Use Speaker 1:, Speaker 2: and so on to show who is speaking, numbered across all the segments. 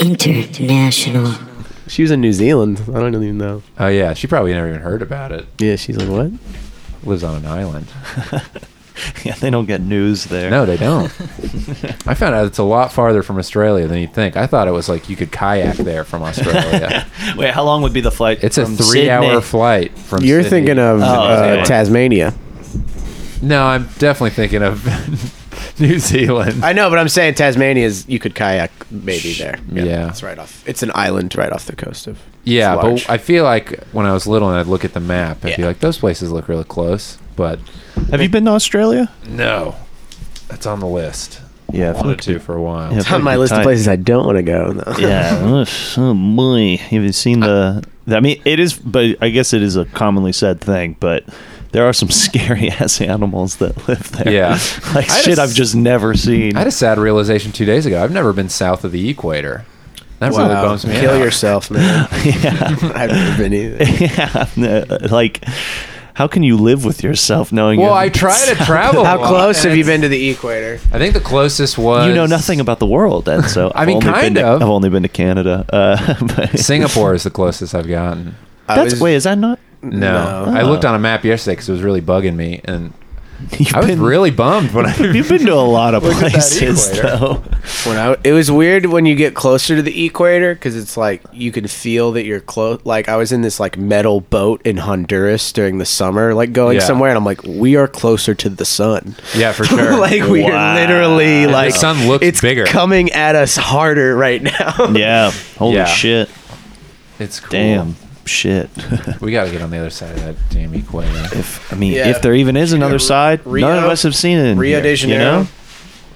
Speaker 1: International.
Speaker 2: She was in New Zealand. I don't even know.
Speaker 3: Oh yeah, she probably never even heard about it.
Speaker 2: Yeah, she's like, what?
Speaker 3: Lives on an island.
Speaker 4: yeah, they don't get news there.
Speaker 3: No, they don't. I found out it's a lot farther from Australia than you'd think. I thought it was like you could kayak there from Australia.
Speaker 4: Wait, how long would be the flight?
Speaker 3: it's a
Speaker 4: from
Speaker 3: three-hour
Speaker 4: Sydney? Oh,
Speaker 3: flight from.
Speaker 2: You're
Speaker 3: Sydney.
Speaker 2: thinking of uh,
Speaker 4: yeah.
Speaker 2: Tasmania.
Speaker 3: No, I'm definitely thinking of New Zealand.
Speaker 2: I know, but I'm saying Tasmania is you could kayak maybe there.
Speaker 3: Yeah.
Speaker 2: it's right off. It's an island right off the coast of.
Speaker 3: yeah,
Speaker 2: it's large.
Speaker 3: but I feel like when I was little and I'd look at the map, I'd be
Speaker 2: Yeah.
Speaker 3: like, those places look really close, but
Speaker 4: Have you been to Australia?
Speaker 3: no, that's on the list.
Speaker 4: Yeah, I've
Speaker 3: Wanted
Speaker 4: looked-
Speaker 3: to for a while.
Speaker 4: Yeah.
Speaker 2: it's on my list of places I don't want to go. though.
Speaker 4: yeah. oh boy. Have you seen the? I mean, it is, but I guess it is a commonly said thing. But there are some scary ass animals that live there.
Speaker 3: Yeah.
Speaker 4: like
Speaker 3: I had a s-
Speaker 4: shit I've just never seen.
Speaker 3: I had a sad realization two days ago. I've never been south of the equator. That really
Speaker 2: Wow.
Speaker 3: bums me
Speaker 2: Kill
Speaker 3: out.
Speaker 2: yourself, man.
Speaker 4: yeah,
Speaker 2: I've never been either.
Speaker 4: yeah. no, Like, how can you live with yourself knowing?
Speaker 3: Well,
Speaker 4: Oh, you
Speaker 3: I try to travel. a
Speaker 2: How
Speaker 3: lot,
Speaker 2: close have
Speaker 3: and
Speaker 2: you been to the equator?
Speaker 3: I think the closest was
Speaker 4: You know nothing about the world, and so
Speaker 3: I
Speaker 4: I've
Speaker 3: mean,
Speaker 4: only been
Speaker 3: kind
Speaker 4: to-
Speaker 3: of.
Speaker 4: I've only been to Canada. Uh, but-
Speaker 3: Singapore is the closest I've gotten.
Speaker 2: I
Speaker 4: That's
Speaker 2: was-
Speaker 4: wait, is that not? Oh.
Speaker 3: No,
Speaker 2: No.
Speaker 3: I looked on a map yesterday because it was really bugging me, and
Speaker 4: You've
Speaker 3: I was
Speaker 4: been-
Speaker 3: really bummed when I.
Speaker 4: You've been to a lot of
Speaker 3: Look at that
Speaker 4: places,
Speaker 3: equator.
Speaker 4: though.
Speaker 2: When I, it was weird when you get closer to the equator because it's like you can feel that you're close. Like I was in this like metal boat in Honduras during the summer, like going
Speaker 3: Yeah.
Speaker 2: somewhere, and I'm like, we are closer to the sun.
Speaker 3: Yeah, for sure.
Speaker 2: like we
Speaker 4: Wow.
Speaker 2: are literally
Speaker 3: the
Speaker 2: like
Speaker 3: sun looks
Speaker 2: it's
Speaker 3: bigger.
Speaker 2: coming at us harder right now.
Speaker 4: Yeah. Holy
Speaker 3: Yeah.
Speaker 4: shit.
Speaker 3: it's cool.
Speaker 4: Damn. Shit.
Speaker 3: We got to get on the other side of that damn equator.
Speaker 4: if I mean,
Speaker 2: Yeah.
Speaker 4: if there even is another
Speaker 2: Rio-
Speaker 4: side, none of us have seen it. in
Speaker 2: Rio
Speaker 4: here,
Speaker 2: de Janeiro.
Speaker 4: You know?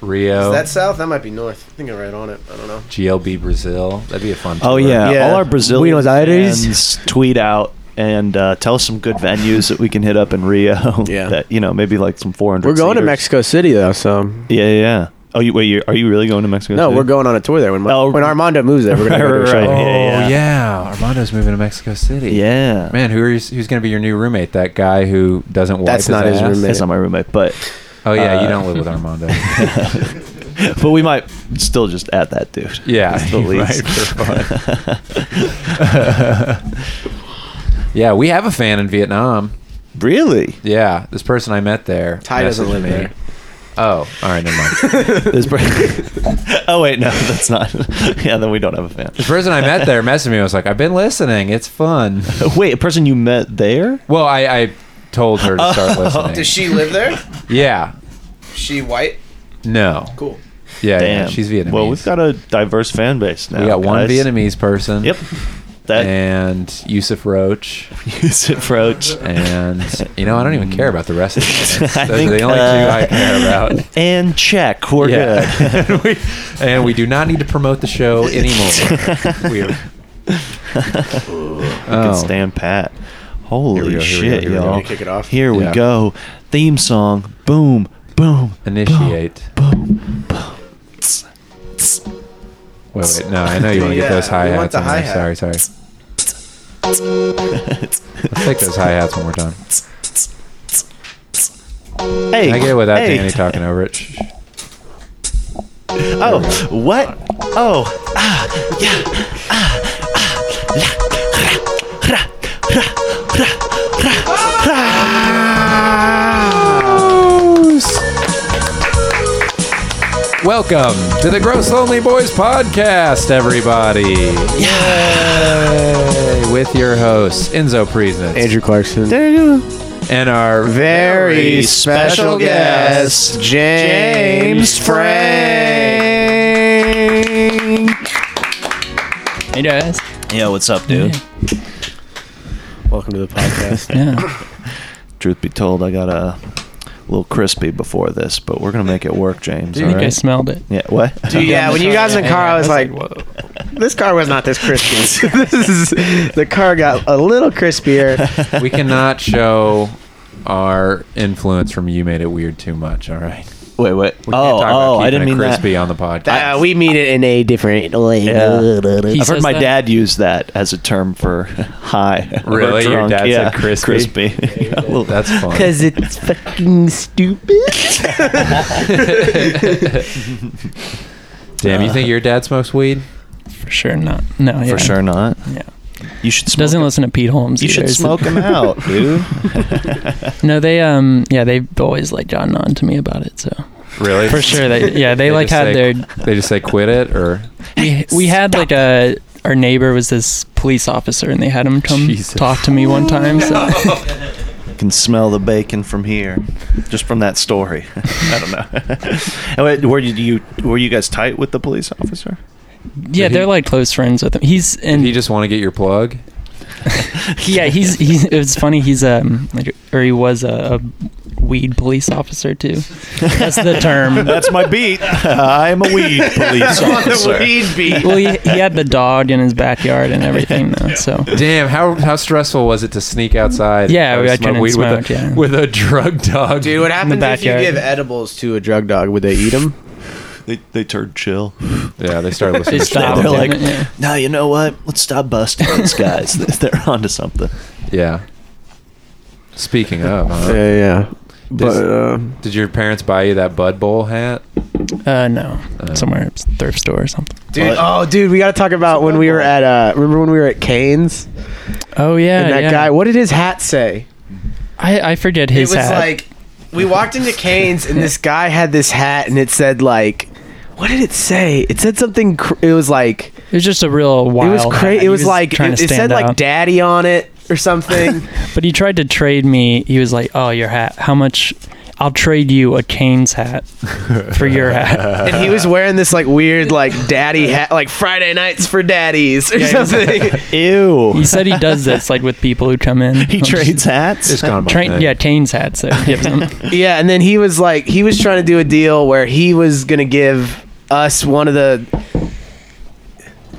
Speaker 3: Rio,
Speaker 2: Is that south? That might be north. I think I'm right on it. I don't know.
Speaker 3: GLB Brazil. That'd be a fun.
Speaker 4: Oh
Speaker 3: tour.
Speaker 4: yeah.
Speaker 2: Yeah.
Speaker 4: All our Brazilian
Speaker 2: Buenos Aires.
Speaker 4: fans tweet out and uh, tell us some good venues that we can hit up in Rio.
Speaker 2: Yeah.
Speaker 4: That you know maybe like some four hundred.
Speaker 2: We're going to Mexico City though, so
Speaker 4: Yeah, yeah, yeah. Oh, you wait. You're, are you really going to Mexico?
Speaker 2: no,
Speaker 4: City?
Speaker 2: we're going on a tour there. When,
Speaker 4: Oh,
Speaker 2: when Armando moves there, we're gonna go to a
Speaker 4: right,
Speaker 2: show.
Speaker 4: right,
Speaker 3: Oh
Speaker 4: Yeah, yeah.
Speaker 3: yeah. Armando's moving to Mexico City.
Speaker 4: Yeah.
Speaker 3: Man, who are you, who's going to be your new roommate? That guy who doesn't wipe
Speaker 2: That's not his
Speaker 3: ass?
Speaker 2: roommate.
Speaker 4: That's not my roommate, but
Speaker 3: Oh yeah, you
Speaker 4: Uh,
Speaker 3: don't live with Armando.
Speaker 4: but we might still just add that dude.
Speaker 3: Yeah,
Speaker 4: Just the
Speaker 3: you
Speaker 4: least.
Speaker 3: might for yeah, we have a fan in Vietnam.
Speaker 4: really?
Speaker 3: Yeah, this person I met there.
Speaker 2: Ty doesn't
Speaker 3: messaged
Speaker 2: live
Speaker 3: me.
Speaker 2: there.
Speaker 3: Oh, all right, never mind.
Speaker 4: This per- oh wait, no, that's not. yeah, then we don't have a fan.
Speaker 3: The person I met there messaged me. I was like, I've been listening. It's fun.
Speaker 4: Wait, a person you met there? Oh,
Speaker 3: Well, I, I told her to start listening.
Speaker 2: Does she live there?
Speaker 3: yeah.
Speaker 2: She white?
Speaker 3: No.
Speaker 2: Cool.
Speaker 3: Yeah, yeah.
Speaker 4: Damn,
Speaker 3: She's Vietnamese.
Speaker 4: Well, we've got a diverse fan base now.
Speaker 3: we got one
Speaker 4: guys.
Speaker 3: Vietnamese person.
Speaker 4: Yep, that
Speaker 3: And Yusuf Roach.
Speaker 4: Yusuf Roach,
Speaker 3: And, you know, I don't even care about the rest of them. Those
Speaker 4: I
Speaker 3: are
Speaker 4: think,
Speaker 3: the only
Speaker 4: uh,
Speaker 3: two I care about.
Speaker 4: and check. We're good.
Speaker 3: and, we, and we do not need to promote the show anymore. we are,
Speaker 4: Good
Speaker 3: Oh.
Speaker 4: stand pat. Holy
Speaker 3: Here we go, here we go, here
Speaker 4: shit,
Speaker 3: we go.
Speaker 4: y'all!
Speaker 2: Wanna kick it off?
Speaker 4: Here we
Speaker 3: Yeah.
Speaker 4: go. Theme song. Boom, boom.
Speaker 3: initiate.
Speaker 4: Boom, boom. boom.
Speaker 3: Wait, wait, no, I know you want to get those
Speaker 2: Yeah,
Speaker 3: hi
Speaker 2: we
Speaker 3: hats.
Speaker 2: want the
Speaker 3: in there. Sorry,
Speaker 2: hi-hat.
Speaker 3: sorry. Let's take those hi hats one more time.
Speaker 4: Hey,
Speaker 3: Can I get it without
Speaker 4: hey.
Speaker 3: Danny talking over it? Shh.
Speaker 4: Oh, what? Oh, ah,
Speaker 3: Welcome to the Gross Lonely Boys podcast, everybody. Yay! With your hosts, Enzo Priesnitz.
Speaker 2: Andrew Clarkson.
Speaker 4: there you go.
Speaker 3: And our
Speaker 2: very special
Speaker 4: special guest,
Speaker 2: guest, James,
Speaker 4: James
Speaker 2: Frank.
Speaker 5: Hey guys.
Speaker 4: Yeah, what's up, dude?
Speaker 2: Welcome to the podcast.
Speaker 5: Yeah.
Speaker 4: Truth be told, I got a little crispy before this, but we're gonna make it work, James.
Speaker 5: I
Speaker 4: all
Speaker 5: think I
Speaker 4: right?
Speaker 5: smelled it.
Speaker 4: Yeah. What?
Speaker 2: Dude, yeah, when you guys in the car, I was like,
Speaker 5: whoa.
Speaker 2: this car was not this crispy. this is the car got a little crispier.
Speaker 3: we cannot show our influence from you made it weird too much. All right.
Speaker 4: wait, wait.
Speaker 3: We
Speaker 4: oh, oh,
Speaker 3: keeping
Speaker 4: I didn't
Speaker 3: it
Speaker 4: mean
Speaker 3: crispy
Speaker 4: that.
Speaker 3: on the podcast.
Speaker 2: Uh, we mean it in a different way.
Speaker 4: Yeah.
Speaker 5: He
Speaker 4: I've heard
Speaker 5: says
Speaker 4: my
Speaker 5: that?
Speaker 4: dad use that as a term for high. or
Speaker 3: Really? Your
Speaker 4: drunk.
Speaker 3: dad said
Speaker 4: yeah.
Speaker 3: crispy?
Speaker 4: Crispy. Yeah, a little-
Speaker 3: That's fun.
Speaker 2: it's fucking stupid.
Speaker 3: Damn, you think your dad smokes weed?
Speaker 5: For sure not. No, yeah.
Speaker 4: Uh, For sure not.
Speaker 5: Yeah.
Speaker 4: You should smoke.
Speaker 5: Doesn't
Speaker 4: it-
Speaker 5: listen to Pete Holmes.
Speaker 4: you
Speaker 5: either.
Speaker 4: should
Speaker 5: It's-
Speaker 4: smoke him out, dude.
Speaker 5: No, they um yeah, they've always like gotten on to me about it, so
Speaker 3: Really?
Speaker 5: for sure they yeah, they, like
Speaker 3: just
Speaker 5: had
Speaker 3: say-
Speaker 5: their
Speaker 3: They just say quit it or
Speaker 5: we, we had like a our neighbor was this police officer and they had him come
Speaker 3: Jesus.
Speaker 5: talk to me one time. So
Speaker 4: can smell the bacon from here, just from that story. I don't know. and wait, were you, do you were you guys tight with the police officer?
Speaker 5: yeah,
Speaker 3: he-
Speaker 5: they're like close friends with him. He's and
Speaker 3: Did he just want to get your plug.
Speaker 5: yeah, he's he's it's funny. He's um like or he was a, a weed police officer too. That's the term.
Speaker 4: That's my beat. I'm a weed police officer.
Speaker 5: well, he, he had the dog in his backyard and everything though. So
Speaker 3: Damn, how how stressful was it to sneak outside?
Speaker 5: Yeah,
Speaker 3: and
Speaker 5: we had to and
Speaker 3: with,
Speaker 5: smoke,
Speaker 3: a,
Speaker 5: yeah.
Speaker 3: with a drug dog.
Speaker 2: Dude, what happens if you
Speaker 5: backyard.
Speaker 2: give edibles to a drug dog? Would they eat them?
Speaker 4: They they turned chill.
Speaker 3: Yeah, they started listening.
Speaker 5: They
Speaker 3: to
Speaker 5: stopped.
Speaker 3: Trump.
Speaker 4: They're like,
Speaker 5: damn it, yeah.
Speaker 4: no, you know what? Let's stop busting these guys. They're onto something.
Speaker 3: yeah. Speaking of, huh?
Speaker 2: Yeah, yeah.
Speaker 3: This-
Speaker 2: But uh,
Speaker 3: did your parents buy you that Bud Bowl hat?
Speaker 5: uh no,
Speaker 3: Uh.
Speaker 5: somewhere thrift store or something.
Speaker 2: dude, oh, dude, we gotta talk about when we were at. Uh, remember when we were at Canes
Speaker 5: Oh yeah,
Speaker 2: and that
Speaker 5: yeah.
Speaker 2: guy? What did his hat say?
Speaker 5: I I forget his
Speaker 2: it was
Speaker 5: hat.
Speaker 2: like we walked into Canes and this guy had this hat and it said like, what did it say? It said something. Cr- it was like
Speaker 5: it was just a real wild.
Speaker 2: it was
Speaker 5: hat.
Speaker 2: crazy.
Speaker 5: He
Speaker 2: It was like
Speaker 5: trying
Speaker 2: it,
Speaker 5: to
Speaker 2: it said
Speaker 5: stand
Speaker 2: like
Speaker 5: out.
Speaker 2: daddy on it or something.
Speaker 5: But he tried to trade me. He was like, "Oh, your hat. How much? I'll trade you a Canes hat for your hat."
Speaker 2: and he was wearing this like weird like daddy hat, like Friday nights for daddies or something.
Speaker 4: Ew.
Speaker 5: he said he does this like with people who come in.
Speaker 4: He
Speaker 5: I'm just-
Speaker 4: trades hats.
Speaker 3: It's gone by.
Speaker 5: Train,
Speaker 3: then.
Speaker 5: yeah, Canes hats. So he gives them.
Speaker 2: yeah, and then he was like, he was trying to do a deal where he was gonna give us one of the.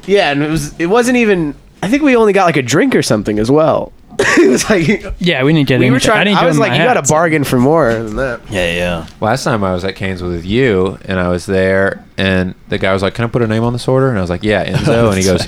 Speaker 2: Yeah, and it was it wasn't even. I think we only got like a drink or something as well. it was like
Speaker 5: Yeah, we didn't get.
Speaker 2: we were
Speaker 5: anything. I,
Speaker 2: trying.
Speaker 5: didn't
Speaker 2: I
Speaker 5: give
Speaker 2: was
Speaker 5: him
Speaker 2: like,
Speaker 5: my
Speaker 2: you got
Speaker 5: hats.
Speaker 2: to bargain for more than that.
Speaker 4: Yeah, yeah.
Speaker 3: Last time I was at Canes with you, and I was there, and the guy was like, "Can I put a name on this order?" And I was like, "Yeah, Enzo." And he goes,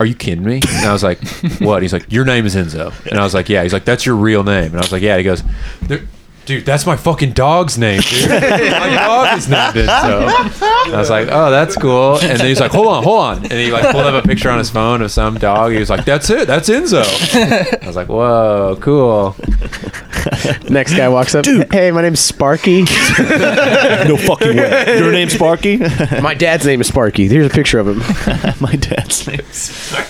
Speaker 3: "Are you kidding me?" And I was like, "What?" He's like, "Your name is Enzo." And I was like, "Yeah." He's like, "That's your real name." And I was like, "Yeah." He goes, "There- "Dude, that's my fucking dog's name, dude. My dog is named Enzo." And I was like, "Oh, that's cool." And then he's like, "Hold on, hold on." And he like pulled up a picture on his phone of some dog. He was like, "That's it. That's Enzo." I was like, "Whoa, cool."
Speaker 2: Next guy walks up. Hey, my name's Sparky.
Speaker 4: No fucking way. Your name's Sparky?
Speaker 2: my dad's name is Sparky. Here's a picture of him.
Speaker 4: My dad's name.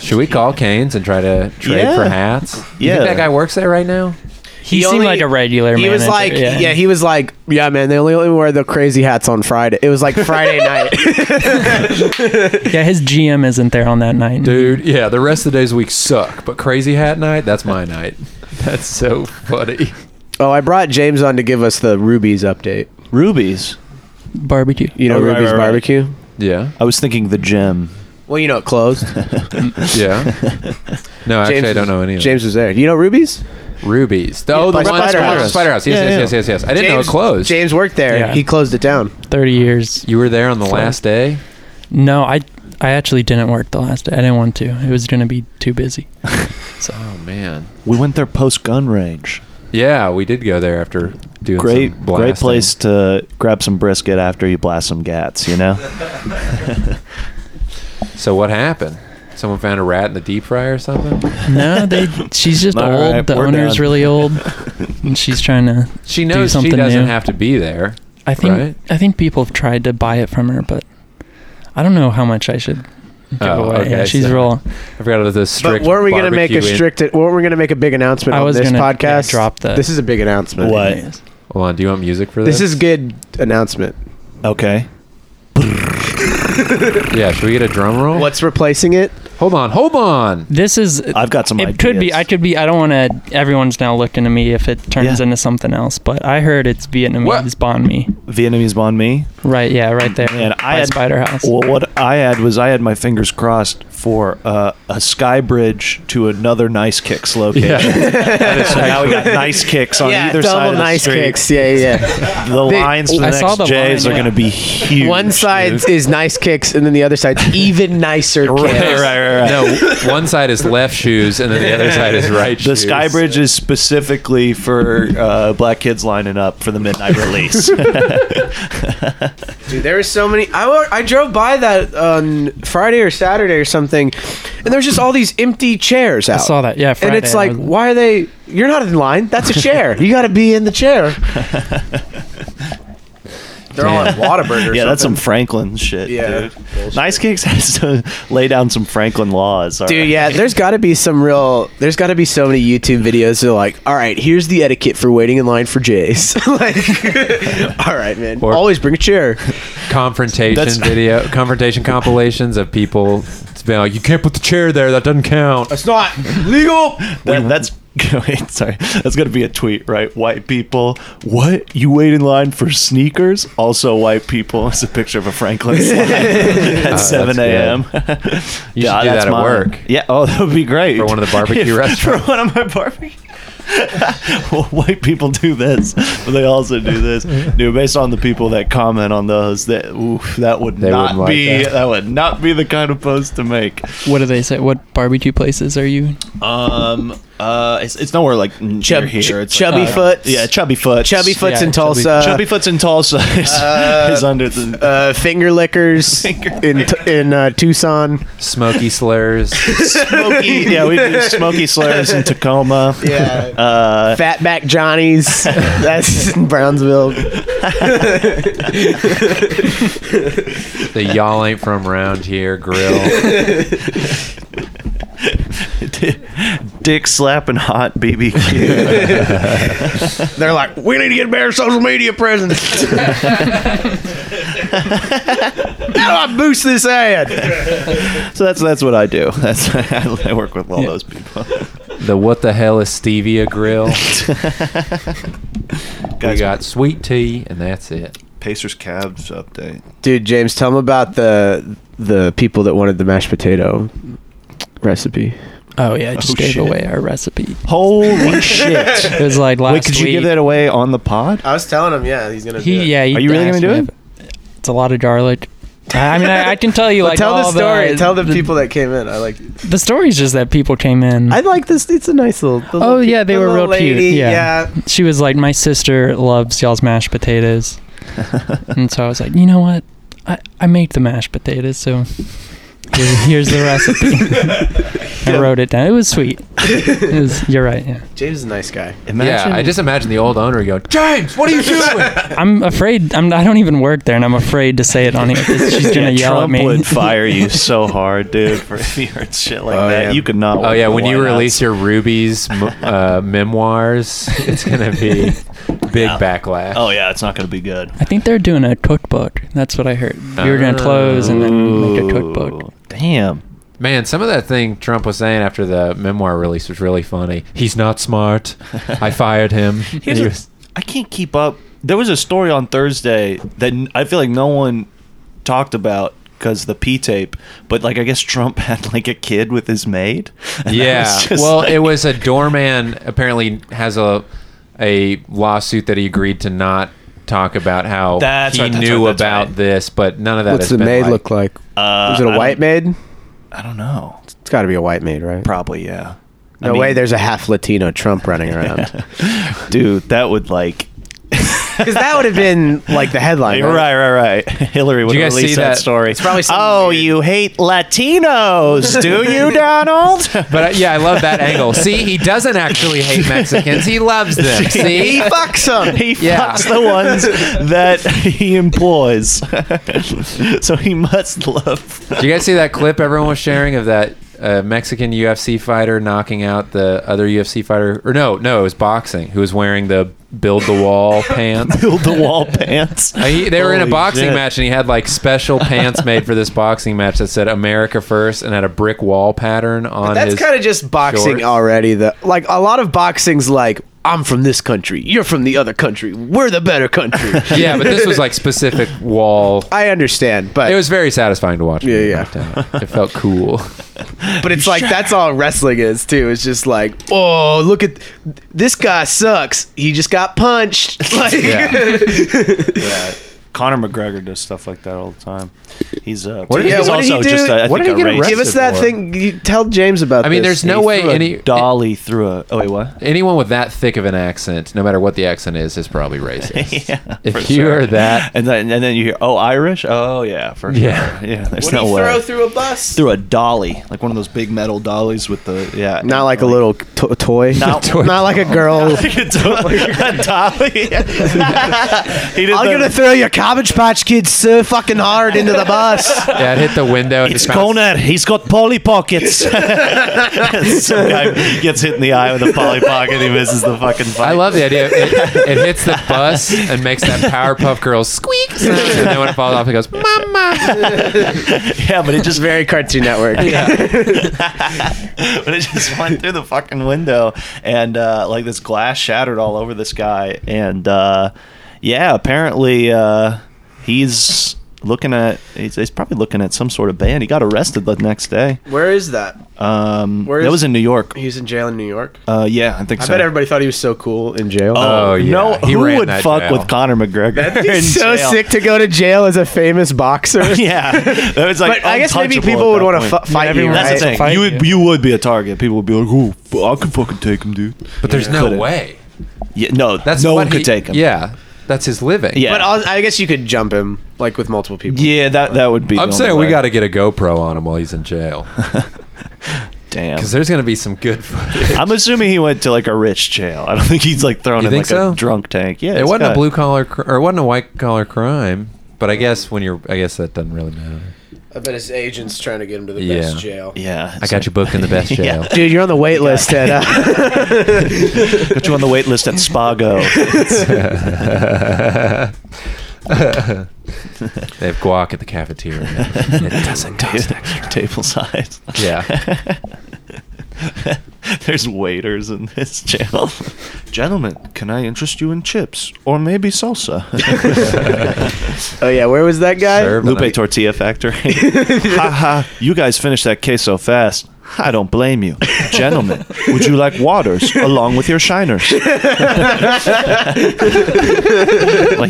Speaker 3: Should we call Canes and try to trade
Speaker 4: Yeah.
Speaker 3: for hats? You
Speaker 4: Yeah.
Speaker 3: think that guy works there right now?
Speaker 5: He,
Speaker 2: He
Speaker 5: seemed
Speaker 2: only-
Speaker 5: like a regular.
Speaker 2: He was
Speaker 5: manager,
Speaker 2: like, yeah. he was like, yeah, man. They only, only wear the crazy hats on Friday. It was like Friday night.
Speaker 5: yeah. His GM isn't there on that night.
Speaker 3: Dude, yeah, the rest of the days of the week suck, but crazy hat night, that's my night. That's so funny.
Speaker 2: Oh, I brought James on to give us the Ruby's update.
Speaker 4: Rubies.
Speaker 5: Barbecue.
Speaker 2: You know
Speaker 4: Oh, right,
Speaker 2: Ruby's
Speaker 4: right, right.
Speaker 2: barbecue.
Speaker 3: Yeah.
Speaker 4: I was thinking the gem.
Speaker 2: Well, you know it closed.
Speaker 3: Yeah. No, actually
Speaker 2: James
Speaker 3: I don't know any of
Speaker 2: James was there. You know Ruby's?
Speaker 3: them. Rubies. The, oh, the
Speaker 2: by
Speaker 3: one
Speaker 2: Spider
Speaker 3: Spider
Speaker 2: House.
Speaker 3: House. Spider House. Yes,
Speaker 4: Yeah,
Speaker 3: yes,
Speaker 4: yeah.
Speaker 3: yes, yes, yes. I didn't know it
Speaker 2: James-
Speaker 3: closed.
Speaker 2: James worked there.
Speaker 5: Yeah.
Speaker 2: He closed it down.
Speaker 5: Thirty years.
Speaker 3: You were there on the last day?
Speaker 5: No, I I actually didn't work the last day. I didn't want to. It was gonna be too busy. uh,
Speaker 3: Oh man.
Speaker 4: We went there post gun range.
Speaker 3: Yeah, we did go there after doing
Speaker 4: Great,
Speaker 3: some
Speaker 4: great
Speaker 3: blasting.
Speaker 4: place to grab some brisket after you blast some gats. You know,
Speaker 3: So what happened? Someone found a rat in the deep fryer or something?
Speaker 5: No, they. She's just
Speaker 4: All
Speaker 5: old.
Speaker 4: right,
Speaker 5: the
Speaker 4: we're
Speaker 5: owner's
Speaker 4: done.
Speaker 5: really old, and she's trying to.
Speaker 3: She
Speaker 5: Do
Speaker 3: knows she
Speaker 5: something
Speaker 3: doesn't
Speaker 5: new.
Speaker 3: have to be there.
Speaker 5: I think.
Speaker 3: Right.
Speaker 5: I think people have tried to buy it from her, but I don't know how much I should give
Speaker 3: Oh,
Speaker 5: away. Yeah,
Speaker 3: okay,
Speaker 5: she's
Speaker 3: so-
Speaker 5: real.
Speaker 3: I forgot about the
Speaker 2: But
Speaker 3: strict.
Speaker 2: weren't we going to make
Speaker 3: barbecue
Speaker 2: a
Speaker 3: in-
Speaker 2: strict? Weren't we going to make a big announcement
Speaker 5: I
Speaker 2: on
Speaker 5: was
Speaker 2: this
Speaker 5: gonna, yeah,
Speaker 2: podcast?
Speaker 5: drop the-
Speaker 2: This is a big announcement.
Speaker 4: What? But-
Speaker 5: Anyways.
Speaker 3: Hold on, do you want music for this?
Speaker 2: This is good announcement.
Speaker 4: okay.
Speaker 3: yeah. Should we get a drum roll?
Speaker 2: What's replacing it?
Speaker 3: Hold on, hold on.
Speaker 5: This is.
Speaker 4: I've got some.
Speaker 5: it could be. I
Speaker 4: ideas.
Speaker 5: could be. I don't want to. Everyone's now looking to me if it turns
Speaker 4: Yeah.
Speaker 5: into something else. But I heard it's Vietnamese
Speaker 3: What?
Speaker 5: bond me.
Speaker 4: Vietnamese banh mi.
Speaker 5: Right. Yeah. Right there.
Speaker 4: Man, I
Speaker 5: by
Speaker 4: had-
Speaker 5: Spider House.
Speaker 4: Well, what I had was I had my fingers crossed before uh, a sky bridge to another nice kicks location. so now we got nice kicks on
Speaker 2: yeah,
Speaker 4: either
Speaker 2: double
Speaker 4: side of the
Speaker 2: nice
Speaker 4: street.
Speaker 2: kicks. Yeah, yeah.
Speaker 4: The
Speaker 2: They-
Speaker 4: lines for the
Speaker 5: I
Speaker 4: next
Speaker 5: saw the
Speaker 4: Jays
Speaker 5: line,
Speaker 4: are
Speaker 5: yeah.
Speaker 4: going to be huge.
Speaker 2: One side
Speaker 4: dude.
Speaker 2: is nice kicks, and then the other side's even nicer kicks.
Speaker 4: right, right, right.
Speaker 3: No, w- one side is left shoes, and then the other side is right
Speaker 4: The
Speaker 3: shoes.
Speaker 4: sky bridge is specifically for uh, black kids lining up for the midnight release.
Speaker 2: Dude, there were so many. I, wa- I drove by that on Friday or Saturday or something, and there's just all these empty chairs out.
Speaker 5: I saw that. Yeah, Friday,
Speaker 2: and it's
Speaker 5: I
Speaker 2: like,
Speaker 5: was-
Speaker 2: why are they? You're not in line. That's a chair. you got to be in the chair. They're all on Whataburger.
Speaker 4: yeah, that's some Franklin shit.
Speaker 2: Yeah.
Speaker 4: dude. nice kicks has to lay down some Franklin laws. all
Speaker 2: Dude,
Speaker 4: right.
Speaker 2: yeah, there's got to be some real. There's got to be so many YouTube videos that are like, all right, here's the etiquette for waiting in line for Jays. like, all right, man.
Speaker 3: Or-
Speaker 2: Always bring a chair.
Speaker 3: confrontation
Speaker 4: That's-
Speaker 3: video, confrontation compilations of people. It's been like, you can't put the chair there. That doesn't count.
Speaker 2: It's not legal.
Speaker 4: That, that's wait, sorry. That's gonna be a tweet, right? White people, what? You wait in line for sneakers? Also, white people. It's a picture of a Franklin slide at seven
Speaker 3: good.
Speaker 4: a.m.
Speaker 3: You should do
Speaker 4: that's
Speaker 3: that at
Speaker 4: mine.
Speaker 3: work.
Speaker 4: Yeah. Oh, that would be great
Speaker 3: For one of the barbecue restaurants.
Speaker 4: For one of my barbecue. well, white people do this, but they also do this. Dude, based on the people that comment on those, that oof, that would
Speaker 3: They
Speaker 4: not
Speaker 3: wouldn't like
Speaker 4: be
Speaker 3: that.
Speaker 4: that. would not be the kind of post to make.
Speaker 5: what do they say? What barbecue places are you?
Speaker 4: Um, uh, it's, it's nowhere like near
Speaker 2: Chub-
Speaker 4: here. It's
Speaker 2: Chubby
Speaker 4: like, uh,
Speaker 2: Foots.
Speaker 4: Yeah, chubby foot.
Speaker 2: Chubby Foots
Speaker 5: Yeah,
Speaker 2: in
Speaker 5: Chubby-
Speaker 2: Tulsa.
Speaker 4: chubby foots in Tulsa is, is under the.
Speaker 2: uh, finger lickers
Speaker 4: Finger
Speaker 2: in t- in uh, Tucson.
Speaker 3: Smoky slurs.
Speaker 4: Smoky, yeah, we do Smoky Slurs in Tacoma.
Speaker 2: Yeah.
Speaker 4: Uh,
Speaker 2: Fatback Johnny's. That's in Brownsville.
Speaker 3: the y'all ain't from round here grill.
Speaker 4: di- dick slapping hot BBQ.
Speaker 2: They're like, we need to get better social media presence. How do I boost this ad?
Speaker 4: so that's that's what I do. That's I work with all
Speaker 5: Yeah.
Speaker 4: those people.
Speaker 3: The what the hell is stevia grill? we
Speaker 4: Guys,
Speaker 3: got sweet tea, and that's it.
Speaker 4: Pacers Cavs update.
Speaker 2: Dude, James, tell them about the the people that wanted the mashed potato recipe.
Speaker 5: Oh yeah, I just
Speaker 4: Oh,
Speaker 5: gave
Speaker 4: shit.
Speaker 5: away our recipe.
Speaker 4: Holy shit!
Speaker 5: It was like last
Speaker 4: Wait, could you
Speaker 5: week.
Speaker 4: give that away on the pod?
Speaker 2: I was telling him, yeah, he's gonna.
Speaker 5: He, yeah. He
Speaker 4: Are you really gonna
Speaker 5: asked
Speaker 4: do
Speaker 5: me
Speaker 4: it?
Speaker 5: if- It's a lot of garlic. I I mean, I, I can tell you like
Speaker 2: tell the
Speaker 5: all
Speaker 2: story. tell the,
Speaker 5: the
Speaker 2: people that came in. I like.
Speaker 5: The story's just that people came in.
Speaker 2: I like this. It's a nice little. the
Speaker 5: Oh,
Speaker 2: little-
Speaker 5: yeah, they
Speaker 2: the
Speaker 5: were
Speaker 2: little
Speaker 5: real cute.
Speaker 2: lady,
Speaker 5: Yeah.
Speaker 2: yeah.
Speaker 5: she was like, "My sister loves y'all's mashed potatoes," and so I was like, "You know what? I, I make the mashed potatoes, so here's, here's the recipe." I wrote it down. It was sweet. It was, you're right. Yeah,
Speaker 2: James is a nice guy.
Speaker 4: Imagine.
Speaker 3: Yeah, I just imagine the old owner going, James, what are you doing?
Speaker 5: I'm afraid. I'm. I don't even work there, and I'm afraid to say it on here. 'cause She's gonna
Speaker 4: Yeah,
Speaker 5: yell
Speaker 4: Trump
Speaker 5: at me.
Speaker 4: would fire you so hard, dude, for if you heard shit like
Speaker 2: Oh,
Speaker 4: that.
Speaker 2: yeah.
Speaker 4: You could not.
Speaker 3: oh yeah, when you release your Ruby's m- uh, memoirs, it's gonna be big backlash.
Speaker 4: Oh yeah, it's not going to be good.
Speaker 5: I think they're doing a cookbook. That's what I heard. You were
Speaker 3: Uh,
Speaker 5: gonna close and then
Speaker 2: Oh.
Speaker 5: make a cookbook.
Speaker 4: Ooh, Damn.
Speaker 3: Man, some of that thing Trump was saying after the memoir release was really funny. He's not smart. I fired him.
Speaker 4: Here's
Speaker 3: He
Speaker 4: a-
Speaker 3: was-
Speaker 4: I can't keep up. There was a story on Thursday that n- I feel like no one talked about because the P tape, but like I guess Trump had like a kid with his maid. And that
Speaker 3: yeah.
Speaker 4: was just,
Speaker 3: Well,
Speaker 4: like-
Speaker 3: it was a doorman apparently has a a lawsuit that he agreed to not talk about how
Speaker 4: That's
Speaker 3: he
Speaker 4: right, that's
Speaker 3: knew
Speaker 4: right, that's
Speaker 3: about
Speaker 4: right.
Speaker 3: this, but none of that
Speaker 2: What's
Speaker 3: has
Speaker 2: the
Speaker 3: been
Speaker 2: maid
Speaker 3: like-
Speaker 2: look like?
Speaker 4: Uh,
Speaker 2: Is it
Speaker 4: I
Speaker 2: a
Speaker 4: don't-
Speaker 2: white maid?
Speaker 4: I don't know.
Speaker 2: It's got to be a white maid, right?
Speaker 4: Probably yeah. I
Speaker 2: No way.
Speaker 4: mean,
Speaker 2: There's a half Latino Trump running around.
Speaker 4: dude. That would like.
Speaker 2: Because that would have been like the headline.
Speaker 4: Right, right, right. Hillary would
Speaker 3: you guys
Speaker 4: release
Speaker 3: see
Speaker 4: that,
Speaker 3: that-
Speaker 4: story.
Speaker 2: It's probably something
Speaker 4: oh,
Speaker 2: weird.
Speaker 4: you hate Latinos, do you, Donald?
Speaker 3: But uh, yeah, I love that angle. See, he doesn't actually hate Mexicans. He loves them.
Speaker 2: He
Speaker 3: See?
Speaker 2: fucks them.
Speaker 4: he
Speaker 3: Yeah.
Speaker 4: fucks the ones that he employs, so he must love.
Speaker 3: Do you guys see that clip everyone was sharing of that uh, Mexican UFC fighter knocking out the other UFC fighter? Or no, no, it was boxing. Who was wearing the build the wall pants?
Speaker 4: Build the wall pants.
Speaker 3: Uh, he- they were in a
Speaker 4: Holy
Speaker 3: boxing
Speaker 4: shit.
Speaker 3: match, and he had like special pants made for this boxing match that said "America First and had a brick wall pattern on
Speaker 2: That's
Speaker 3: his.
Speaker 2: kind of just boxing
Speaker 3: shorts.
Speaker 2: already. The like a lot of boxing's like I'm from this country. You're from the other country. We're the better country.
Speaker 3: yeah, but this was like specific wall.
Speaker 2: I understand, but
Speaker 3: It was very satisfying to watch.
Speaker 2: Yeah, yeah.
Speaker 3: It felt cool.
Speaker 2: but it's like that's all wrestling is too. It's just like, oh, look at this guy sucks. He just got punched. Like,
Speaker 3: Yeah.
Speaker 4: Conor McGregor does stuff like that all the time. He's uh,
Speaker 3: What did he-
Speaker 4: he's
Speaker 2: yeah, what did he
Speaker 4: also
Speaker 2: do?
Speaker 4: just uh, I
Speaker 3: What
Speaker 4: think
Speaker 3: did he get
Speaker 4: a racist.
Speaker 2: Give us that
Speaker 3: for-
Speaker 2: thing. You tell James about.
Speaker 3: I mean,
Speaker 2: this.
Speaker 3: there's no way
Speaker 4: Threw a
Speaker 3: any
Speaker 4: dolly through a oh wait what?
Speaker 3: anyone with that thick of an accent, no matter what the accent is, is probably racist.
Speaker 4: yeah,
Speaker 3: If
Speaker 4: for
Speaker 3: you
Speaker 4: sure.
Speaker 3: are that,
Speaker 4: and then and then you hear oh Irish oh yeah for
Speaker 3: Yeah.
Speaker 4: sure. yeah there's
Speaker 2: What
Speaker 4: no
Speaker 2: do you
Speaker 4: way
Speaker 2: throw through a bus?
Speaker 4: through a dolly like one of those big metal dollies with the yeah
Speaker 2: Not like a little to- toy.
Speaker 4: Not-
Speaker 2: not like a girl.
Speaker 4: a dolly. a dolly. he did
Speaker 2: I'm
Speaker 4: the-
Speaker 2: gonna throw your cabbage patch kids so fucking hard into the bus.
Speaker 3: yeah, it hit the window. and
Speaker 4: It's
Speaker 3: just bounced-
Speaker 4: Conan. He's got Polly Pockets. Some guy gets hit in the eye with a Polly Pocket. He misses the fucking fight.
Speaker 3: I love the idea. It, it hits the bus and makes that Powerpuff Girl squeak, sound, and then when it falls off, it goes "Mama."
Speaker 4: Yeah, but it just
Speaker 2: Very Cartoon Network.
Speaker 4: but it just went through the fucking window, and uh, like this glass shattered all over this guy. And uh, yeah, apparently uh, he's looking at he's, he's probably looking at some sort of ban. He got arrested the next day.
Speaker 2: Where is that?
Speaker 4: Um,
Speaker 2: Where
Speaker 4: that
Speaker 2: is-
Speaker 4: was in New York.
Speaker 2: He's in jail in New York.
Speaker 4: Uh, yeah, I think
Speaker 2: I
Speaker 4: so.
Speaker 2: bet everybody thought he was so cool in jail.
Speaker 3: Oh, yeah.
Speaker 4: No,
Speaker 3: He
Speaker 4: who
Speaker 3: ran
Speaker 4: would
Speaker 3: that
Speaker 4: fuck
Speaker 3: jail.
Speaker 4: with Conor McGregor? in
Speaker 2: He's so
Speaker 4: jail?
Speaker 2: sick to go to jail as a famous boxer.
Speaker 4: yeah, that was like. oh,
Speaker 2: but I guess maybe
Speaker 4: untouchable
Speaker 2: people would
Speaker 4: at that
Speaker 2: want
Speaker 4: point.
Speaker 2: to f- fight you.
Speaker 5: everyone-
Speaker 4: That's
Speaker 2: right?
Speaker 4: the thing.
Speaker 5: Fight
Speaker 4: You
Speaker 5: you.
Speaker 4: would, you would be a target. People would be like, "Oh, fu- I can fucking take him, dude."
Speaker 3: But there's no way.
Speaker 4: Yeah, no,
Speaker 3: That's
Speaker 4: no
Speaker 3: what
Speaker 4: one could
Speaker 3: he-
Speaker 4: take him.
Speaker 3: Yeah, that's his living.
Speaker 4: Yeah.
Speaker 2: But I'll, I guess you could jump him like with multiple people.
Speaker 4: yeah, that that would be.
Speaker 3: I'm
Speaker 4: the
Speaker 3: saying we
Speaker 4: only way.
Speaker 3: got to get a GoPro on him while he's in jail
Speaker 4: Damn.
Speaker 3: because there's gonna be some good footage.
Speaker 4: I'm assuming he went to like a rich jail. I don't think he's like thrown
Speaker 3: You
Speaker 4: in
Speaker 3: think
Speaker 4: like
Speaker 3: so?
Speaker 4: a drunk tank. Yeah,
Speaker 3: It
Speaker 4: it's
Speaker 3: wasn't a
Speaker 4: got-
Speaker 3: blue collar cr- or it wasn't a white collar crime, but I guess when you're, I guess that doesn't really matter.
Speaker 2: I bet his agent's trying to get him to the
Speaker 3: Yeah.
Speaker 2: best jail.
Speaker 4: Yeah,
Speaker 3: I got you booked in the best jail.
Speaker 2: Dude, you're on the wait list at. Uh,
Speaker 4: Put you on the wait list at Spago.
Speaker 3: They have guac at the cafeteria. it doesn't taste extra.
Speaker 4: table size.
Speaker 3: Yeah.
Speaker 4: There's waiters in this jail. Gentlemen, can I interest you in chips or maybe salsa?
Speaker 2: oh yeah, where was that guy?
Speaker 3: Serve
Speaker 4: Lupe
Speaker 3: and I-
Speaker 4: Tortilla Factory. Haha, you guys finished that case so fast. I don't blame you. Gentlemen, would you like waters along with your shiners? like,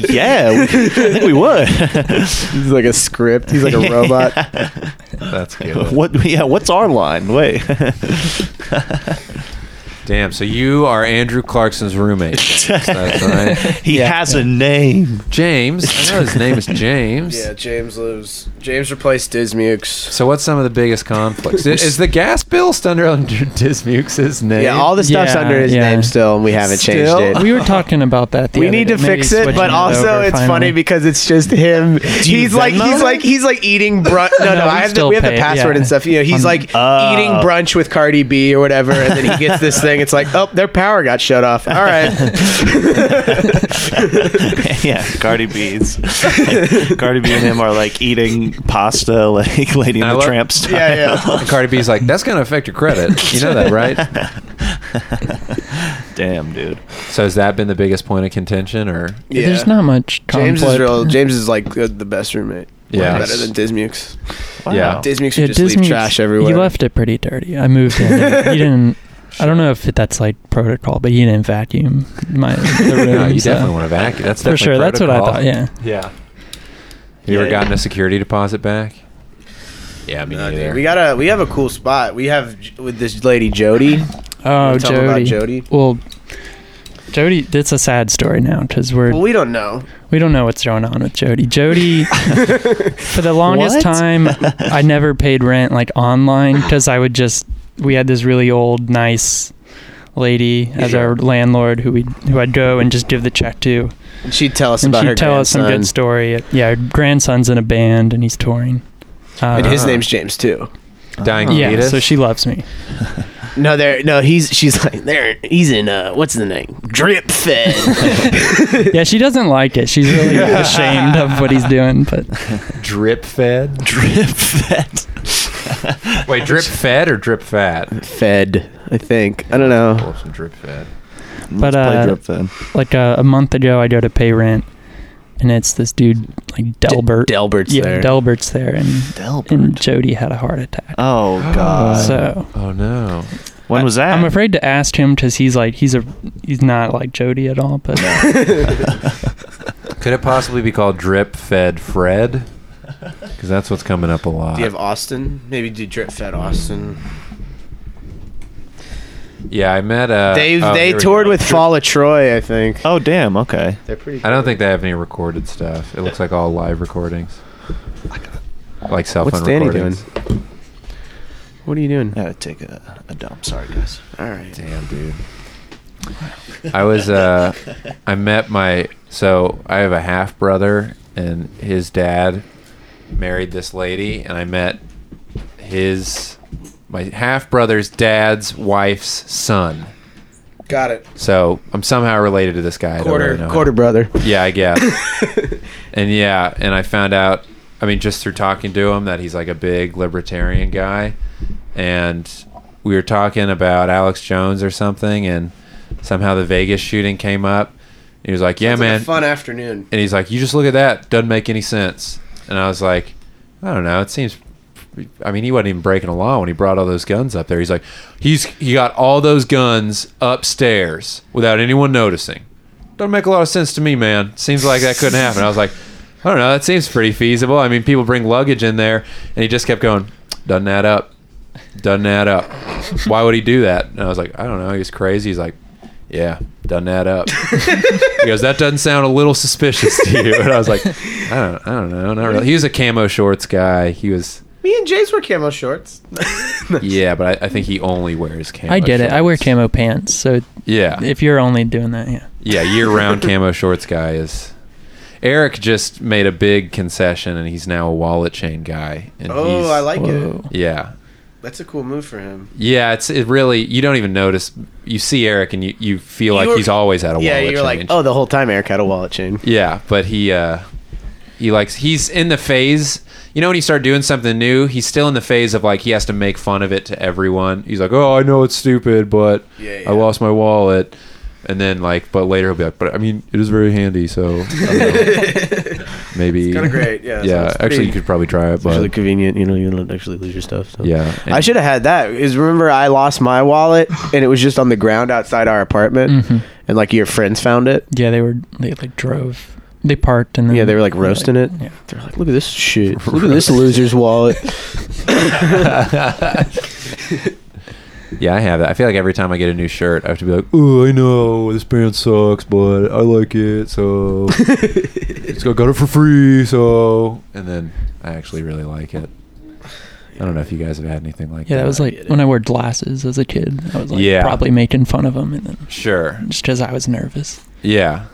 Speaker 4: yeah, we, I think we would.
Speaker 2: He's like a script. He's like a robot.
Speaker 3: That's good.
Speaker 4: what? Yeah, what's our line? Wait.
Speaker 3: Damn. So you are Andrew Clarkson's roommate. That's right.
Speaker 4: he has a name.
Speaker 3: James. I know his name is James.
Speaker 2: Yeah, James lives. James replaced Dismukes.
Speaker 3: So what's some of the biggest conflicts? Is, is the gas bill still under under Dismukes' name?
Speaker 2: Yeah, all the stuff's
Speaker 5: Yeah,
Speaker 2: under his
Speaker 5: yeah.
Speaker 2: name still, and we haven't
Speaker 3: Still?
Speaker 2: changed it.
Speaker 5: We were talking about that. The
Speaker 2: We
Speaker 5: other
Speaker 2: need
Speaker 5: day,
Speaker 2: to
Speaker 5: maybe
Speaker 2: fix it,
Speaker 5: switching
Speaker 2: but also
Speaker 5: over
Speaker 2: it's funny
Speaker 5: finally.
Speaker 2: because it's just him. He's
Speaker 4: you
Speaker 2: like
Speaker 4: Venmo
Speaker 2: he's
Speaker 4: him?
Speaker 2: like he's like eating brunch. No, no,
Speaker 5: No, we
Speaker 2: I have the,
Speaker 5: still
Speaker 2: we have the
Speaker 5: pay it,
Speaker 2: password
Speaker 5: yeah. Um, uh.
Speaker 2: and stuff. You know,
Speaker 5: On-
Speaker 2: he's like
Speaker 4: Oh.
Speaker 2: eating brunch with Cardi B or whatever, and then he gets this thing. It's like, oh, their power got shut off. All right,
Speaker 4: yeah, Cardi B's. Cardi B and him are like eating pasta, like Lady and
Speaker 3: I
Speaker 4: the
Speaker 3: love-
Speaker 4: Tramp style.
Speaker 2: yeah, yeah.
Speaker 3: And Cardi B's like, that's gonna affect your credit. You know that, right?
Speaker 4: Damn, dude.
Speaker 3: So has that been the biggest point of contention, or
Speaker 2: yeah.
Speaker 5: There's not much conflict.
Speaker 2: James is real. James is like uh, the best roommate.
Speaker 3: Yeah.
Speaker 2: Way better than Dismukes.
Speaker 3: Yeah.
Speaker 2: Dismukes
Speaker 5: Yeah,
Speaker 2: would just leave
Speaker 5: Disney's-
Speaker 2: trash everywhere.
Speaker 5: He left it pretty dirty. I moved in. he didn't. I don't know if it, that's like protocol, but he didn't vacuum my the room.
Speaker 3: No, you
Speaker 5: so-
Speaker 3: definitely want to vacuum. That's
Speaker 5: For
Speaker 3: definitely
Speaker 5: sure, that's what I
Speaker 3: protocol.
Speaker 5: thought. Yeah.
Speaker 3: Yeah. You ever
Speaker 4: Yeah.
Speaker 3: gotten a security deposit back? Yeah, me
Speaker 2: Nah, dude,
Speaker 3: neither.
Speaker 2: we got a we have a cool spot. We have J- with this lady Jody.
Speaker 5: Oh,
Speaker 2: Tell them about
Speaker 5: Jody.
Speaker 2: Jody.
Speaker 5: Well, Jody, it's a sad story now because we're
Speaker 2: Well, we don't know.
Speaker 5: we don't know what's going on with Jody. Jody, for the longest
Speaker 4: What?
Speaker 5: time, I never paid rent like online because I would just we had this really old nice lady as our landlord who we who I'd go and just give the check to.
Speaker 2: And she'd tell us
Speaker 5: and
Speaker 2: about her
Speaker 5: she'd tell us some
Speaker 2: grandson.
Speaker 5: good story. Yeah, her grandson's in a band and he's touring. Uh,
Speaker 2: And his
Speaker 3: Ah.
Speaker 2: name's James too.
Speaker 3: Dying
Speaker 5: yeah,
Speaker 3: fetus?
Speaker 5: so she loves me.
Speaker 2: No, there. No, he's she's like there. He's in uh, what's the name? Drip fed.
Speaker 5: Yeah, she doesn't like it. She's really ashamed of what he's doing, but
Speaker 3: drip fed.
Speaker 4: Drip fed.
Speaker 3: Wait, drip fed or drip fat?
Speaker 2: fed. I think I don't know.
Speaker 3: Pull up some drip fed.
Speaker 5: But
Speaker 4: play
Speaker 5: uh,
Speaker 4: drip then.
Speaker 5: like uh, a month ago, I go to pay rent, and it's this dude like Delbert.
Speaker 2: Delbert's
Speaker 5: yeah,
Speaker 2: there.
Speaker 5: Delbert's there, and and
Speaker 4: Delbert.
Speaker 5: Jody had a heart attack.
Speaker 4: Oh god.
Speaker 5: so
Speaker 3: Oh no.
Speaker 4: when was that?
Speaker 5: I'm afraid to ask him because he's like he's a he's not like Jody at all, but
Speaker 3: Could it possibly be called drip fed Fred? Because that's what's coming up a lot.
Speaker 2: do you have Austin? Maybe do drip fed Austin.
Speaker 3: yeah, I met. Uh,
Speaker 2: they
Speaker 3: oh,
Speaker 2: they
Speaker 3: here we
Speaker 2: toured
Speaker 3: go.
Speaker 2: with Fall of Troy, I think.
Speaker 4: Oh damn. Okay.
Speaker 2: They're pretty.
Speaker 3: I don't think they have any recorded stuff. It looks like all live recordings, like cell phone
Speaker 2: What's Danny
Speaker 3: recordings.
Speaker 2: doing? What are you doing?
Speaker 4: I gotta take a, a dump. Sorry guys.
Speaker 2: All right.
Speaker 3: Damn, dude. I was uh I met my so I have a half brother and his dad married this lady and I met his my half brother's dad's wife's son.
Speaker 2: Got it.
Speaker 3: So I'm somehow related to this guy. I don't
Speaker 2: Quarter
Speaker 3: really know how.
Speaker 2: quarter brother.
Speaker 3: Yeah, I guess. and yeah, and I found out. I mean, just through talking to him, that he's like a big libertarian guy, and we were talking about Alex Jones or something, and somehow the Vegas shooting came up. He was like, "Yeah,
Speaker 2: Sounds like a
Speaker 3: man,"
Speaker 2: fun afternoon.
Speaker 3: and he's like, "You just look at that; doesn't make any sense." And I was like, "I don't know. It seems." I mean, he wasn't even breaking a law when he brought all those guns up there. He's like, he's he got all those guns upstairs without anyone noticing. Doesn't make a lot of sense to me, man. Seems like that couldn't happen. I was like, I don't know. That seems pretty feasible. I mean, people bring luggage in there, and he just kept going. Doesn't add up. Doesn't add up. Why would he do that? And I was like, I don't know. He's crazy. He's like, yeah, doesn't add up. He goes, that doesn't sound a little suspicious to you. And I was like, I don't, I don't know, not really. He was a camo shorts guy. He was,
Speaker 2: Me and Jay's wear camo shorts.
Speaker 3: yeah, but I, I think he only wears camo.
Speaker 5: I get it. I wear
Speaker 3: shorts.
Speaker 5: camo pants, so
Speaker 3: Yeah,
Speaker 5: if you're only doing that, yeah.
Speaker 3: yeah, year-round camo shorts guy is. Eric just made a big concession, and he's now a wallet chain guy. And
Speaker 2: Oh,
Speaker 3: he's-
Speaker 2: I like it.
Speaker 5: Whoa.
Speaker 3: Yeah,
Speaker 2: That's a cool move for him.
Speaker 3: yeah. It's it really. You don't even notice. You see Eric, and you, you feel like
Speaker 2: were-
Speaker 3: he's always had a
Speaker 2: yeah,
Speaker 3: wallet
Speaker 2: you're
Speaker 3: chain.
Speaker 2: like, oh, the whole time Eric had a wallet chain.
Speaker 3: Yeah, but he uh he likes he's in the phase. You know when you start doing something new, he's still in the phase of like he has to make fun of it to everyone. He's like, "Oh, I know it's stupid, but
Speaker 2: Yeah, yeah.
Speaker 3: I lost my wallet." And then like but later he'll be like, "But I mean, it is very handy, so I don't know. maybe
Speaker 2: Kinda great, yeah, so
Speaker 3: yeah,
Speaker 2: it's
Speaker 3: actually
Speaker 2: pretty-
Speaker 3: you could probably try it,
Speaker 2: It's really
Speaker 3: but
Speaker 2: convenient, you know. You don't actually lose your stuff. So.
Speaker 3: yeah.
Speaker 2: I
Speaker 3: And-
Speaker 2: should have had that. Is remember I lost my wallet and it was just on the ground outside our apartment, and like your friends found it.
Speaker 5: Mm-hmm. Yeah, they were they like drove. They parked and then
Speaker 2: Yeah, they were, like, roasting it.
Speaker 5: Yeah.
Speaker 2: They're like, look at this shit. Look at this loser's wallet.
Speaker 3: Yeah, I have that. I feel like every time I get a new shirt, I have to be like, "Oh, I know this brand sucks, but I like it, so it's got got it for free." So, and then I actually really like it. I don't know if you guys have had anything like
Speaker 5: Yeah,
Speaker 3: that.
Speaker 5: that was like when I wore glasses as a kid. I was like
Speaker 3: Yeah.
Speaker 5: probably making fun of them, and then
Speaker 3: sure.
Speaker 5: just because I was nervous.
Speaker 3: Yeah,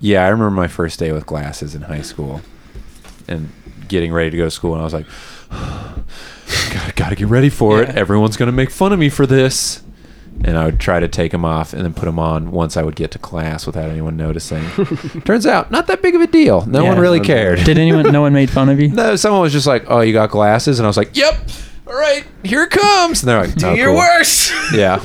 Speaker 3: yeah. I remember my first day with glasses in high school, and getting ready to go to school, and I was like, "Gotta, gotta get ready for it.
Speaker 5: Yeah.
Speaker 3: Everyone's gonna make fun of me for this." And I would try to take them off and then put them on once I would get to class without anyone noticing. Turns out, not that big of a deal. No
Speaker 5: Yeah.
Speaker 3: one really cared.
Speaker 5: Did anyone? No one made fun of you.
Speaker 3: no, someone was just like, "Oh, you got glasses," and I was like, "Yep, all right, here it comes." And they're like, "Oh, cool."
Speaker 2: worst.
Speaker 3: Yeah,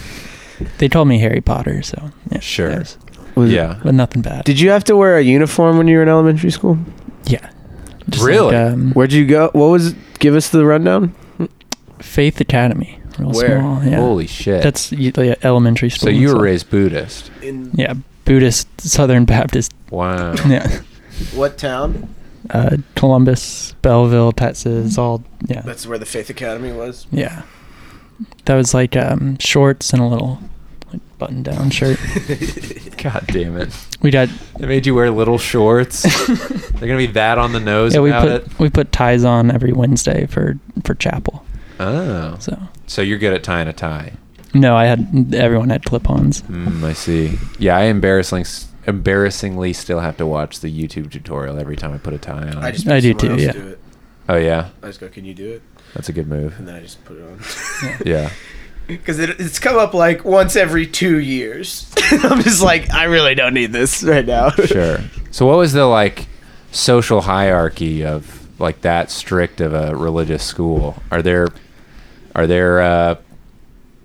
Speaker 5: They called me Harry Potter, so yeah,
Speaker 3: Sure.
Speaker 5: that was-
Speaker 3: yeah.
Speaker 5: but nothing bad.
Speaker 2: Did you have to wear a uniform when you were in elementary school?
Speaker 5: yeah,
Speaker 3: Really?
Speaker 5: um,
Speaker 2: Where'd you go? What was? Give us the rundown.
Speaker 5: Faith Academy, real
Speaker 2: Where?
Speaker 5: small. Yeah,
Speaker 3: Holy shit!
Speaker 5: that's y- like, elementary
Speaker 3: so
Speaker 5: school.
Speaker 3: you
Speaker 5: and
Speaker 3: were
Speaker 5: stuff.
Speaker 3: raised Buddhist.
Speaker 2: In
Speaker 5: Yeah, Buddhist Southern Baptist.
Speaker 3: Wow.
Speaker 5: Yeah,
Speaker 2: what town?
Speaker 5: uh, Columbus, Belleville, Texas, all yeah.
Speaker 2: That's where the Faith Academy was.
Speaker 5: Yeah. That was like um, shorts and a little like button down shirt.
Speaker 3: God damn it!
Speaker 5: We got
Speaker 3: They made you wear little shorts. They're gonna be that on the nose
Speaker 5: yeah, we
Speaker 3: about
Speaker 5: put
Speaker 3: it.
Speaker 5: we put ties on every Wednesday for for chapel.
Speaker 3: Oh,
Speaker 5: So
Speaker 3: so you're good at tying a tie.
Speaker 5: no, I had everyone had clip-ons.
Speaker 3: Mm, I see. Yeah, I embarrassingly embarrassingly still have to watch the YouTube tutorial every time I put a tie on.
Speaker 5: I do too, yeah.
Speaker 2: it.
Speaker 3: oh yeah,
Speaker 2: I just go, can you do it?
Speaker 3: that's a good move.
Speaker 2: then I just put it on.
Speaker 3: Yeah,
Speaker 2: Because it, it's come up like once every two years. I'm just like, I really don't need this right now.
Speaker 3: sure. So what was the like social hierarchy of like that strict of a religious school? Are there are there uh,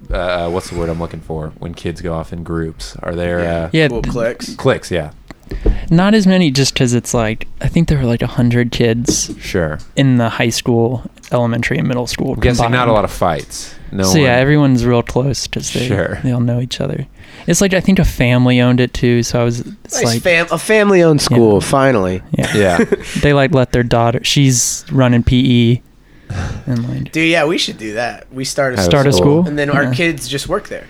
Speaker 3: uh, what's the word I'm looking for when kids go off in groups? Are there uh,
Speaker 5: Yeah,
Speaker 2: Little
Speaker 5: th-
Speaker 2: clicks.
Speaker 3: clicks? Yeah,
Speaker 5: Not as many, just because it's like I think there were like hundred kids
Speaker 3: sure.
Speaker 5: in the high school, elementary, and middle school.
Speaker 3: I'm guessing not
Speaker 5: combined.
Speaker 3: a lot of fights. No.
Speaker 5: so yeah,
Speaker 3: one-
Speaker 5: everyone's real close because they
Speaker 3: Sure.
Speaker 5: they all know each other. It's like I think a family owned it too, so I was it's
Speaker 2: Nice
Speaker 5: like
Speaker 2: fam- a family-owned school. Finally,
Speaker 5: yeah.
Speaker 3: Yeah.
Speaker 5: they like let their daughter. She's running PE, and like
Speaker 2: dude. Yeah, we should do that. We start a
Speaker 3: Have
Speaker 5: start a
Speaker 3: school.
Speaker 5: school.
Speaker 2: and then our
Speaker 5: Yeah.
Speaker 2: kids just work there.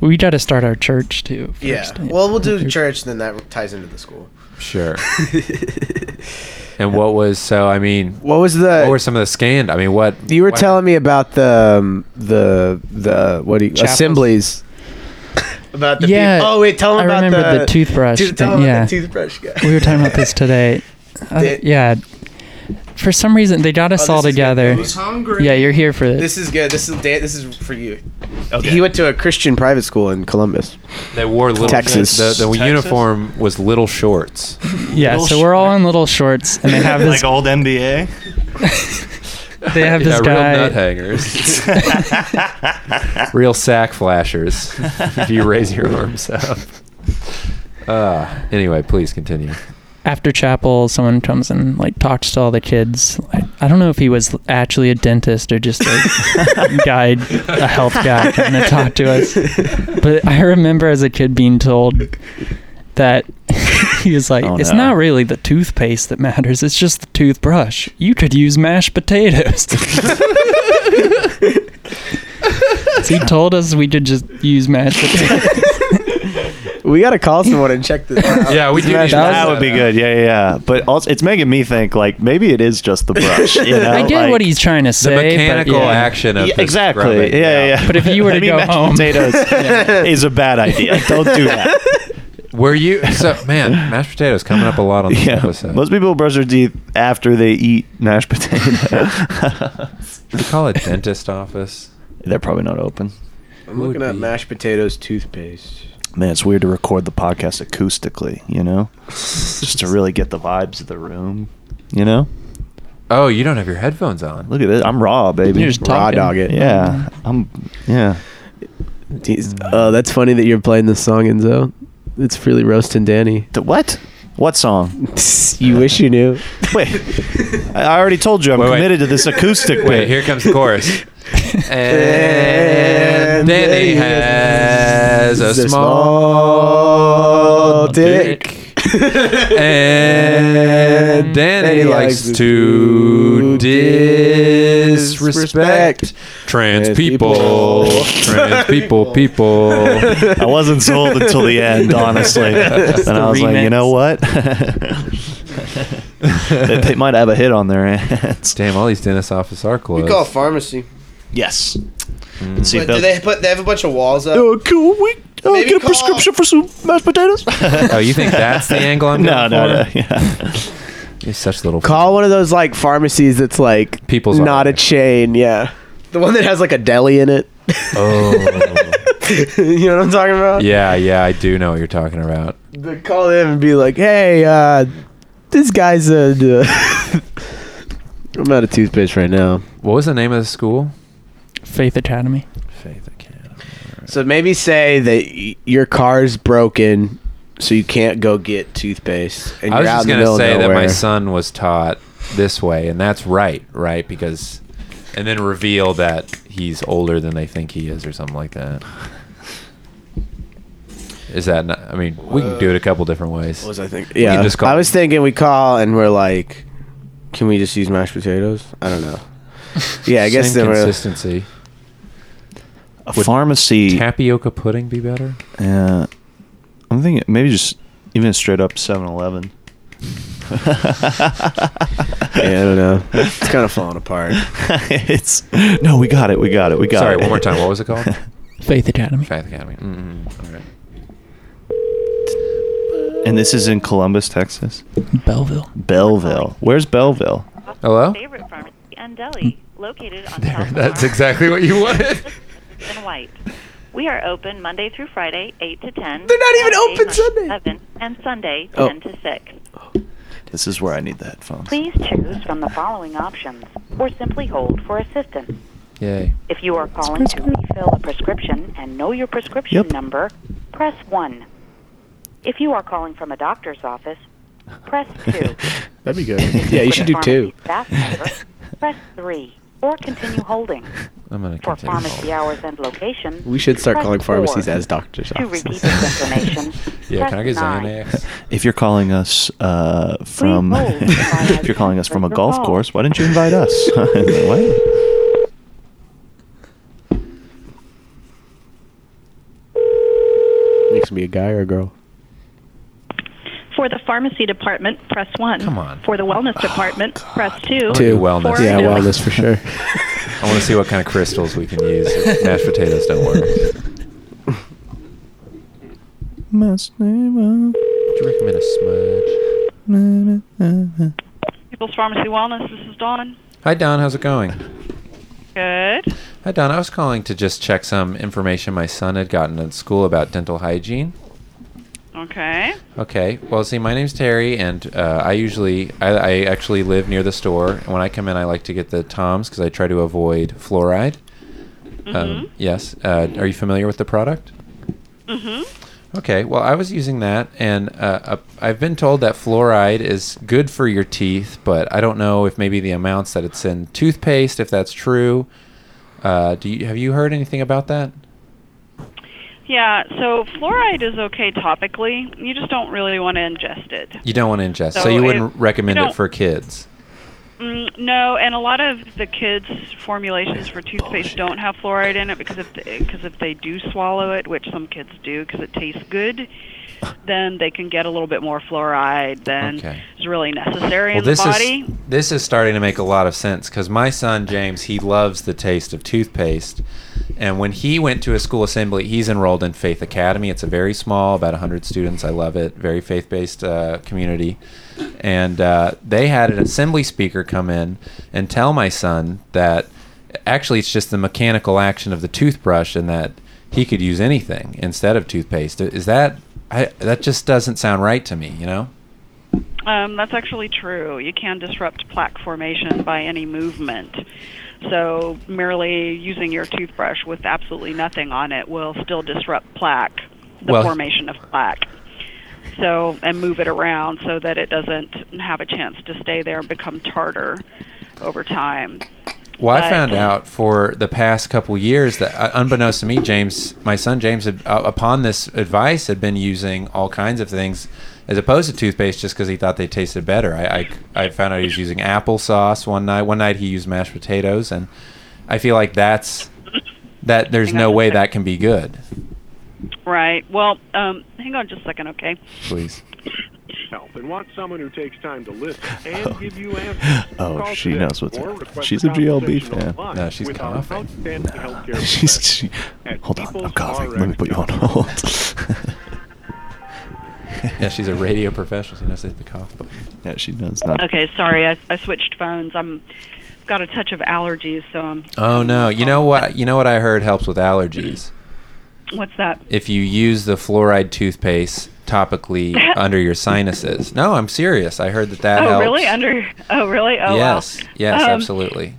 Speaker 5: We got to start our church too. First.
Speaker 2: Yeah. Well, we'll do church, and then that ties into the school.
Speaker 3: Sure. and what was so? I mean,
Speaker 2: What was the?
Speaker 3: what were some of the scanned? I mean, what
Speaker 2: you were
Speaker 3: what-
Speaker 2: telling me about the um, the the what do you
Speaker 5: Chapels.
Speaker 2: assemblies? about the
Speaker 5: Yeah,
Speaker 2: peop- Oh wait, tell
Speaker 5: I
Speaker 2: them about
Speaker 5: remember the, toothbrush.
Speaker 2: Dude,
Speaker 5: thing,
Speaker 2: tell 'em about
Speaker 5: yeah,
Speaker 2: the toothbrush guy.
Speaker 5: we were talking about this today. Uh,
Speaker 2: Did-
Speaker 5: yeah, for some reason they got
Speaker 2: Oh,
Speaker 5: us
Speaker 2: this
Speaker 5: all
Speaker 2: is good.
Speaker 5: together.
Speaker 2: Who's hungry?
Speaker 5: Yeah, you're here for this.
Speaker 2: This is good. This is Dan, this is for you.
Speaker 4: Okay.
Speaker 2: He went to a Christian private school in Columbus.
Speaker 3: they wore little
Speaker 2: Texas.
Speaker 3: The, the
Speaker 4: Texas?
Speaker 3: uniform was little shorts.
Speaker 5: yeah,
Speaker 4: little
Speaker 5: so we're all in little shorts, and they have this.
Speaker 4: like old NBA.
Speaker 5: they have
Speaker 3: yeah,
Speaker 5: this
Speaker 3: real nut
Speaker 5: guy.
Speaker 3: hangers, real sack flashers. if you raise your arms up. Uh, anyway, please continue.
Speaker 5: After chapel, someone comes and like talks to all the kids. I, I don't know if he was actually a dentist or just a guy, a health guy, coming to talk to us. But I remember as a kid being told that he was like,
Speaker 4: Oh,
Speaker 5: "It's
Speaker 4: no.
Speaker 5: not really the toothpaste that matters; it's just the toothbrush. You could use mashed potatoes." So he told us we could just use mashed potatoes.
Speaker 2: We gotta call someone and check this out.
Speaker 3: Yeah, we do need
Speaker 5: That
Speaker 4: That
Speaker 5: was-
Speaker 4: would be good. Yeah, yeah, yeah. But also, it's making me think like maybe it is just the brush. You know?
Speaker 5: I get
Speaker 4: like-
Speaker 5: what he's trying to
Speaker 3: The
Speaker 5: say. but
Speaker 3: mechanical
Speaker 5: yeah.
Speaker 3: action of
Speaker 4: Yeah,
Speaker 3: the
Speaker 4: exactly.
Speaker 3: scrubbing,
Speaker 4: yeah, yeah, yeah.
Speaker 5: But if you were to
Speaker 4: I mean,
Speaker 5: go
Speaker 4: mashed
Speaker 5: home-
Speaker 4: potatoes is a bad idea. Don't do that.
Speaker 3: Were you so man? Mashed potatoes coming up a lot on this
Speaker 4: Yeah,
Speaker 3: episode.
Speaker 4: most people brush their teeth after they eat mashed potatoes.
Speaker 3: Should we call a dentist office?
Speaker 4: They're probably not open.
Speaker 2: I'm looking
Speaker 3: Would
Speaker 2: up
Speaker 3: be.
Speaker 2: mashed potatoes toothpaste.
Speaker 4: Man, it's weird to record the podcast acoustically. You know, just to really get the vibes of the room. You know,
Speaker 3: Oh, you don't have your headphones on.
Speaker 4: look at this. I'm raw, baby.
Speaker 5: You're just
Speaker 2: Raw
Speaker 5: talking.
Speaker 2: dog it.
Speaker 4: yeah, I'm. Yeah.
Speaker 2: Jeez. Oh, that's funny that you're playing this song, Enzo. It's really roasting Danny.
Speaker 4: The what? What song?
Speaker 2: you wish you knew.
Speaker 4: Wait, I already told you I'm
Speaker 3: Wait, wait.
Speaker 4: committed to this acoustic bit.
Speaker 3: Wait, here comes the chorus. and Danny has a small
Speaker 2: small
Speaker 3: dick. and Danny likes to disrespect trans people. Trans people, people.
Speaker 4: I wasn't sold until the end, honestly. and I was like, you know what? they, they might have a hit on their hands.
Speaker 3: Damn, all these dentist offices are
Speaker 2: We call
Speaker 3: closed.
Speaker 2: pharmacy.
Speaker 4: Yes.
Speaker 3: Mm.
Speaker 4: See
Speaker 2: But do they put? They have a bunch of walls up.
Speaker 4: uh, can we uh,
Speaker 2: Maybe
Speaker 4: get a
Speaker 2: call-
Speaker 4: prescription for some mashed potatoes?
Speaker 3: Oh, you think that's the angle I'm
Speaker 4: no,
Speaker 3: going
Speaker 4: no, no.
Speaker 3: for?
Speaker 4: Yeah.
Speaker 3: You're such little
Speaker 2: Call one of those like pharmacies that's like
Speaker 3: People's
Speaker 2: not a
Speaker 3: Automatic.
Speaker 2: chain. Yeah, the one that has like a deli in it.
Speaker 3: Oh.
Speaker 2: you know what I'm talking about?
Speaker 3: Yeah, yeah, I do know what you're talking about.
Speaker 2: They call them and be like, "Hey, uh, this guy's a." Uh, I'm out of toothpaste right now.
Speaker 3: What was the name of the school?
Speaker 5: Faith Academy.
Speaker 3: Faith Academy.
Speaker 2: So maybe say that y- your car's broken, so you can't go get toothpaste, and
Speaker 3: I was
Speaker 2: you're out
Speaker 3: just
Speaker 2: in the
Speaker 3: going to
Speaker 2: middle
Speaker 3: say
Speaker 2: of
Speaker 3: that
Speaker 2: nowhere.
Speaker 3: my son was taught this way, and that's right, right? Because, and then reveal that he's older than they think he is, or something like that. Is that not? uh, I mean, we can do it a couple different ways.
Speaker 2: What was I thinking?
Speaker 3: can
Speaker 2: Yeah,
Speaker 3: just call-
Speaker 2: I was thinking we call and we're like, "Can we just use mashed potatoes?" I don't know. Yeah, I guess
Speaker 3: Same
Speaker 2: then we're.
Speaker 3: consistency.
Speaker 4: A
Speaker 3: Would
Speaker 4: pharmacy.
Speaker 3: Tapioca pudding be better?
Speaker 4: Yeah. uh, I'm thinking maybe just even straight up 7 Eleven.
Speaker 2: Yeah, I don't know. It's kind of falling apart.
Speaker 4: it's no, we got it, we got it, we got
Speaker 3: Sorry,
Speaker 4: it.
Speaker 3: one more time. What was it called?
Speaker 5: Faith Academy.
Speaker 3: Faith Academy. Mm-hmm. All right.
Speaker 4: and this is in Columbus, Texas.
Speaker 5: Belleville.
Speaker 4: Belleville. Where's Belleville?
Speaker 3: Hello?
Speaker 1: Favorite pharmacy and deli, located on
Speaker 3: There,
Speaker 1: South
Speaker 3: that's
Speaker 1: Lamar,
Speaker 3: exactly what you wanted.
Speaker 1: Texas And White. We are open Monday through Friday, eight to ten.
Speaker 2: They're not even
Speaker 1: Saturday,
Speaker 2: open
Speaker 1: 9 to
Speaker 2: Sunday.
Speaker 1: Seven and Sunday,
Speaker 2: Oh.
Speaker 1: ten to six.
Speaker 4: This is where I need the headphones.
Speaker 1: Please choose from the following options, or simply hold for assistance.
Speaker 3: Yay.
Speaker 6: If you are calling to refill a prescription and know your prescription
Speaker 4: Yep.
Speaker 6: number, press 1. If you are calling from a doctor's office, press 2.
Speaker 7: That'd be good.
Speaker 2: Yeah, you should do
Speaker 6: Pharmacy
Speaker 2: two.
Speaker 6: staff member, press 3 or continue holding.
Speaker 3: I'm gonna
Speaker 6: For
Speaker 3: continue.
Speaker 6: pharmacy hours and location,
Speaker 2: We should start
Speaker 6: press
Speaker 2: calling pharmacies
Speaker 6: 4.
Speaker 2: as doctors'
Speaker 6: To
Speaker 2: offices.
Speaker 6: repeat this information,
Speaker 3: Yeah,
Speaker 6: press
Speaker 3: can I get
Speaker 6: 9.
Speaker 3: Xanax?
Speaker 4: If you're calling us uh, from,
Speaker 6: Please hold while I
Speaker 4: if you're calling us from a
Speaker 6: transfer
Speaker 4: golf
Speaker 6: call.
Speaker 4: course, why didn't you invite us? What?
Speaker 2: Needs to be a guy or a girl.
Speaker 1: For the pharmacy department, press one.
Speaker 3: Come on.
Speaker 1: For the
Speaker 2: Oh,
Speaker 1: wellness department, press two.
Speaker 3: Two. do wellness.
Speaker 1: For-
Speaker 2: Yeah,
Speaker 3: no.
Speaker 2: wellness for sure.
Speaker 3: I want to see what kind of crystals we can use. if mashed potatoes don't work. Would you recommend a smudge?
Speaker 1: People's Pharmacy Wellness. This is Dawn.
Speaker 3: Hi Don, how's it going?
Speaker 1: Good.
Speaker 3: Hi Don, I was calling to just check some information my son had gotten at school about dental hygiene.
Speaker 1: Okay.
Speaker 3: Okay. Well, see, my name's Terry, and uh, I usually, I, I actually live near the store. And when I come in, I like to get the Toms because I try to avoid fluoride. Um, yes. Uh, are you familiar with the product? Mm-hmm. Okay. Well, I was using that, and uh, uh, I've been told that fluoride is good for your teeth, but I don't know if maybe the amounts that it's in toothpaste, if that's true. Uh, do you have you heard anything about that?
Speaker 1: Yeah, so fluoride is okay topically. You just don't really want to ingest it.
Speaker 3: You don't want to ingest, so,
Speaker 1: So
Speaker 3: you
Speaker 1: it-
Speaker 3: wouldn't
Speaker 1: you
Speaker 3: recommend it
Speaker 1: don't-
Speaker 3: for kids.
Speaker 1: Mm, no, and a lot of the kids' formulations for toothpaste don't have fluoride in it because if because if they do swallow it, which some kids do because it tastes good, then they can get a little bit more fluoride than
Speaker 3: Okay.
Speaker 1: is really necessary in
Speaker 3: this
Speaker 1: the body.
Speaker 3: Is, this is starting to make a lot of sense because my son James, he loves the taste of toothpaste, and when he went to a school assembly, he's enrolled in Faith Academy. It's a very small, about hundred students. I love it. Very faith-based uh, community, and uh, they had an assembly speaker come in and tell my son that actually it's just the mechanical action of the toothbrush and that he could use anything instead of toothpaste. Is that I, that just doesn't sound right to me, you know?
Speaker 1: Um, that's actually true. You can disrupt plaque formation by any movement. So merely using your toothbrush with absolutely nothing on it will still disrupt plaque, the
Speaker 3: Well-
Speaker 1: formation of plaque. So and move it around so that it doesn't have a chance to stay there and become tartar over time.
Speaker 3: Well, I
Speaker 1: But-
Speaker 3: found out for the past couple years that, uh, unbeknownst to me, James, my son James, had, uh, upon this advice, had been using all kinds of things as opposed to toothpaste just because he thought they tasted better. I, I, I found out he was using applesauce one night. One night he used mashed potatoes, and I feel like that's that. There's
Speaker 1: Hang
Speaker 3: no
Speaker 1: on
Speaker 3: way
Speaker 1: a sec.
Speaker 3: that can be good.
Speaker 1: Right. Well, um, hang on just a second, okay?
Speaker 3: Please.
Speaker 7: Help and want someone who takes time to listen and give you answers.
Speaker 4: Oh,
Speaker 7: Call
Speaker 4: she
Speaker 7: today
Speaker 4: knows what's
Speaker 7: or
Speaker 4: up.
Speaker 7: request
Speaker 4: She's a GLB
Speaker 7: conversation
Speaker 4: fan.
Speaker 7: online
Speaker 3: No, she's
Speaker 7: with our
Speaker 3: coughing.
Speaker 7: outstanding healthcare
Speaker 4: She's, she,
Speaker 7: professionals at
Speaker 4: hold on, I'm
Speaker 7: People's
Speaker 4: coughing. Let me
Speaker 7: RX.
Speaker 4: put you on hold.
Speaker 3: Yeah, she's a radio professional. She knows they have to cough. But
Speaker 4: yeah, she does not.
Speaker 1: Okay, sorry, I, I switched phones. I'm got a touch of allergies, so um, I'm.
Speaker 3: oh no! You know what? You know what I heard helps with allergies.
Speaker 1: What's that?
Speaker 3: if you use the fluoride toothpaste topically under your sinuses. No, I'm serious. I heard that that
Speaker 1: oh,
Speaker 3: helps.
Speaker 1: really? Under? Oh, really? Oh, wow.
Speaker 3: yes, yes,
Speaker 1: Um,
Speaker 3: absolutely.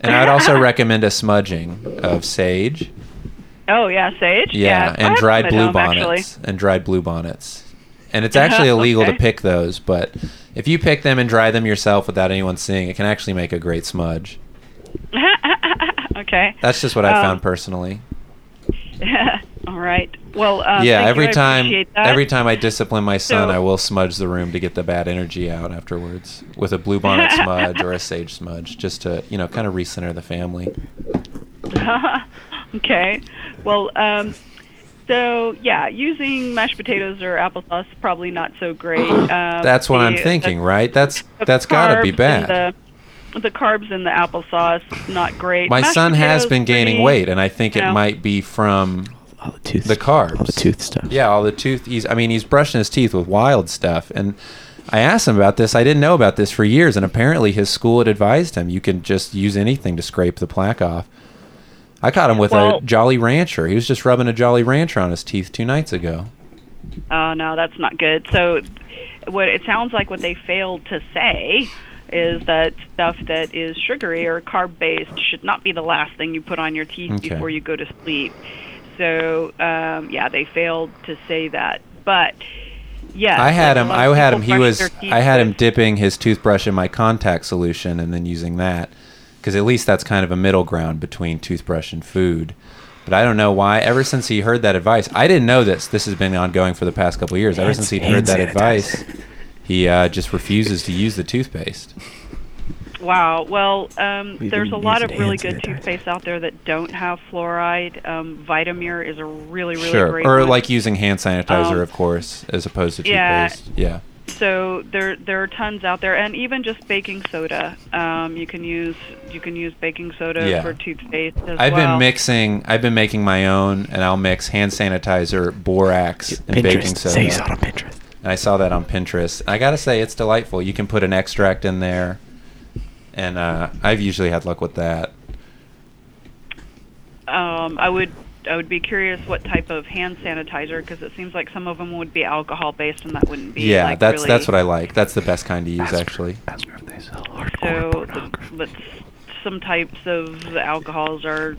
Speaker 3: And I'd also recommend a smudging of sage.
Speaker 1: Oh yeah, sage.
Speaker 3: Yeah,
Speaker 1: I
Speaker 3: and
Speaker 1: have
Speaker 3: dried
Speaker 1: some at
Speaker 3: blue
Speaker 1: home, actually.
Speaker 3: bonnets. And dried blue bonnets. And it's actually illegal to
Speaker 1: Okay.
Speaker 3: pick those, but if you pick them and dry them yourself without anyone seeing, it can actually make a great smudge.
Speaker 1: okay.
Speaker 3: That's just what I
Speaker 1: Um,
Speaker 3: found personally.
Speaker 1: All right. Well. Um,
Speaker 3: yeah,
Speaker 1: thank
Speaker 3: every
Speaker 1: you. I
Speaker 3: time
Speaker 1: appreciate that.
Speaker 3: every time I discipline my son,
Speaker 1: So-
Speaker 3: I will smudge the room to get the bad energy out afterwards with a bluebonnet smudge or a sage smudge, just to you know kind of recenter the family.
Speaker 1: Okay. Well. Um, so yeah, using mashed potatoes or applesauce probably not so great. Um,
Speaker 3: That's what I'm
Speaker 1: the-
Speaker 3: thinking,
Speaker 1: the-
Speaker 3: right? That's
Speaker 1: the
Speaker 3: that's got to be
Speaker 1: carbs and
Speaker 3: bad.
Speaker 1: The, the carbs in the applesauce not great.
Speaker 3: My
Speaker 1: Mashed
Speaker 3: son has
Speaker 1: potatoes,
Speaker 3: been gaining
Speaker 1: pretty-
Speaker 3: weight, and I think
Speaker 1: you
Speaker 3: it
Speaker 1: know.
Speaker 3: might be from
Speaker 2: All the tooth.
Speaker 3: the carbs.
Speaker 2: All the tooth stuff.
Speaker 3: Yeah, all the tooth. He's, I mean, he's brushing his teeth with wild stuff. And I asked him about this. I didn't know about this for years. And apparently, his school had advised him you can just use anything to scrape the plaque off. I caught him with
Speaker 1: Well-
Speaker 3: a Jolly Rancher. He was just rubbing a Jolly Rancher on his teeth two nights ago.
Speaker 1: Oh no, that's not good. So, what it sounds like what they failed to say is that stuff that is sugary or carb based should not be the last thing you put on your teeth
Speaker 3: Okay.
Speaker 1: before you go to sleep. So um, yeah, they failed to say that, but yeah,
Speaker 3: I had
Speaker 1: like,
Speaker 3: him.
Speaker 1: a lot
Speaker 3: I
Speaker 1: of
Speaker 3: had
Speaker 1: people
Speaker 3: him. He
Speaker 1: brush
Speaker 3: was.
Speaker 1: their teeth
Speaker 3: I had him
Speaker 1: with-
Speaker 3: dipping his toothbrush in my contact solution and then using that, because at least that's kind of a middle ground between toothbrush and food. But I don't know why. Ever since he heard that advice, I didn't know this. This has been ongoing for the past couple of years. Ever since he heard that advice, he uh, just refuses to use the toothpaste.
Speaker 1: Wow. Well, um, there's a
Speaker 2: didn't
Speaker 1: lot
Speaker 2: use
Speaker 1: of
Speaker 2: it
Speaker 1: really
Speaker 2: hand
Speaker 1: good
Speaker 2: sanitizer.
Speaker 1: toothpaste out there that don't have fluoride. Um, Vitamir is a really, really
Speaker 3: sure,
Speaker 1: great
Speaker 3: or
Speaker 1: one.
Speaker 3: like using hand sanitizer,
Speaker 1: Um,
Speaker 3: of course, as opposed to
Speaker 1: yeah.
Speaker 3: toothpaste. Yeah.
Speaker 1: so there there are tons out there, and even just baking soda. Um, you can use you can use baking soda
Speaker 3: Yeah.
Speaker 1: for toothpaste as
Speaker 3: I've
Speaker 1: well.
Speaker 3: been mixing. I've been making my own, and I'll mix hand sanitizer, borax, and baking soda.
Speaker 2: Say you saw it on Pinterest.
Speaker 3: And I saw that on Pinterest. I gotta say, it's delightful. You can put an extract in there, and uh, I've usually had luck with that.
Speaker 1: Um, I would I would be curious what type of hand sanitizer because it seems like some of them would be alcohol based, and that wouldn't be.
Speaker 3: yeah,
Speaker 1: like,
Speaker 3: that's
Speaker 1: really,
Speaker 3: that's what I like. That's the best kind to use, actually.
Speaker 1: So, th- but s- some types of alcohols are,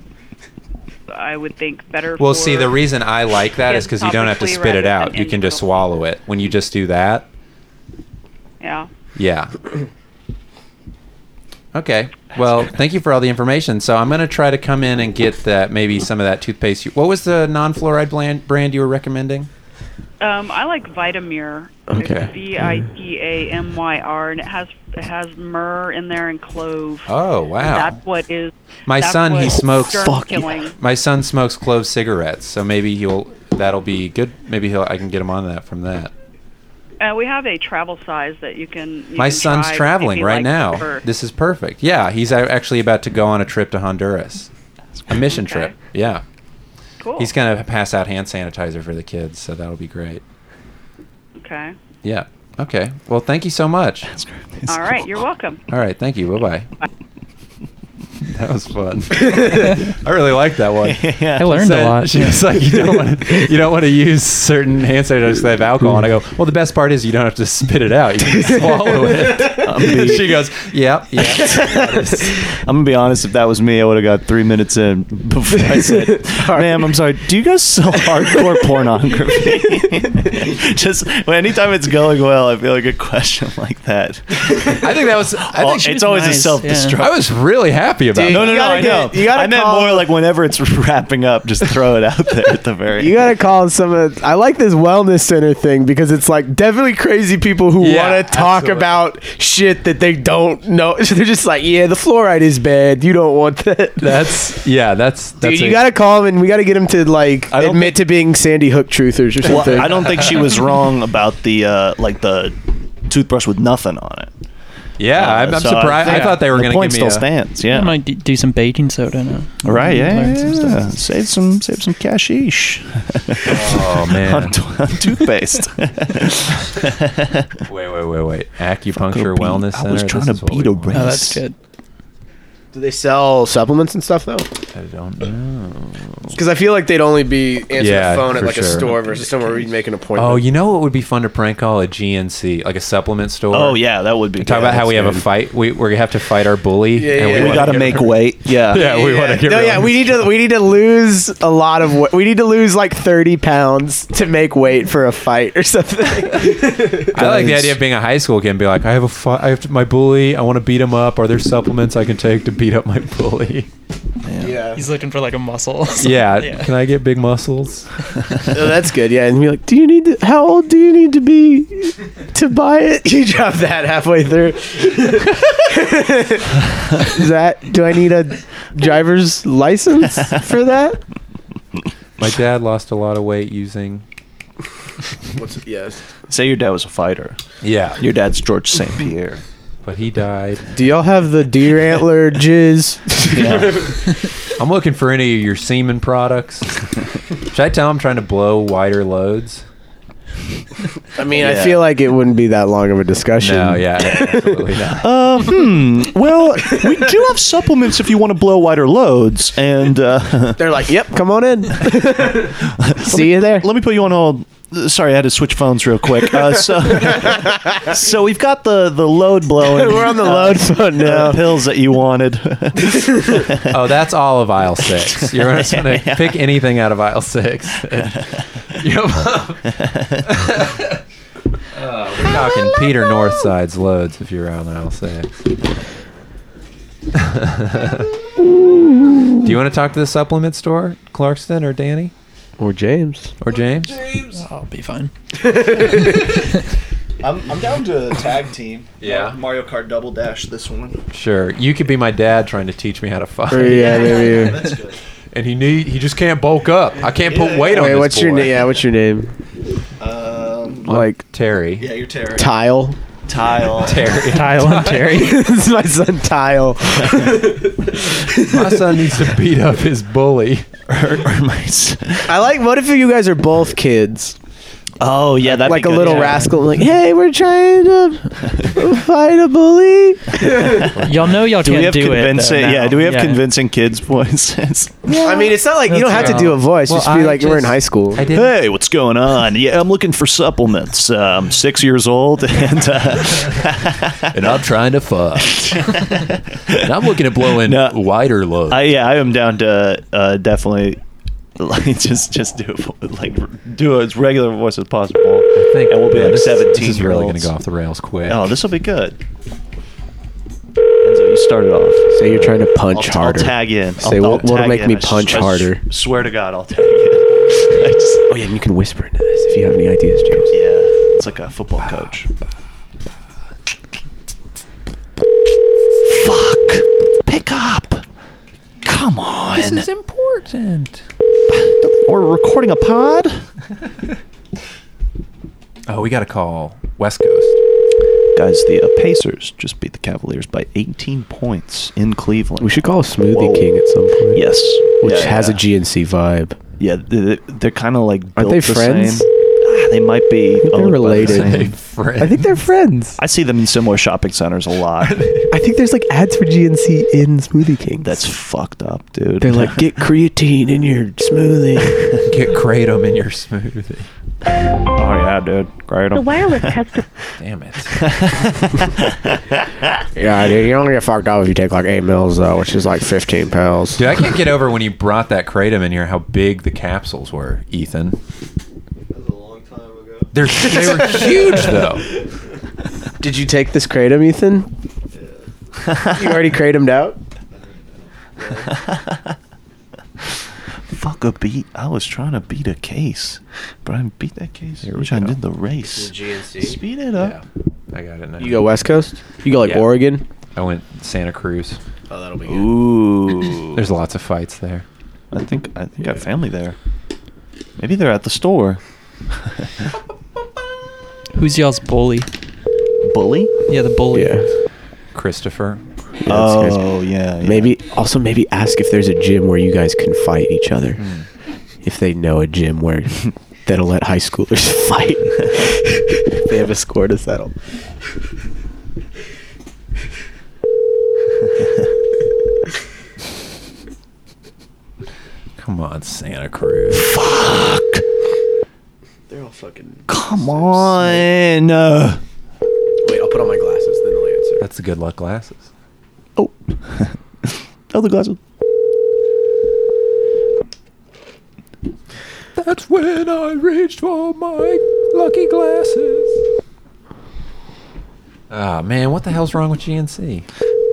Speaker 1: I would think, better.
Speaker 3: Well,
Speaker 1: for
Speaker 3: see, the reason I like that is because you don't have to
Speaker 1: topically
Speaker 3: spit it
Speaker 1: rather
Speaker 3: out.
Speaker 1: than
Speaker 3: You can just
Speaker 1: inhaled.
Speaker 3: swallow it. When you just do that,
Speaker 1: Yeah.
Speaker 3: yeah. Okay. Well, thank you for all the information. So I'm gonna try to come in and get that maybe some of that toothpaste. you- What was the non-fluoride brand brand you were recommending?
Speaker 1: Um, I like Vitamir.
Speaker 3: Okay.
Speaker 1: It's V I T A M Y R, and it has it has myrrh in there and clove.
Speaker 3: Oh wow.
Speaker 1: That's what is.
Speaker 3: My
Speaker 1: that's
Speaker 3: son, he
Speaker 1: what
Speaker 3: smokes-
Speaker 1: germ
Speaker 3: Fuck
Speaker 1: killing.
Speaker 3: My son smokes clove cigarettes, so maybe he'll that'll be good. Maybe he'll I can get him on that from that.
Speaker 1: Uh, we have a travel size that you can. you
Speaker 3: My
Speaker 1: can
Speaker 3: son's
Speaker 1: try if
Speaker 3: traveling
Speaker 1: he
Speaker 3: right
Speaker 1: likes
Speaker 3: now.
Speaker 1: it for-
Speaker 3: This is perfect. Yeah, he's a- actually about to go on a trip to Honduras, a mission
Speaker 1: Okay.
Speaker 3: trip. Yeah,
Speaker 1: cool.
Speaker 3: he's gonna pass out hand sanitizer for the kids, so that'll be great.
Speaker 1: okay.
Speaker 3: Yeah. Okay. Well, thank you so much.
Speaker 1: All right. You're welcome.
Speaker 3: All right. Thank you. Bye bye. That was fun. I really liked that one.
Speaker 5: I learned
Speaker 3: said-
Speaker 5: a lot.
Speaker 3: She was like, you don't want to, you don't want to use certain hand sanitizers that have alcohol. And I go, well, the best part is you don't have to spit it out. You can swallow it. she goes, yep, yep.
Speaker 4: I'm gonna be honest. If that was me, I would have got three minutes in before I said, "Ma'am, I'm sorry. Do you guys sell hardcore pornography?" Just well, anytime it's going well, I feel like a question like that.
Speaker 3: I think that was. I
Speaker 4: Well,
Speaker 3: think she
Speaker 4: it's
Speaker 3: was,
Speaker 4: always a
Speaker 5: nice,
Speaker 4: self destruct.
Speaker 5: yeah.
Speaker 3: I was really happy about
Speaker 2: Dude,
Speaker 3: it.
Speaker 4: No, no,
Speaker 2: You
Speaker 4: no.
Speaker 2: gotta
Speaker 4: I
Speaker 2: get-
Speaker 4: know.
Speaker 2: you gotta
Speaker 4: I meant
Speaker 2: call-
Speaker 4: more like whenever it's wrapping up, just throw it out there at the very.
Speaker 2: You
Speaker 4: end.
Speaker 2: gotta call some of. I like this wellness center thing because it's like definitely crazy people who
Speaker 3: Yeah,
Speaker 2: want to talk
Speaker 3: absolutely.
Speaker 2: about shit that they don't know. So they're just like, yeah, the fluoride is bad. You don't want that.
Speaker 3: That's yeah. That's that's.
Speaker 2: Dude, you
Speaker 3: a-
Speaker 2: gotta call him and we gotta get him to like
Speaker 4: I don't
Speaker 2: admit to being Sandy Hook truthers or
Speaker 4: Well,
Speaker 2: something.
Speaker 4: I don't think she was wrong about the uh, like the toothbrush with nothing on it.
Speaker 3: yeah,
Speaker 4: Uh,
Speaker 3: I'm, I'm
Speaker 4: so
Speaker 3: surprised. I
Speaker 4: think
Speaker 3: thought they were
Speaker 4: the
Speaker 3: going to
Speaker 4: point
Speaker 3: give me
Speaker 4: still
Speaker 3: a,
Speaker 4: stands.
Speaker 5: I
Speaker 4: Yeah.
Speaker 5: might d- do some baking soda now.
Speaker 4: Right, yeah,
Speaker 5: Learn
Speaker 4: yeah,
Speaker 5: some
Speaker 4: yeah.
Speaker 5: stuff.
Speaker 4: uh, Save some, save some cashish.
Speaker 3: Oh man.
Speaker 4: on, t- on toothpaste.
Speaker 3: wait, wait, wait, wait. Acupuncture Wellness Center.
Speaker 4: I was trying
Speaker 3: this
Speaker 4: to
Speaker 3: is what
Speaker 4: beat
Speaker 3: we
Speaker 4: a
Speaker 3: want.
Speaker 4: race.
Speaker 5: Oh, that's good.
Speaker 2: Do they sell supplements and stuff though?
Speaker 3: I don't know.
Speaker 2: Because I feel like they'd only be answering
Speaker 3: Yeah,
Speaker 2: the phone at
Speaker 3: for
Speaker 2: like a
Speaker 3: sure.
Speaker 2: store versus somewhere where you'd make an appointment.
Speaker 3: Oh, you know what would be fun to prank call a GNC, like a supplement store.
Speaker 4: Oh yeah, that would be.
Speaker 3: Talk
Speaker 4: good.
Speaker 3: about how we have a
Speaker 4: That's
Speaker 3: fight. We we have to fight our bully.
Speaker 2: Yeah, yeah,
Speaker 4: good.
Speaker 2: We
Speaker 4: We
Speaker 3: wanna
Speaker 4: got to
Speaker 3: get
Speaker 4: make
Speaker 3: rid-
Speaker 4: weight. Yeah.
Speaker 3: Yeah, we want to get.
Speaker 2: no,
Speaker 3: rid of
Speaker 2: yeah,
Speaker 3: him.
Speaker 2: we need to we need to lose a lot of weight. We need to lose like thirty pounds to make weight for a fight or something.
Speaker 3: I like the
Speaker 4: guys.
Speaker 3: idea of being a high school kid and be like, I have a fight. I have to, my bully. I want to beat him up. Are there supplements I can take to beat up my bully?
Speaker 2: yeah,
Speaker 5: He's looking for like a muscle.
Speaker 3: Yeah. Can I get big muscles?
Speaker 2: oh, that's good. Yeah, and be like, do you need to? How old do you need to be to buy it? You drop that halfway through. Is that? Do I need a driver's license for that?
Speaker 3: My dad lost a lot of weight using.
Speaker 2: What's, yes.
Speaker 4: Say your dad was a fighter.
Speaker 3: Yeah.
Speaker 4: Your dad's George St. Pierre.
Speaker 3: But he died.
Speaker 2: Do y'all have the deer antler jizz?
Speaker 3: I'm looking for any of your semen products. Should I tell him I'm trying to blow wider loads?
Speaker 2: I mean, I
Speaker 4: Yeah.
Speaker 2: feel like it wouldn't be that long of a discussion.
Speaker 3: No. Yeah. Absolutely not.
Speaker 4: Uh, hmm. Well, we do have supplements if you want to blow wider loads. And uh,
Speaker 2: They're like, yep, come on in. See you there.
Speaker 4: let me put you on hold. Sorry, I had to switch phones real quick. Uh, so, so we've got the the load blowing.
Speaker 2: We're on the load phone
Speaker 4: Uh,
Speaker 2: now.
Speaker 4: pills that you wanted.
Speaker 3: Oh, that's all of aisle six. You're just gonna pick anything out of aisle six. And you're oh, Uh, we're talking Peter Northside's loads if you're on aisle six. Do you want to talk to the supplement store, Clarkston or Danny
Speaker 2: Or James.
Speaker 3: or James?
Speaker 5: I'll be fine.
Speaker 4: I'm, I'm down to tag team. Uh,
Speaker 3: Yeah.
Speaker 4: Mario Kart Double Dash. This one.
Speaker 3: Sure, you could be my dad trying to teach me how to fight,
Speaker 2: Or yeah, maybe.
Speaker 4: good.
Speaker 3: and he need he just can't bulk up. I can't put weight on.
Speaker 2: Wait,
Speaker 3: this
Speaker 2: what's your
Speaker 3: boy.
Speaker 2: name? Yeah, what's your name?
Speaker 4: Um,
Speaker 2: Like
Speaker 3: Terry.
Speaker 4: you're Terry.
Speaker 2: Tile.
Speaker 4: Tile.
Speaker 3: Terry.
Speaker 5: Kyle and Terry.
Speaker 2: this is my son Tile.
Speaker 3: My son needs to beat up his bully.
Speaker 2: I like. What if you guys are both kids?
Speaker 4: oh yeah, that
Speaker 2: like a little rascal. Like, hey, we're trying to fight a bully.
Speaker 5: Y'all know y'all
Speaker 4: Do we
Speaker 5: can't
Speaker 4: have
Speaker 5: do
Speaker 4: convincing?
Speaker 5: it. though,
Speaker 4: yeah,
Speaker 5: now.
Speaker 4: do we have convincing kids voices?
Speaker 2: I mean, it's not like you don't have to do a voice.
Speaker 3: Well,
Speaker 2: just be
Speaker 3: I
Speaker 2: like we're in
Speaker 3: just-
Speaker 2: high school.
Speaker 3: I didn't.
Speaker 4: hey, what's going on? Yeah, I'm looking for supplements. Uh, I'm six years old, and uh,
Speaker 3: and I'm trying to fuck. and I'm looking at blowing
Speaker 4: No.
Speaker 3: wider loads.
Speaker 4: I yeah, I am down to uh, definitely like just just do it, like do as regular a voice as possible. and we'll be like
Speaker 3: this,
Speaker 4: 17
Speaker 3: This is
Speaker 4: year
Speaker 3: really
Speaker 4: olds.
Speaker 3: going to go off the rails quick.
Speaker 4: Oh, this will be good. Enzo, you started off.
Speaker 2: Say you're trying to punch
Speaker 4: I'll,
Speaker 2: harder.
Speaker 4: I'll tag in.
Speaker 2: Say
Speaker 4: I'll,
Speaker 2: what-
Speaker 4: I'll
Speaker 2: what'll
Speaker 4: tag
Speaker 2: make
Speaker 4: in.
Speaker 2: me
Speaker 4: I s-
Speaker 2: punch
Speaker 4: I s-
Speaker 2: harder?
Speaker 4: Swear to God, I'll tag in. I just,
Speaker 2: Oh yeah, and you can whisper into this if you have any ideas, James.
Speaker 4: yeah, it's like a football coach. Fuck! Pick up! Come on!
Speaker 3: important.
Speaker 4: We're recording a pod.
Speaker 3: Oh, we got to call West Coast.
Speaker 4: Guys, the uh, Pacers just beat the Cavaliers by 18 points in Cleveland.
Speaker 2: We should call Smoothie
Speaker 4: Whoa.
Speaker 2: King at some point.
Speaker 4: Yes.
Speaker 2: Which
Speaker 4: Yeah,
Speaker 2: has
Speaker 4: yeah.
Speaker 2: a GNC vibe.
Speaker 4: Yeah, they- they're kind of like.
Speaker 2: Aren't
Speaker 4: built
Speaker 2: they
Speaker 4: the
Speaker 2: friends?
Speaker 4: same. Ah, they might be.
Speaker 2: think they're
Speaker 4: owned by the
Speaker 2: related.
Speaker 4: same-
Speaker 3: friend.
Speaker 2: I think they're friends.
Speaker 4: I see them in similar shopping centers a lot.
Speaker 2: I think there's like ads for GNC in Smoothie King.
Speaker 4: That's fucked up, dude.
Speaker 2: they're like get creatine in your smoothie.
Speaker 3: get kratom in your smoothie.
Speaker 4: oh yeah, dude, great.
Speaker 6: The wireless test.
Speaker 3: Damn it.
Speaker 2: yeah, dude, you only get fucked up if you take like eight mils though, which is like 15 pounds.
Speaker 3: Dude, I can't get over when you brought that kratom in here how big the capsules were, Ethan. That was a long time ago. They're, they were huge, though.
Speaker 2: Did you take this kratom, Ethan? you already kratomed out.
Speaker 4: Fuck a beat. I was trying to beat a case, but I beat that case. Here I did the race. Speed it up.
Speaker 3: I got it now.
Speaker 2: You go West Coast. You go like
Speaker 3: Yeah.
Speaker 2: Oregon.
Speaker 3: I went Santa Cruz.
Speaker 2: Oh, that'll be
Speaker 4: Ooh.
Speaker 3: There's lots of fights there.
Speaker 4: I think I think I have family there. Maybe they're at the store.
Speaker 5: Who's y'all's bully?
Speaker 4: Bully?
Speaker 5: Yeah, the bully.
Speaker 2: Yeah.
Speaker 3: Christopher.
Speaker 4: oh yeah, yeah.
Speaker 2: Maybe also maybe ask if there's a gym where you guys can fight each other. If they know a gym where that'll let high schoolers fight. they have a score to settle.
Speaker 3: Come on, Santa Cruz.
Speaker 4: Come on. Uh,
Speaker 2: Wait, I'll put on my glasses, then I'll answer.
Speaker 3: That's the good luck glasses.
Speaker 4: oh. Other glasses.
Speaker 3: That's when I reached for my lucky glasses. Ah man, what the hell's wrong with GNC?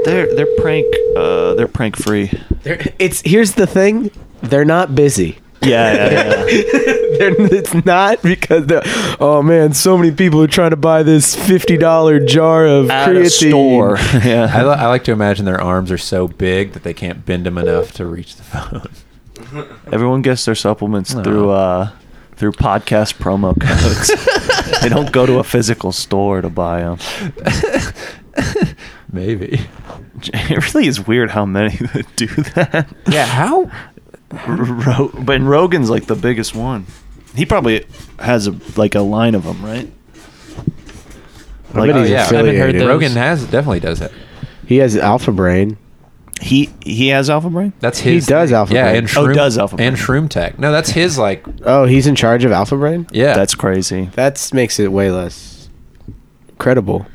Speaker 4: They're they're prank uh they're prank free.
Speaker 2: It's here's the thing, they're not busy.
Speaker 4: Yeah, yeah, yeah.
Speaker 2: They're, it's not because they're, oh man, so many people are trying to buy this fifty dollar jar of
Speaker 4: At a
Speaker 2: creatine.
Speaker 4: store. yeah.
Speaker 3: I, li- I like to imagine their arms are so big that they can't bend them enough to reach the phone.
Speaker 4: Everyone gets their supplements
Speaker 3: No.
Speaker 4: through uh, through podcast promo codes. they don't go to a physical store to buy them.
Speaker 3: Maybe.
Speaker 4: It really is weird how many that do that.
Speaker 3: Yeah, how?
Speaker 4: R- Ro- but and Rogan's like the biggest one. He probably has a like a line of them, right?
Speaker 2: I bet
Speaker 3: Oh,
Speaker 2: he's
Speaker 3: yeah. I haven't heard
Speaker 2: affiliated.
Speaker 5: those.
Speaker 3: Rogan has definitely does that.
Speaker 2: He has alpha brain.
Speaker 4: He he has alpha brain.
Speaker 3: That's
Speaker 2: He
Speaker 3: his.
Speaker 2: does Alpha
Speaker 3: Yeah,
Speaker 2: Brain.
Speaker 3: and
Speaker 4: Oh,
Speaker 3: shroom,
Speaker 4: does Alpha
Speaker 3: and
Speaker 4: Brain.
Speaker 3: shroom tech. No, that's his. Like,
Speaker 2: Oh, he's in charge of Alpha Brain?
Speaker 3: yeah,
Speaker 4: That's crazy.
Speaker 2: That makes it way less credible.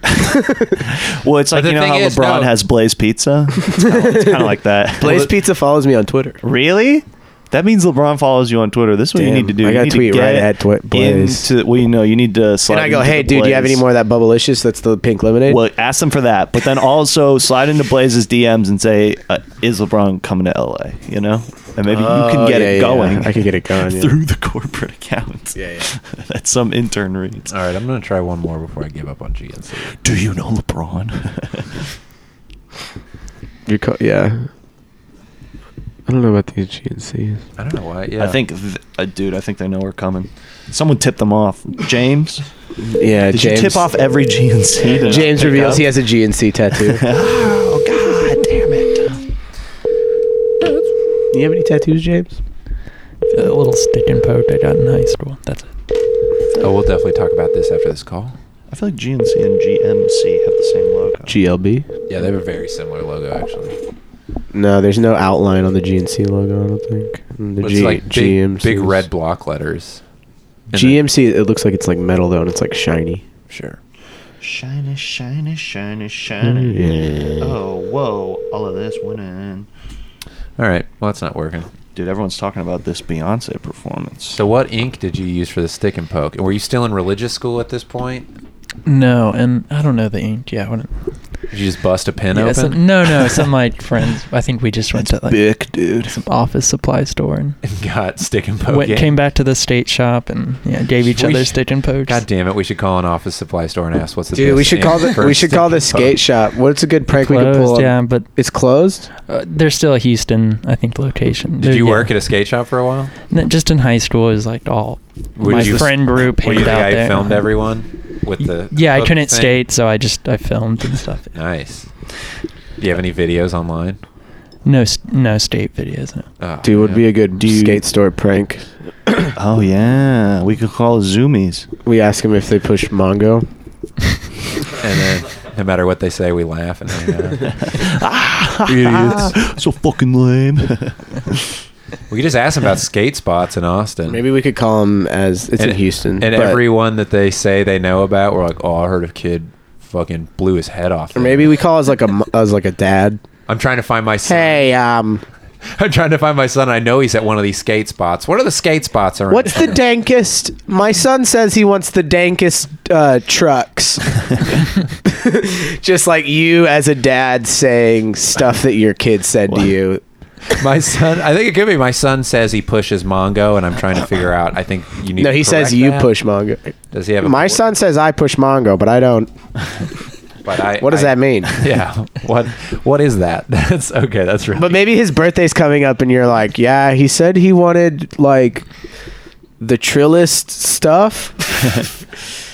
Speaker 4: Well, it's
Speaker 3: But
Speaker 4: like
Speaker 3: the
Speaker 4: you know
Speaker 3: thing
Speaker 4: how
Speaker 3: is,
Speaker 4: LeBron
Speaker 3: no.
Speaker 4: has Blaze Pizza. It's kind of like that.
Speaker 2: Blaze Pizza follows me on Twitter.
Speaker 4: Really? That means LeBron follows you on Twitter. This is what you
Speaker 2: Damn,
Speaker 4: need to do.
Speaker 2: I
Speaker 4: You
Speaker 2: gotta
Speaker 4: need to
Speaker 2: tweet right
Speaker 4: get
Speaker 2: at Twi- Blaze.
Speaker 4: Into, well, you know, you need to slide.
Speaker 2: And I go,
Speaker 4: into
Speaker 2: hey,
Speaker 4: the
Speaker 2: dude, do you have
Speaker 4: Blaze."
Speaker 2: any more of that Bubblicious? That's the pink lemonade.
Speaker 4: Well, ask them for that, but then also slide into Blaze's DMs and say, uh, "Is LeBron coming to LA?" You know, and maybe you
Speaker 2: Oh,
Speaker 4: can get
Speaker 2: yeah,
Speaker 4: it
Speaker 2: yeah,
Speaker 4: going.
Speaker 2: yeah. I can get it going, yeah.
Speaker 4: through the corporate account.
Speaker 2: Yeah, yeah.
Speaker 4: that some intern reads.
Speaker 3: All right, I'm gonna try one more before I give up on GNC.
Speaker 4: Do you know
Speaker 3: oh,
Speaker 4: LeBron?
Speaker 2: You're co- yeah. I don't know about these GNCs.
Speaker 3: I don't know why. Yeah,
Speaker 4: I think, th- uh, dude, I think they know we're coming. Someone tipped them off. James,
Speaker 2: Yeah,
Speaker 4: did
Speaker 2: James.
Speaker 4: you tip off every GNC? to
Speaker 2: James
Speaker 4: pick
Speaker 2: reveals
Speaker 4: up?
Speaker 2: he has a GNC tattoo.
Speaker 4: Oh God, damn it!
Speaker 2: Do you have any tattoos, James?
Speaker 5: A little stick and poke I got in high school. That's it.
Speaker 3: Oh, we'll definitely talk about this after this call.
Speaker 4: I feel like GNC and GMC have the same logo.
Speaker 2: GLB?
Speaker 3: Yeah, they have a very similar logo actually.
Speaker 2: No, there's no outline on the GNC logo. I don't think. And Mm, The
Speaker 3: It's
Speaker 2: G-
Speaker 3: like big,
Speaker 2: GMC.
Speaker 3: big red block letters. And then-
Speaker 2: GMC. It looks like it's like metal though, and it's like shiny.
Speaker 3: Sure.
Speaker 4: Shiny, shiny, shiny, shiny.
Speaker 2: Yeah.
Speaker 4: Oh, whoa! All of this went in.
Speaker 3: All right. Well, that's not working.
Speaker 4: Dude, everyone's talking about this Beyonce performance.
Speaker 3: So, what ink did you use for the stick and poke? And were you still in religious school at this point?
Speaker 5: No, and I don't know the ink. Yeah, I wouldn't.
Speaker 3: Did you just bust a pen
Speaker 5: Yeah,
Speaker 3: open?
Speaker 5: some- no, no. Some of my friends, I think we just went
Speaker 4: That's
Speaker 5: to like
Speaker 4: big, dude.
Speaker 5: some office supply store and
Speaker 3: and got stick and poke.
Speaker 5: went,
Speaker 3: ink.
Speaker 5: came back to the state shop and yeah, gave each
Speaker 3: We
Speaker 5: other
Speaker 3: sh-
Speaker 5: stick and pokes.
Speaker 3: God damn it! We should call an office supply store and ask what's the
Speaker 2: Dude, we
Speaker 3: best
Speaker 2: should call
Speaker 3: ink
Speaker 2: the
Speaker 3: for
Speaker 2: we should
Speaker 3: stick
Speaker 2: call the
Speaker 3: and poke.
Speaker 2: skate shop. What's a good prank we could pull?
Speaker 5: Closed,
Speaker 2: on-
Speaker 5: yeah, but
Speaker 2: it's closed.
Speaker 5: uh, they're still a Houston, I think, location.
Speaker 3: Did you work at a skate shop for a while?
Speaker 5: No, just in high school it was like all
Speaker 3: Were
Speaker 5: my
Speaker 3: you-
Speaker 5: friend group
Speaker 3: Were you
Speaker 5: hanged
Speaker 3: the
Speaker 5: out
Speaker 3: guy who
Speaker 5: there.
Speaker 3: filmed Oh, everyone with the
Speaker 5: yeah, I
Speaker 3: hook
Speaker 5: couldn't
Speaker 3: thing?
Speaker 5: skate, so I just I filmed and stuff.
Speaker 3: Nice. Do you have any videos online?
Speaker 5: No, s- no state videos. No.
Speaker 3: Oh,
Speaker 2: Dude, would
Speaker 3: yeah.
Speaker 2: be a good
Speaker 4: Dude.
Speaker 2: skate store prank.
Speaker 4: Oh yeah, we could call Zoomies.
Speaker 2: We ask them if they push Mongo.
Speaker 3: And then, no matter what they say, we laugh and hang out.
Speaker 4: so fucking lame.
Speaker 3: we could just ask them about skate spots in Austin.
Speaker 2: Maybe we could call them as it's
Speaker 3: and,
Speaker 2: in Houston.
Speaker 3: And
Speaker 2: but-
Speaker 3: everyone that they say they know about, we're like, oh, I heard a kid fucking blew his head off.
Speaker 2: Or
Speaker 3: there."
Speaker 2: maybe we call as like a mo- as like a dad.
Speaker 3: I'm trying to find my son.
Speaker 2: Hey, um,
Speaker 3: I'm trying to find my son. I know he's at one of these skate spots. What are the skate spots around?
Speaker 2: what's the
Speaker 3: here?
Speaker 2: dankest? My son says he wants the dankest uh, trucks. Just like you as a dad saying stuff that your kid said to you.
Speaker 3: My son. I think it could be my son says he pushes Mongo, and I'm trying to figure out. I think you need.
Speaker 2: No,
Speaker 3: to
Speaker 2: he says
Speaker 3: correct
Speaker 2: you
Speaker 3: that.
Speaker 2: push Mongo.
Speaker 3: Does he have a
Speaker 2: My son says I push Mongo, but I don't.
Speaker 3: But I,
Speaker 2: What does
Speaker 3: I-
Speaker 2: that mean?
Speaker 3: Yeah. What What is that? That's okay. That's right.
Speaker 2: But maybe his birthday's coming up, and you're like, yeah, he said he wanted like the trillist stuff.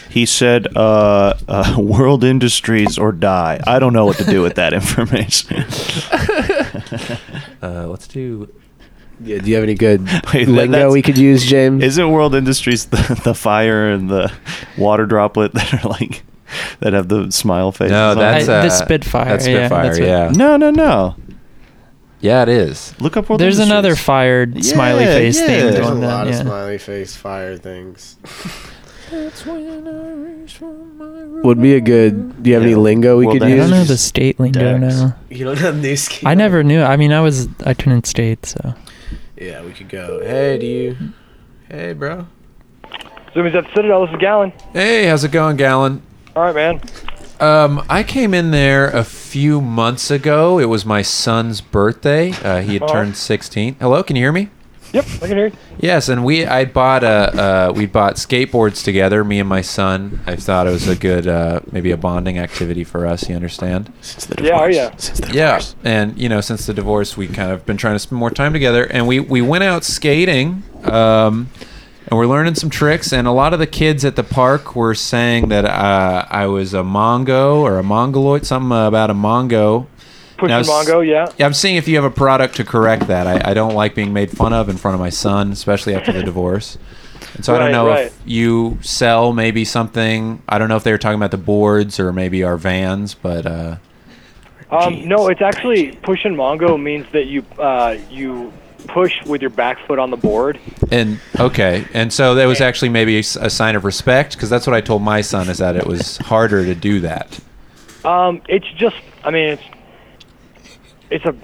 Speaker 4: he said, uh, uh, "World Industries or die." I don't know what to do with that information.
Speaker 3: uh, let's do.
Speaker 2: Yeah, do you have any good
Speaker 4: Wait, that-
Speaker 2: lingo
Speaker 4: that's-
Speaker 2: we could use, James?
Speaker 4: Isn't World Industries the, the fire and the water droplet that are like that have the smile faces?
Speaker 3: No,
Speaker 4: on
Speaker 3: that's
Speaker 4: it?
Speaker 5: I- the
Speaker 3: uh,
Speaker 5: Spitfire,
Speaker 3: That's
Speaker 5: yeah,
Speaker 3: Spitfire.
Speaker 5: that's
Speaker 3: Yeah.
Speaker 5: what-
Speaker 3: Yeah.
Speaker 4: no, no, no.
Speaker 3: it is.
Speaker 4: Look up World.
Speaker 5: There's
Speaker 4: Industries.
Speaker 5: another fired smiley
Speaker 4: Yeah,
Speaker 5: face
Speaker 4: yeah.
Speaker 5: thing
Speaker 4: There's a
Speaker 5: going on. Yeah.
Speaker 2: face fire things. Would be a good. Do you have any
Speaker 4: Yeah.
Speaker 2: lingo we
Speaker 4: Well,
Speaker 2: could
Speaker 4: then-
Speaker 5: I
Speaker 2: use?
Speaker 5: don't know the state lingo
Speaker 4: Dex.
Speaker 5: now.
Speaker 2: You don't have new skin.
Speaker 5: I never knew. I mean, I was I couldn't state, so
Speaker 2: Yeah, we could go. Hey, do you? Hey, bro.
Speaker 8: Zoomies at the Citadel. This is Gallon.
Speaker 3: Hey, how's it going, Gallon?
Speaker 8: All right, man.
Speaker 3: Um, I came in there a few months ago. It was my son's birthday. Uh, he had
Speaker 8: Uh-huh.
Speaker 3: turned 16. Hello, can you hear me?
Speaker 8: Yep, I can hear you.
Speaker 3: Yes, and we I bought a uh, we bought skateboards together, me and my son. I thought it was a good uh, maybe a bonding activity for us. You understand?
Speaker 2: Since the
Speaker 8: Yeah, how are ya?
Speaker 2: Since the
Speaker 3: Yeah, and you know, since the divorce, we kind of been trying to spend more time together, and we we went out skating, um, and we're learning some tricks. And a lot of the kids at the park were saying that uh, I was a Mongo or a Mongoloid, something about a Mongo.
Speaker 8: Push your
Speaker 3: Now, s-
Speaker 8: Mongo, yeah.
Speaker 3: Yeah, I'm seeing if you have a product to correct that. I, I don't like being made fun of in front of my son, especially after the divorce. And so I don't
Speaker 8: Right,
Speaker 3: know
Speaker 8: right.
Speaker 3: if you sell maybe something. I don't know if they were talking about the boards or maybe our vans, but uh,
Speaker 8: Um, no, it's actually push and mongo means that you uh, you push with your back foot on the board.
Speaker 3: And okay, and so that was actually maybe a s- a sign of respect because that's what I told my son is that it was harder to do that.
Speaker 8: Um, it's just, I mean, it's it's a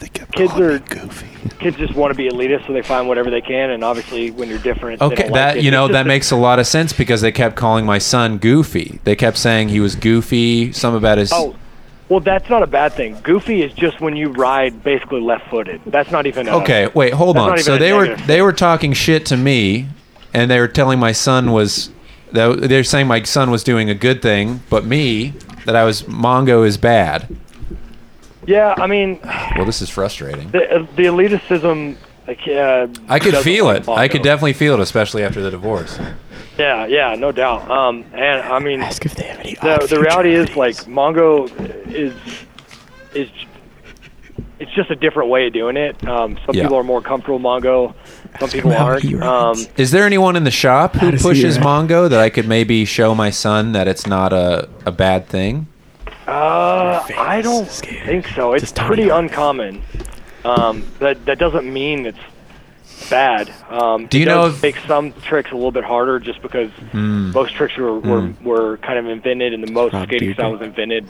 Speaker 4: They kept
Speaker 8: Kids
Speaker 4: calling me
Speaker 8: are-
Speaker 4: goofy.
Speaker 8: kids just want to be elitist, so they find whatever they can, and obviously when you're different, they
Speaker 3: Okay,
Speaker 8: don't like
Speaker 3: that
Speaker 8: it.
Speaker 3: you
Speaker 8: It's
Speaker 3: know
Speaker 8: just
Speaker 3: that
Speaker 8: a-
Speaker 3: makes a lot of sense because they kept calling my son goofy. They kept saying he was goofy. Some about his.
Speaker 8: Oh, well, that's not a bad thing. Goofy is just when you ride basically left-footed. That's not even a,
Speaker 3: Okay, wait, hold
Speaker 8: That's
Speaker 3: on.
Speaker 8: not even
Speaker 3: So
Speaker 8: a
Speaker 3: they were
Speaker 8: negative.
Speaker 3: they were talking shit to me, and they were telling my son was they're they were saying my son was doing a good thing, but me that I was Mongo is bad.
Speaker 8: Yeah, I mean,
Speaker 3: Well, this is frustrating.
Speaker 8: the, uh, the elitism. Like, uh,
Speaker 3: I could
Speaker 8: doesn't
Speaker 3: feel
Speaker 8: like
Speaker 3: it. I could
Speaker 8: Mongo.
Speaker 3: definitely feel it, especially after the divorce.
Speaker 8: Yeah, yeah, no doubt. Um, and I mean,
Speaker 2: Ask if they have any.
Speaker 8: the,
Speaker 2: odd
Speaker 8: the reality is like
Speaker 2: futurities.
Speaker 8: Mongo is is it's just a different way of doing it. Um, some
Speaker 3: Yeah.
Speaker 8: people are more comfortable Mongo, some people
Speaker 2: him how
Speaker 8: aren't.
Speaker 2: he
Speaker 8: Um,
Speaker 2: rides.
Speaker 3: Is there anyone in the shop who
Speaker 2: does he
Speaker 3: pushes
Speaker 2: react?
Speaker 3: Mongo that I could maybe show my son that it's not a, a bad thing?
Speaker 8: uh,
Speaker 2: Your
Speaker 8: I
Speaker 2: face
Speaker 8: don't
Speaker 2: is scary.
Speaker 8: think so. It's
Speaker 2: Just tell me
Speaker 8: pretty
Speaker 2: how it
Speaker 8: uncommon. Um, that that doesn't mean it's bad. Um,
Speaker 3: Do
Speaker 8: it
Speaker 3: you know
Speaker 8: does
Speaker 3: if-
Speaker 8: make some tricks a little bit harder just because
Speaker 2: Hmm.
Speaker 8: most tricks were, were, were kind of invented and the most
Speaker 2: Rob
Speaker 8: skating style
Speaker 2: Dyrdek.
Speaker 8: was invented.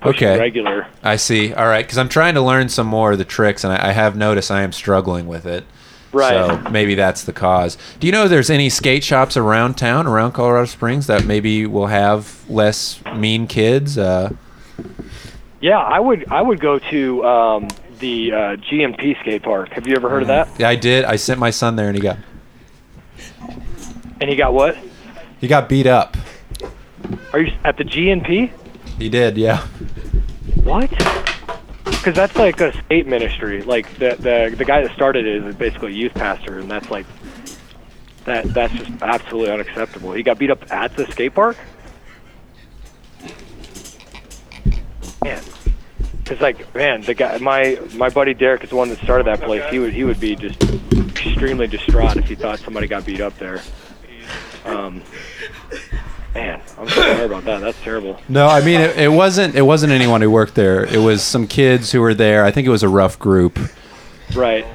Speaker 8: pushing
Speaker 3: Okay.
Speaker 8: Regular.
Speaker 3: I see. All right, because I'm trying to learn some more of the tricks, and I, I have noticed I am struggling with it.
Speaker 8: Right.
Speaker 3: So maybe that's the cause. Do you know if there's any skate shops around town, around Colorado Springs, that maybe will have less mean kids? Uh,
Speaker 8: Yeah, I would I would go to um, the uh, GMP skate park. Have you ever
Speaker 2: Hmm.
Speaker 8: heard of that?
Speaker 3: yeah, I did. I sent my son there, and he got
Speaker 8: And he got what?
Speaker 3: he got beat up.
Speaker 8: Are you s- at the GNP?
Speaker 3: He did. Yeah.
Speaker 8: What? Because that's like a state ministry. Like the the the guy that started it is basically a youth pastor, and that's like that that's just absolutely unacceptable. He got beat up at the skate park. Man, it's like man, the guy my my buddy Derek is the one that started that place. He would he would be just extremely distraught if he thought somebody got beat up there. Um, man, I'm sorry about that. That's terrible.
Speaker 3: No, I mean it, it wasn't. It wasn't anyone who worked there. It was some kids who were there. I think it was a rough group.
Speaker 8: Right.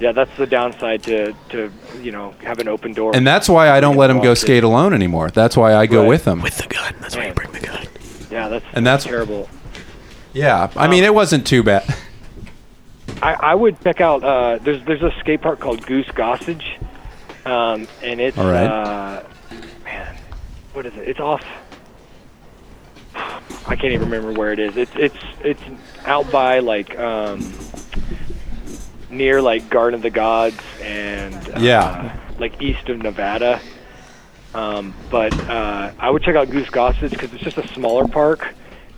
Speaker 8: Yeah, that's the downside to, to you know have an open door.
Speaker 3: And that's why I don't let him go skate alone anymore. That's why I go
Speaker 8: Right.
Speaker 3: with him.
Speaker 2: with the gun. That's why you bring the gun.
Speaker 8: yeah, that's
Speaker 3: and that's-
Speaker 8: terrible.
Speaker 3: yeah, I mean it wasn't too bad.
Speaker 8: I, I would check out. Uh, there's there's a skate park called Goose Gossage, um, and it's
Speaker 3: All right.
Speaker 8: uh, man, what is it? It's off. I can't even remember where it is. It's it's it's out by like um, near like Garden of the Gods and uh,
Speaker 3: Yeah.
Speaker 8: like east of Nevada. Um, but uh, I would check out Goose Gossage because it's just a smaller park.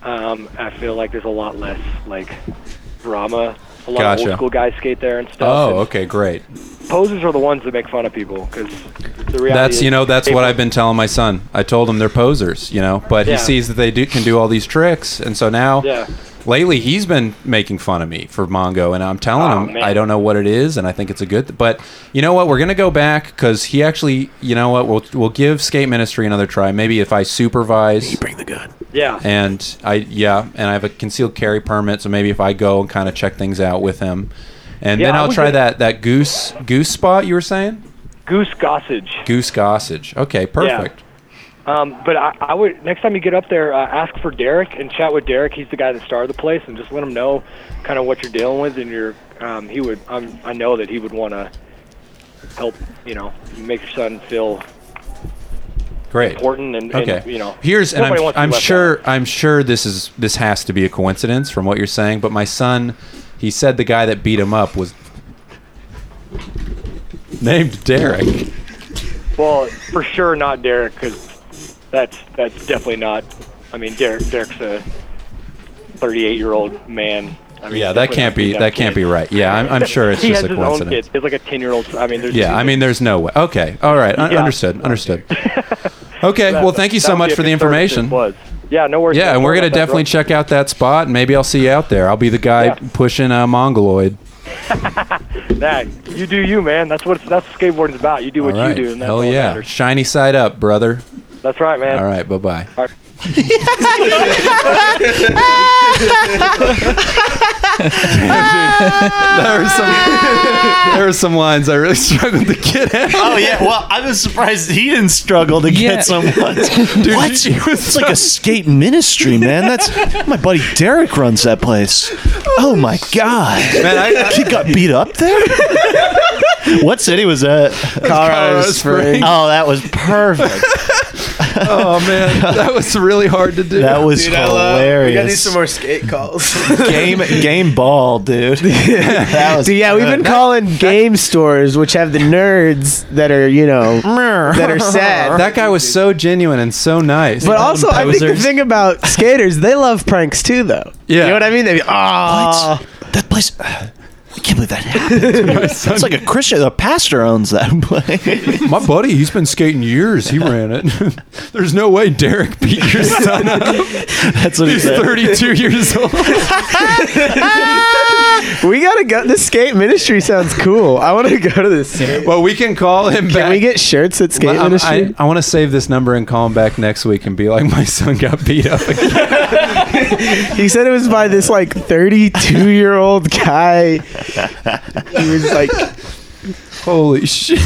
Speaker 8: Um, I feel like there's a lot less like drama. A lot of
Speaker 3: Gotcha.
Speaker 8: old school guys skate there and stuff.
Speaker 3: Oh,
Speaker 8: And
Speaker 3: okay, great.
Speaker 8: Posers are the ones that make fun of people because the reality.
Speaker 3: That's
Speaker 8: is
Speaker 3: you know that's
Speaker 8: they-
Speaker 3: what I've been telling my son. I told him they're posers, you know, but
Speaker 8: Yeah.
Speaker 3: he sees that they do can do all these tricks, and so now
Speaker 8: Yeah.
Speaker 3: lately he's been making fun of me for Mongo, and I'm telling
Speaker 8: Oh,
Speaker 3: him
Speaker 8: man.
Speaker 3: I don't know what it is, and I think it's a good. but you know what? We're gonna go back because he actually, you know what? We'll we'll give Skate Ministry another try. Maybe if I supervise.
Speaker 2: Bring the gun.
Speaker 8: Yeah.
Speaker 3: and I yeah, and I have a concealed carry permit, so maybe if I go and kind of check things out with him, and
Speaker 8: Yeah,
Speaker 3: then
Speaker 8: I
Speaker 3: I'll
Speaker 8: would
Speaker 3: try
Speaker 8: get-
Speaker 3: that that goose goose spot you were saying
Speaker 8: Goose Gossage.
Speaker 3: goose gossage. Okay, perfect.
Speaker 8: Um, but I, I would next time you get up there, uh, ask for Derek and chat with Derek. He's the guy that started the place, and just let him know kind of what you're dealing with, and your um, he would. I'm, I know that he would want to help. You know, make your son feel
Speaker 3: Great.
Speaker 8: important and, and,
Speaker 3: Okay.
Speaker 8: you know.
Speaker 3: here's and
Speaker 8: nobody
Speaker 3: I'm,
Speaker 8: wants to be
Speaker 3: I'm
Speaker 8: left
Speaker 3: sure
Speaker 8: out.
Speaker 3: I'm sure this is this has to be a coincidence from what you're saying, but my son, he said the guy that beat him up was named Derek.
Speaker 8: Well, for sure not Derek, because that's that's definitely not. I mean, Derek Derek's a 38 year old man. I mean,
Speaker 3: Yeah, that
Speaker 8: definitely
Speaker 3: can't
Speaker 8: not beat
Speaker 3: be that
Speaker 8: up
Speaker 3: can't
Speaker 8: kid.
Speaker 3: be right. Yeah, I'm, I'm sure it's
Speaker 8: He
Speaker 3: just
Speaker 8: has
Speaker 3: a
Speaker 8: his own
Speaker 3: coincidence.
Speaker 8: kid. He's like a 10 year old. I mean, there's
Speaker 3: Yeah, I mean, there's no way. Okay, all right, Un-
Speaker 8: Yeah.
Speaker 3: understood, understood. Okay, well, thank you
Speaker 8: That
Speaker 3: so
Speaker 8: would
Speaker 3: much
Speaker 8: be a
Speaker 3: for the
Speaker 8: conservative
Speaker 3: information.
Speaker 8: Was. Yeah, no worries.
Speaker 3: Yeah, and we're gonna definitely check out that spot. and Maybe I'll see you out there. I'll be the guy
Speaker 8: Yeah.
Speaker 3: pushing a mongoloid.
Speaker 8: that. You do you, man. That's what that's what skateboarding's about. You do what
Speaker 3: all right,
Speaker 8: you do, and that's
Speaker 3: hell
Speaker 8: all that
Speaker 3: yeah,
Speaker 8: matters.
Speaker 3: shiny side up, brother.
Speaker 8: That's right, man.
Speaker 3: All right, bye bye.
Speaker 8: All right.
Speaker 3: there were some there were some lines I really struggled to get out.
Speaker 4: Oh yeah, well I was surprised he didn't struggle to
Speaker 5: Yeah.
Speaker 4: get someone. what? it's like a skate ministry, man. That's my buddy Derek runs that place. Oh my god,
Speaker 3: Man, I-
Speaker 4: he got beat up there. what city was that?
Speaker 3: Colorado Springs.
Speaker 4: Oh, that was perfect.
Speaker 3: Oh man, that was really hard to do.
Speaker 4: That was
Speaker 2: Dude, I love-
Speaker 4: hilarious.
Speaker 2: We gotta do some more skate calls.
Speaker 4: game game ball, dude. That was
Speaker 2: Dude, yeah, we've
Speaker 4: good.
Speaker 2: been calling game stores, which have the nerds that are, you know, that are sad.
Speaker 3: that guy was so genuine and so nice.
Speaker 2: but
Speaker 5: call
Speaker 2: also,
Speaker 5: them
Speaker 2: I think the
Speaker 5: posers.
Speaker 2: thing about skaters, they love pranks too, though.
Speaker 3: Yeah.
Speaker 2: You know what I mean? They be, ah.
Speaker 4: that place. I can't believe that happened. It's like a Christian, a pastor owns that place.
Speaker 3: my buddy, he's been skating years. He ran it. There's no way Derek beat your son up.
Speaker 4: That's what he
Speaker 3: He's
Speaker 4: said.
Speaker 3: 32 years old.
Speaker 2: We gotta go. This skate ministry sounds cool. I want to go to this. skate-
Speaker 3: Well, we can call him back.
Speaker 2: Can we get shirts at skate
Speaker 3: Well, I'm-
Speaker 2: ministry?
Speaker 3: I, want to save this number and call him back next week and be like, my son got beat up. Again.
Speaker 2: He said it was by this like 32 year old guy. He was like,
Speaker 3: Holy shit!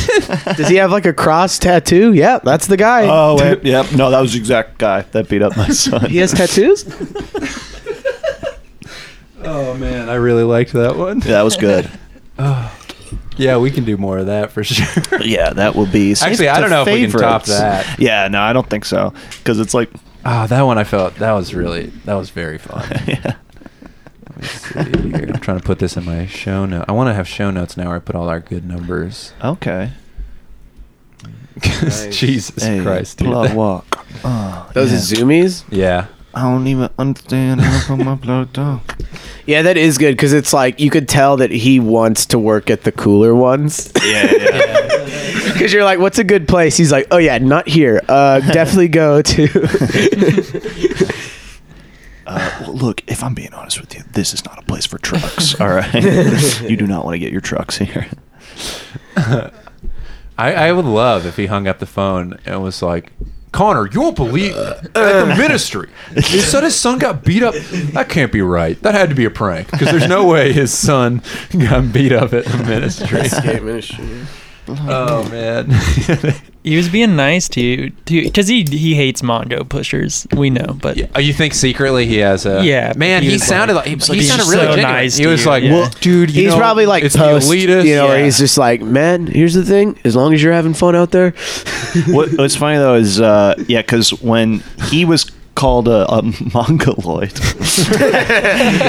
Speaker 2: Does he have like a cross tattoo? Yeah, that's the guy.
Speaker 4: Oh wait, yep. No, that was the exact guy that beat up my son.
Speaker 2: he has tattoos?
Speaker 3: Oh man, I really liked that one.
Speaker 4: That was good.
Speaker 3: Yeah, we can do more of that for sure.
Speaker 4: Yeah, that will be. safe
Speaker 3: Actually, I
Speaker 4: to
Speaker 3: don't know if we can top
Speaker 4: favorites.
Speaker 3: that.
Speaker 4: Yeah, no, I don't think so. Because it's like,
Speaker 3: Oh, that one I felt that was really that was very fun.
Speaker 4: yeah.
Speaker 3: Let's see here. I'm trying to put this in my show note. I want to have show notes now where I put all our good numbers.
Speaker 4: okay.
Speaker 3: 'Cause Jesus
Speaker 4: Hey,
Speaker 3: Christ, dude.
Speaker 4: blood
Speaker 3: that-
Speaker 4: walk. Oh,
Speaker 2: Those
Speaker 4: yeah.
Speaker 2: are zoomies.
Speaker 3: Yeah,
Speaker 4: I don't even understand how come my blood dog.
Speaker 2: Yeah, that is good because it's like you could tell that he wants to work at the cooler ones.
Speaker 4: Yeah, yeah.
Speaker 2: Because you're like, what's a good place? He's like, oh yeah, not here. Uh, definitely go to.
Speaker 4: uh, well, look, if I'm being honest with you, this is not a place for trucks. All right, you do not want to get your trucks here.
Speaker 3: I, I would love if he hung up the phone and was like, Connor, you won't believe at the ministry. He said his son got beat up. That can't be right. That had to be a prank because there's no way his son got beat up at the ministry. oh man,
Speaker 5: He was being nice to you, because he he hates Mongo pushers. We know, but
Speaker 3: Yeah, Oh, you think secretly he has a
Speaker 5: Yeah,
Speaker 3: man?
Speaker 5: he
Speaker 3: He,
Speaker 5: was
Speaker 3: sounded
Speaker 5: like-
Speaker 3: like,
Speaker 5: he was
Speaker 3: he,
Speaker 5: like, he's
Speaker 3: sounded
Speaker 5: so
Speaker 3: really genuine.
Speaker 5: nice
Speaker 3: He
Speaker 5: to
Speaker 3: was
Speaker 5: you,
Speaker 3: like,
Speaker 5: yeah.
Speaker 3: well, dude, you
Speaker 2: he's
Speaker 3: know,
Speaker 2: probably like
Speaker 3: it's
Speaker 2: post,
Speaker 3: the elitist.
Speaker 2: you know, where
Speaker 5: Yeah.
Speaker 2: he's just like, man, here's the thing. As long as you're having fun out there,
Speaker 4: what, what's funny though is uh, yeah, because when he was called a, a mongoloid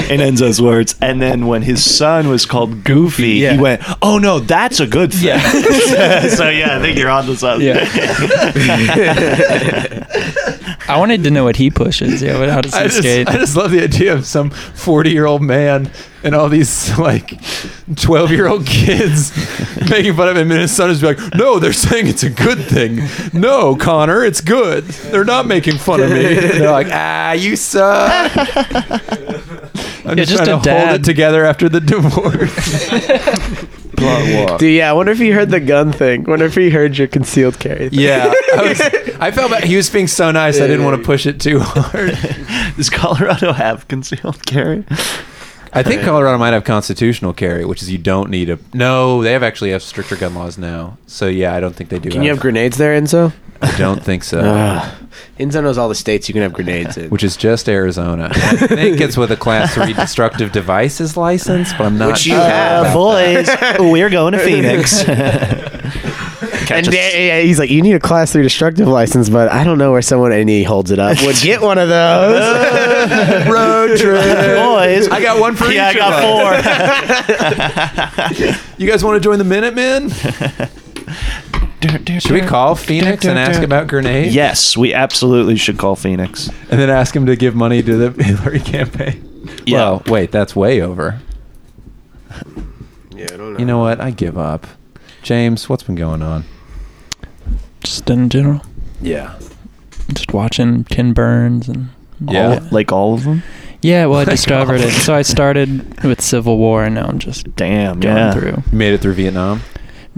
Speaker 4: in Enzo's words, and then when his son was called Goofy,
Speaker 5: Yeah.
Speaker 4: he went, "Oh no, that's a good thing." so yeah, I think you're on to something.
Speaker 5: I wanted to know what he pushes. Yeah, what, how does
Speaker 3: I
Speaker 5: he
Speaker 3: just,
Speaker 5: skate?
Speaker 3: I just love the idea of some 40 year old man and all these like 12 year old kids making fun of him. And his son is like, No, they're saying it's a good thing. No, Connor, it's good. They're not making fun of me. And they're like, Ah, you suck. I'm
Speaker 5: Yeah,
Speaker 3: just,
Speaker 5: just a
Speaker 3: trying to hold
Speaker 5: dad.
Speaker 3: it together after the divorce.
Speaker 2: dude. Yeah, I wonder if he heard the gun thing. Wonder if he heard your concealed carry. Thing.
Speaker 3: yeah. I, was, I felt bad. He was being so nice. I didn't want to push it too hard.
Speaker 4: Does Colorado have concealed carry?
Speaker 3: I think Colorado might have constitutional carry, which is you don't need a. No, they have actually have stricter gun laws now. So yeah, I don't think they do.
Speaker 2: Can you have grenades there, Enzo?
Speaker 3: I don't think so.
Speaker 2: Uh, Enzo knows all the states you can have grenades in.
Speaker 3: Which is just Arizona. I think it's with a class three destructive devices license, but I'm not.
Speaker 2: Which you
Speaker 3: sure
Speaker 2: have.
Speaker 4: Oh,
Speaker 3: about
Speaker 4: boys, we're going to Phoenix.
Speaker 2: and yeah, yeah, he's like, you need a class three destructive license, but I don't know where someone and he holds it up would get one of those.
Speaker 3: that. road trip.
Speaker 4: boys,
Speaker 3: I got one for
Speaker 4: yeah, I
Speaker 3: each. of us.
Speaker 4: got four.
Speaker 3: You guys want to join the Minutemen? Should we call Phoenix and ask about grenades?
Speaker 4: Yes, we absolutely should call Phoenix.
Speaker 3: And then ask him to give money to the Hillary campaign.
Speaker 4: Yeah.
Speaker 3: Well, wait, that's way over. Yeah, I don't know. You know what? I give up. James, what's been going on?
Speaker 5: just in general,
Speaker 3: Yeah.
Speaker 5: just watching Ken Burns and
Speaker 3: Yeah.
Speaker 4: All- like all of them.
Speaker 5: yeah. Well, I
Speaker 3: Like
Speaker 5: discovered
Speaker 3: all-
Speaker 5: it. So I started with Civil War, and now I'm just
Speaker 4: Damn,
Speaker 5: going
Speaker 4: yeah.
Speaker 5: through.
Speaker 3: You made it through Vietnam?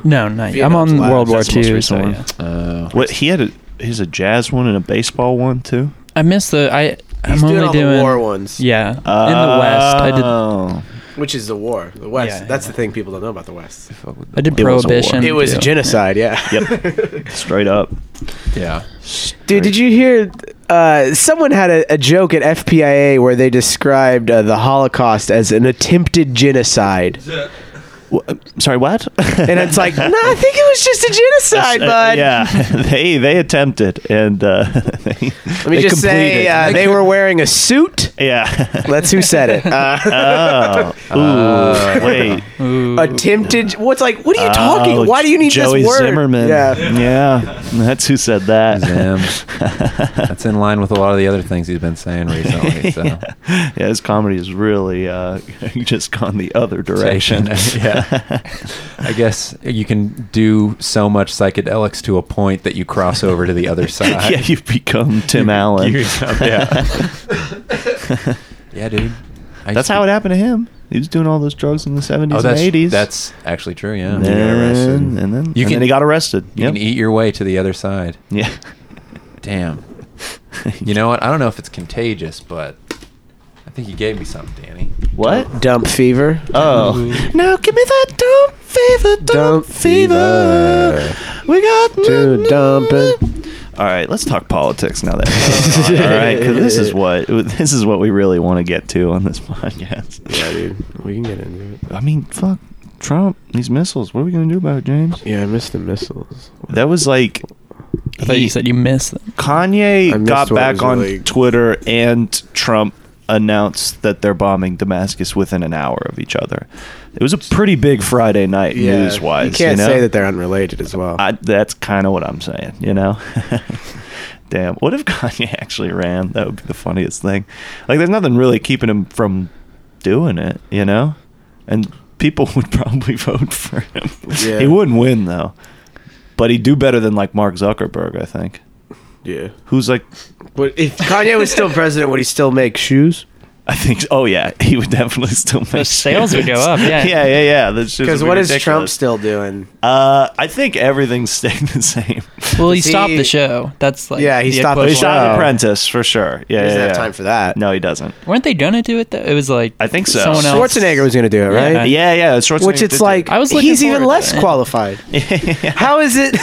Speaker 5: No, not yet. I'm
Speaker 2: Vietnam's
Speaker 5: on
Speaker 2: last.
Speaker 5: World War
Speaker 4: That's the most
Speaker 5: Two.
Speaker 4: recent
Speaker 5: So
Speaker 4: one.
Speaker 5: yeah.
Speaker 3: Uh,
Speaker 4: What he had a he's a jazz one and a baseball one too.
Speaker 5: I missed the I. I'm
Speaker 2: He's doing
Speaker 5: only
Speaker 2: all
Speaker 5: doing Oh.
Speaker 2: the war ones.
Speaker 5: Yeah, in the West, I did.
Speaker 4: Oh.
Speaker 2: Which is the war. The West.
Speaker 5: Yeah,
Speaker 2: That's
Speaker 5: yeah.
Speaker 2: the thing people don't know about the West.
Speaker 5: I did
Speaker 4: It was a war.
Speaker 5: prohibition.
Speaker 2: It was
Speaker 5: too.
Speaker 2: genocide, yeah.
Speaker 4: Yep. Straight up.
Speaker 3: Yeah.
Speaker 2: Dude, did you hear? Uh, someone had a, a joke at FPIA where they described uh, the Holocaust as an attempted genocide,
Speaker 4: W- um, sorry, what? uh,
Speaker 2: and it's like, no, I think it was just a genocide, bud.
Speaker 4: yeah, they they attempted and uh, they,
Speaker 2: Let me
Speaker 4: they
Speaker 2: just say
Speaker 4: completed.
Speaker 2: uh, they were wearing a suit.
Speaker 4: yeah.
Speaker 2: That's who said it. Uh,
Speaker 4: oh, ooh, wait.
Speaker 5: Ooh.
Speaker 2: attempted. What's like? What are you talking?
Speaker 4: Oh,
Speaker 2: Why do you need
Speaker 4: Joey
Speaker 2: this word?
Speaker 4: Zimmerman?
Speaker 2: Yeah.
Speaker 4: yeah, that's who said that.
Speaker 3: Zim. That's in line with a lot of the other things he's been saying recently. So.
Speaker 4: yeah. Yeah, his comedy has really uh, just gone the other direction.
Speaker 3: yeah. I guess you can do so much psychedelics to a point that you cross over to the other side.
Speaker 4: yeah, you've become Tim Allen.
Speaker 3: You- yeah. yeah, dude. I used
Speaker 4: That's
Speaker 3: to-
Speaker 4: how it happened to him. He was doing all those drugs in the 70s
Speaker 3: Oh, that's,
Speaker 4: and 80s.
Speaker 3: that's actually true. Yeah.
Speaker 4: and then, and then,
Speaker 3: You
Speaker 4: and
Speaker 3: can-
Speaker 4: then he got arrested.
Speaker 3: You can
Speaker 4: Yep.
Speaker 3: eat your way to the other side.
Speaker 4: Yeah.
Speaker 3: Damn. You know what? I don't know if it's contagious, but I think you gave me something, Danny.
Speaker 4: what?
Speaker 2: Dump fever.
Speaker 4: Oh. Now give me that dump fever, dump,
Speaker 2: Dump
Speaker 4: fever. We got
Speaker 2: Dude, dumping.
Speaker 4: All right, let's talk politics now. That all right, 'cause this is what this is what we really want to get to on this podcast.
Speaker 2: Yeah, dude. We can get into it.
Speaker 4: I mean, fuck Trump. These missiles. What are we gonna do about it, James?
Speaker 2: Yeah, I missed the missiles.
Speaker 4: That was like
Speaker 5: I thought
Speaker 4: he-
Speaker 5: you said you missed them.
Speaker 2: I
Speaker 4: Kanye
Speaker 2: missed
Speaker 4: got
Speaker 2: what
Speaker 4: back
Speaker 2: was
Speaker 4: on
Speaker 2: really-
Speaker 4: Twitter and Trump announced that they're bombing Damascus within an hour of each other. It was a pretty big Friday night news wise.
Speaker 2: You can't
Speaker 4: know?
Speaker 2: say that they're unrelated as well.
Speaker 4: I, that's kind of what I'm saying, you know? Damn. What if Kanye actually ran? That would be the funniest thing. Like, there's nothing really keeping him from doing it, you know? And people would probably vote for him.
Speaker 2: Yeah.
Speaker 4: He wouldn't win, though. But he'd do better than, like, Mark Zuckerberg, I think.
Speaker 2: yeah.
Speaker 4: Who's like,
Speaker 2: But if Kanye was still president, would he still make shoes?
Speaker 4: I think, oh, yeah, he would definitely still make
Speaker 5: The sales would go
Speaker 4: shirts.
Speaker 5: up, yeah.
Speaker 4: yeah, yeah, yeah. Because
Speaker 2: Because what is Trump still doing?
Speaker 4: Uh, I think everything's staying the same.
Speaker 5: Well, he
Speaker 2: See-
Speaker 5: stopped the show. That's like
Speaker 2: Yeah, he
Speaker 5: the
Speaker 2: stopped the
Speaker 4: But he's
Speaker 5: equivalent.
Speaker 4: not
Speaker 2: Wow.
Speaker 4: an apprentice, for sure. Yeah,
Speaker 2: He doesn't
Speaker 4: yeah,
Speaker 2: have
Speaker 4: yeah.
Speaker 2: time for that.
Speaker 4: No, he doesn't.
Speaker 5: Weren't they gonna do it though? It was like
Speaker 4: I think so.
Speaker 5: Someone else.
Speaker 2: Schwarzenegger was going to do it, right?
Speaker 5: Yeah.
Speaker 4: Yeah, yeah. It's
Speaker 2: Which it's like
Speaker 5: I was looking
Speaker 2: he's even
Speaker 5: forward to
Speaker 2: less
Speaker 5: that.
Speaker 2: qualified. How is it?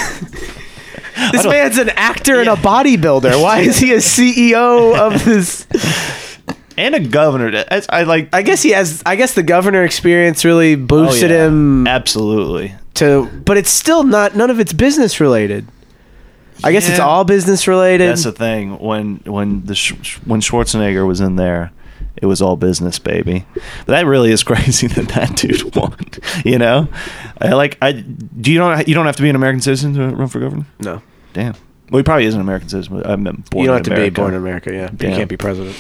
Speaker 2: this
Speaker 4: don't-
Speaker 2: man's an actor and a bodybuilder. Why is he a CEO of this?
Speaker 4: and a governor. That's- I like.
Speaker 2: I guess he has. I guess the governor experience really
Speaker 4: Oh,
Speaker 2: boosted
Speaker 4: yeah.
Speaker 2: him
Speaker 4: Absolutely.
Speaker 2: to, but it's still not. None of it's business related. I guess it's
Speaker 4: Yeah.
Speaker 2: all business related.
Speaker 4: That's the thing. When when the Sch- Sch- when Schwarzenegger was in there, it was all business, baby. But that really is crazy that that dude won. You know, I like. I do you don't you don't have to be an American citizen to run for governor.
Speaker 2: no.
Speaker 4: Damn. Well, he probably is an American citizen. But I meant born.
Speaker 2: you don't
Speaker 4: in
Speaker 2: have to
Speaker 4: America.
Speaker 2: be born in America. Yeah, but
Speaker 4: Yeah.
Speaker 2: you can't be president.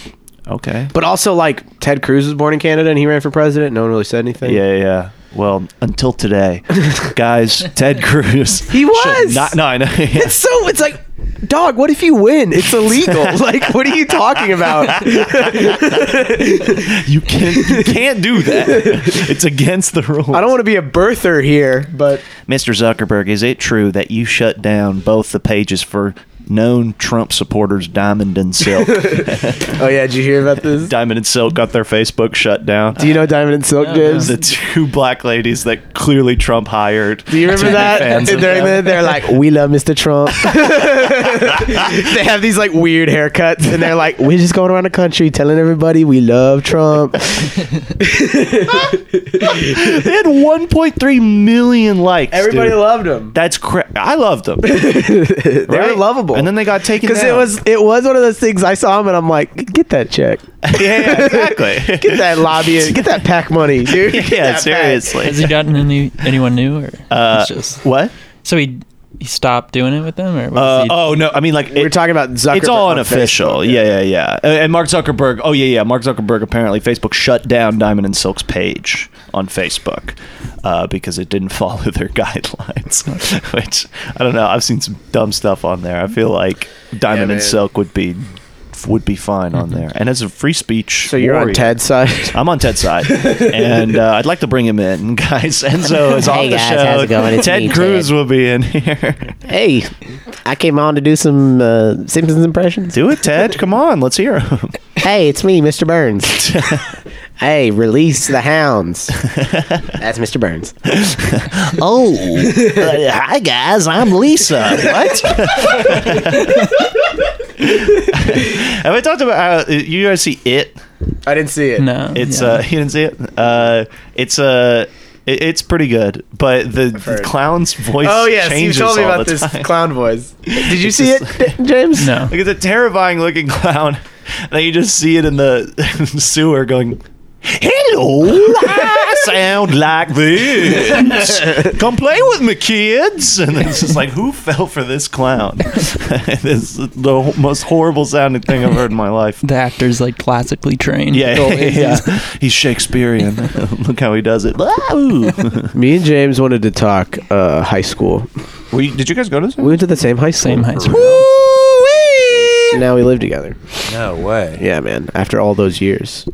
Speaker 4: Okay.
Speaker 2: But also, like Ted Cruz was born in Canada and he ran for president. No one really said anything.
Speaker 4: Yeah, yeah, yeah. Well, until today, guys, Ted Cruz.
Speaker 2: He
Speaker 4: should
Speaker 2: was!
Speaker 4: Not, no, I know. yeah.
Speaker 2: It's so. It's like, dog. What if you win? It's illegal. like, what are you talking about?
Speaker 4: You can't you can't do that. It's against the rules.
Speaker 2: I don't want to be a birther here, but
Speaker 4: Mr. Zuckerberg, is it true that you shut down both the pages for known Trump supporters Diamond and Silk?
Speaker 2: oh yeah, did you hear about this?
Speaker 4: Diamond and Silk got their Facebook shut down.
Speaker 2: Do you know Diamond and Silk Gibbs?
Speaker 4: the two black ladies that clearly Trump hired.
Speaker 2: Do you remember that?
Speaker 4: fans of
Speaker 2: During the, they're like, we love Mr. Trump. they have these like weird haircuts, and they're like, we're just going around the country telling everybody we love Trump.
Speaker 4: They had 1.3 million likes.
Speaker 2: Everybody
Speaker 4: dude.
Speaker 2: loved him.
Speaker 4: That's crap. I loved them.
Speaker 2: They were lovable.
Speaker 4: And then they got taken
Speaker 2: because it
Speaker 4: down.
Speaker 2: was it was one of those things. I saw him, and I'm like, get that check,
Speaker 4: yeah, yeah, exactly.
Speaker 2: get that lobbying, get that pack money, dude. Get that
Speaker 4: yeah,
Speaker 2: pack.
Speaker 4: seriously.
Speaker 5: Has he gotten any anyone new or
Speaker 4: Uh,
Speaker 5: it's just
Speaker 4: what?
Speaker 5: so he he stopped doing it with them or what
Speaker 4: Uh,
Speaker 5: was he,
Speaker 4: oh no! I mean, like
Speaker 2: We We're
Speaker 4: it-
Speaker 2: talking about Zuckerberg.
Speaker 4: It's all
Speaker 2: on
Speaker 4: unofficial.
Speaker 2: Facebook.
Speaker 4: yeah, yeah, yeah. Uh, And Mark Zuckerberg. Oh yeah, yeah. Mark Zuckerberg. Apparently, Facebook shut down Diamond and Silk's page on Facebook uh, because it didn't follow their guidelines. Which I don't know. I've seen some dumb stuff on there. I feel like Diamond
Speaker 2: man.
Speaker 4: and Silk would be would be fine on there. And as a free speech,
Speaker 2: So you're
Speaker 4: warrior-
Speaker 2: on Ted's side.
Speaker 4: I'm on Ted's side, and uh, I'd like to bring him in, guys. Enzo is on
Speaker 9: Hey,
Speaker 4: the
Speaker 9: guys,
Speaker 4: show.
Speaker 9: how's it going? It's
Speaker 4: Ted
Speaker 9: me,
Speaker 4: Cruz
Speaker 9: Ted.
Speaker 4: will be in here.
Speaker 9: Hey,
Speaker 2: I came on to do some uh, Simpsons impressions.
Speaker 4: Do it, Ted. Come on, let's hear him.
Speaker 2: Hey, it's me, Mr. Burns. hey, release the hounds. That's Mr. Burns.
Speaker 4: Oh, uh, hi guys, I'm Lisa. What? Have I talked about how you guys see it?
Speaker 2: I didn't see it.
Speaker 5: No.
Speaker 4: It's
Speaker 5: yeah.
Speaker 4: uh, you didn't see it. Uh, it's uh, it, it's pretty good, but the, the
Speaker 2: heard.
Speaker 4: clown's voice.
Speaker 2: Oh yes, you
Speaker 4: changes
Speaker 2: told me
Speaker 4: all
Speaker 2: about
Speaker 4: the
Speaker 2: this
Speaker 4: time.
Speaker 2: clown voice. Did you
Speaker 4: It's
Speaker 2: see
Speaker 4: just-
Speaker 2: it, D- James?
Speaker 5: no.
Speaker 4: Like it's a terrifying looking clown, and then you just see it in the sewer going. Hello, I sound like this. Come play with me, kids. And it's just like, who fell for this clown? this is the most horrible sounding thing I've heard in my life.
Speaker 5: The actor's like classically trained.
Speaker 4: Yeah,
Speaker 5: Always.
Speaker 4: yeah. he's Shakespearean. Look how he does it. Ah,
Speaker 2: Me and James wanted to talk uh, high school.
Speaker 4: Were you, did you guys go to this?
Speaker 2: We went to the same high school.
Speaker 5: Same high school.
Speaker 2: Now we live together.
Speaker 3: No way.
Speaker 2: Yeah, man. After all those years,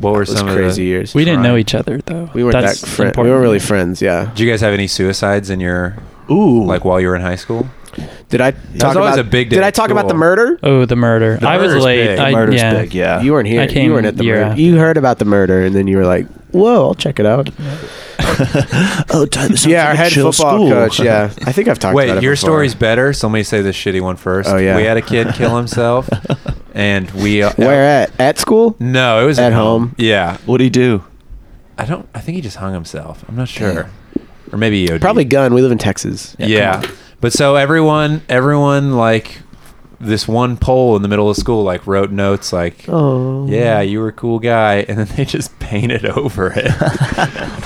Speaker 3: What were
Speaker 2: it was
Speaker 3: some of
Speaker 2: crazy
Speaker 3: the,
Speaker 2: years.
Speaker 5: We didn't know
Speaker 3: Right.
Speaker 5: each other though.
Speaker 2: we weren't
Speaker 5: That's
Speaker 2: that friends. We
Speaker 5: important.
Speaker 2: weren't really friends. Yeah.
Speaker 3: Did you guys have any suicides in your
Speaker 4: Ooh,
Speaker 3: like while you were in high school?
Speaker 2: Did I talk
Speaker 3: always
Speaker 2: about
Speaker 3: a big day
Speaker 2: Did I
Speaker 3: at
Speaker 2: talk about the
Speaker 3: school.
Speaker 2: murder?
Speaker 5: Oh, the murder.
Speaker 3: The
Speaker 5: I was
Speaker 3: murder's
Speaker 5: late.
Speaker 3: big. The
Speaker 5: I,
Speaker 4: murder's
Speaker 5: yeah.
Speaker 4: big. Yeah,
Speaker 2: You weren't here.
Speaker 5: I came
Speaker 2: you weren't at the
Speaker 5: year
Speaker 2: murder.
Speaker 5: after.
Speaker 2: You heard about the murder, and then you were like, "Whoa, I'll check it out."
Speaker 4: oh, time this
Speaker 2: Yeah, our
Speaker 4: sounds like a
Speaker 2: head
Speaker 4: chill
Speaker 2: football
Speaker 4: school.
Speaker 2: coach. Yeah, I think I've talked about
Speaker 3: Wait,
Speaker 2: it
Speaker 3: your
Speaker 2: before.
Speaker 3: story's better. So let me say the shitty one first.
Speaker 2: Oh, yeah.
Speaker 3: We had a kid kill himself, and we uh,
Speaker 2: Where at? At school?
Speaker 3: No, it was
Speaker 2: At home.
Speaker 3: Yeah,
Speaker 4: What'd he do?
Speaker 3: I don't. I think he just hung himself. I'm not sure, or maybe E he OD'd.
Speaker 2: Probably gun. We live in Texas.
Speaker 3: Yeah, but so everyone, everyone like this one poll in the middle of school like wrote notes like,
Speaker 2: Oh.
Speaker 3: yeah, you were a cool guy, and then they just painted over it.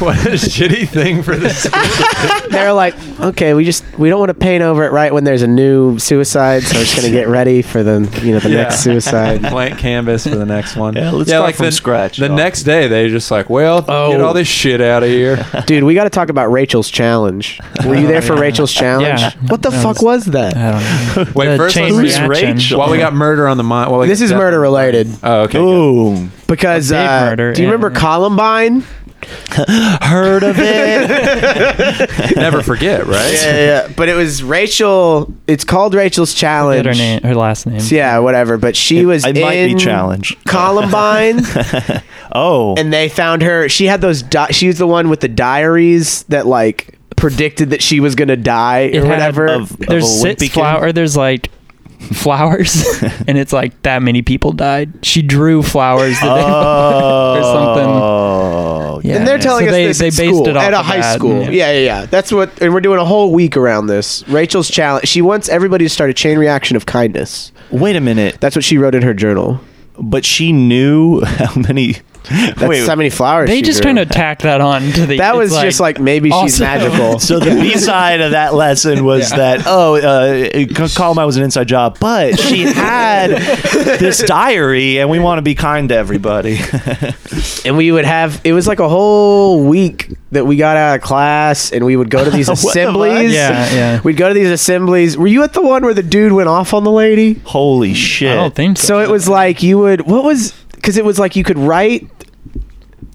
Speaker 3: what a shitty thing for this.
Speaker 2: They're like, okay, we just we don't want to paint over it right when there's a new suicide, so we're just gonna get ready for the you know the
Speaker 3: Yeah.
Speaker 2: next suicide.
Speaker 3: blank canvas for the next one.
Speaker 4: Yeah, let's start from
Speaker 3: the,
Speaker 4: scratch,
Speaker 3: The
Speaker 4: dog.
Speaker 3: next day, they just like, well, get
Speaker 5: Oh.
Speaker 3: all this shit out of here.
Speaker 2: Dude, we got to talk about Rachel's challenge. Were you there for Rachel's challenge?
Speaker 5: Yeah.
Speaker 2: What the
Speaker 5: That
Speaker 2: fuck
Speaker 5: was-
Speaker 2: was that?
Speaker 5: I don't know.
Speaker 3: Wait,
Speaker 5: The
Speaker 3: first
Speaker 5: chain
Speaker 3: let's-
Speaker 4: Who's
Speaker 5: reaction.
Speaker 4: Rachel?
Speaker 3: while we got murder on the mind, while we
Speaker 2: This is
Speaker 3: got-
Speaker 2: murder related
Speaker 3: Oh, okay. good.
Speaker 4: Boom.
Speaker 2: because
Speaker 5: A big
Speaker 2: uh,
Speaker 5: murder,
Speaker 2: do you
Speaker 5: yeah.
Speaker 2: remember Columbine?
Speaker 4: Heard of it?
Speaker 3: Never forget, right?
Speaker 2: yeah, yeah, yeah. But it was Rachel. It's called Rachel's challenge.
Speaker 5: Forget her name. Her last name.
Speaker 2: Yeah, whatever. But she was
Speaker 4: I might be
Speaker 2: in
Speaker 4: challenged.
Speaker 2: Columbine,
Speaker 4: Oh,
Speaker 2: and they found her. She had those. Di- she was the one with the diaries that like predicted that she was gonna die
Speaker 5: It
Speaker 2: or
Speaker 5: had
Speaker 2: whatever.
Speaker 4: of-
Speaker 5: There's
Speaker 4: a
Speaker 5: six
Speaker 4: wimpy kid?
Speaker 5: flower. There's like flowers, and it's like that many people died. She drew flowers the day before or something.
Speaker 4: Oh,
Speaker 5: Yeah.
Speaker 2: and they're
Speaker 5: So
Speaker 2: telling us
Speaker 5: they,
Speaker 2: this
Speaker 5: they
Speaker 2: at
Speaker 5: based
Speaker 2: school,
Speaker 5: it off
Speaker 2: at a
Speaker 5: of
Speaker 2: high
Speaker 5: that,
Speaker 2: school. Yeah. yeah, yeah, That's what, and we're doing a whole week around this. Rachel's challenge. She wants everybody to start a chain reaction of kindness.
Speaker 4: Wait a minute.
Speaker 2: That's what she wrote in her journal.
Speaker 4: But she knew how many.
Speaker 2: That's
Speaker 4: wait.
Speaker 2: how many flowers
Speaker 5: They
Speaker 2: she
Speaker 5: just
Speaker 2: grew.
Speaker 5: kind of tacked that on to the.
Speaker 2: That
Speaker 5: it's
Speaker 2: was just like maybe she's
Speaker 5: Also-
Speaker 2: magical.
Speaker 4: so the B side of that lesson was that oh, uh, Columbine was an inside job, but she had this diary, and we want to be kind to everybody.
Speaker 2: and we would have it was like a whole week that we got out of class and we would go to these
Speaker 4: What the fuck?
Speaker 2: assemblies.
Speaker 5: Yeah, yeah.
Speaker 2: We'd go to these assemblies. Were you at the one where the dude went off on the lady?
Speaker 4: Holy shit!
Speaker 5: I don't think so.
Speaker 2: So it was like you would what was cuz it was like you could write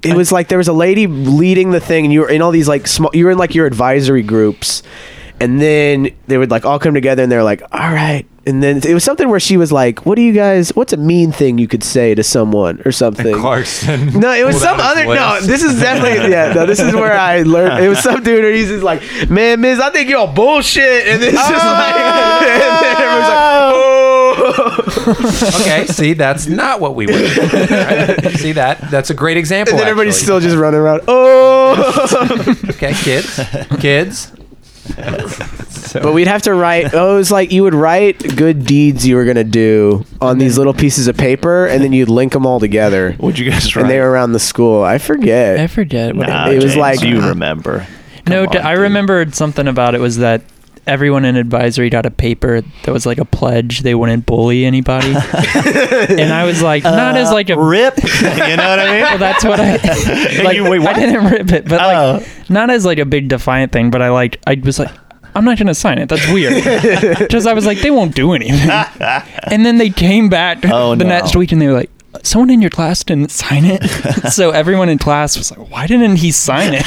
Speaker 2: it was like there was a lady leading the thing and you were in all these like small you were in like your advisory groups and then they would like all come together and they're like all right and then it was something where she was like what do you guys what's a mean thing you could say to someone or something
Speaker 3: Clarkson.
Speaker 2: No, it was
Speaker 3: pulled
Speaker 2: some
Speaker 3: out
Speaker 2: other.
Speaker 3: his
Speaker 2: No,
Speaker 3: list.
Speaker 2: this is definitely. Yeah, no, this is where I learned. It was some dude who he's just like, "Man, Miss, I think you're bullshit," and it's just like, and then everyone's like,
Speaker 3: Oh.
Speaker 2: "Oh,"
Speaker 3: okay, see, that's not what we would. see that? That's a great example.
Speaker 2: and then everybody's
Speaker 3: actually.
Speaker 2: still just running around. Oh,
Speaker 3: okay, kids, kids.
Speaker 2: but we'd have to write. Oh, it was like you would write good deeds you were gonna do on these little pieces of paper, and then you'd link them all together.
Speaker 4: Would you guys? Write?
Speaker 2: And they were around the school. I forget.
Speaker 5: I forget what
Speaker 4: Nah,
Speaker 5: it
Speaker 2: It was
Speaker 5: was.
Speaker 4: James,
Speaker 2: like-
Speaker 4: you remember.
Speaker 5: No,
Speaker 4: Come
Speaker 5: d
Speaker 4: on,
Speaker 5: I I
Speaker 4: dude.
Speaker 5: remembered something about it was that everyone in advisory got a paper that was like a pledge they wouldn't bully anybody, and I was like, not as like a
Speaker 4: Uh, Rip. You know what I mean?
Speaker 5: Well, that's what I like.
Speaker 4: You- wait, what?
Speaker 5: I didn't rip it, but
Speaker 4: Oh.
Speaker 5: like not as like a big defiant thing. But I like I was like. I'm not gonna sign it. That's weird. Because I was like, they won't do anything. and then they came back
Speaker 4: Oh,
Speaker 5: the
Speaker 4: no.
Speaker 5: next week and they were like, someone in your class didn't sign it. so everyone in class was like, why didn't he sign it?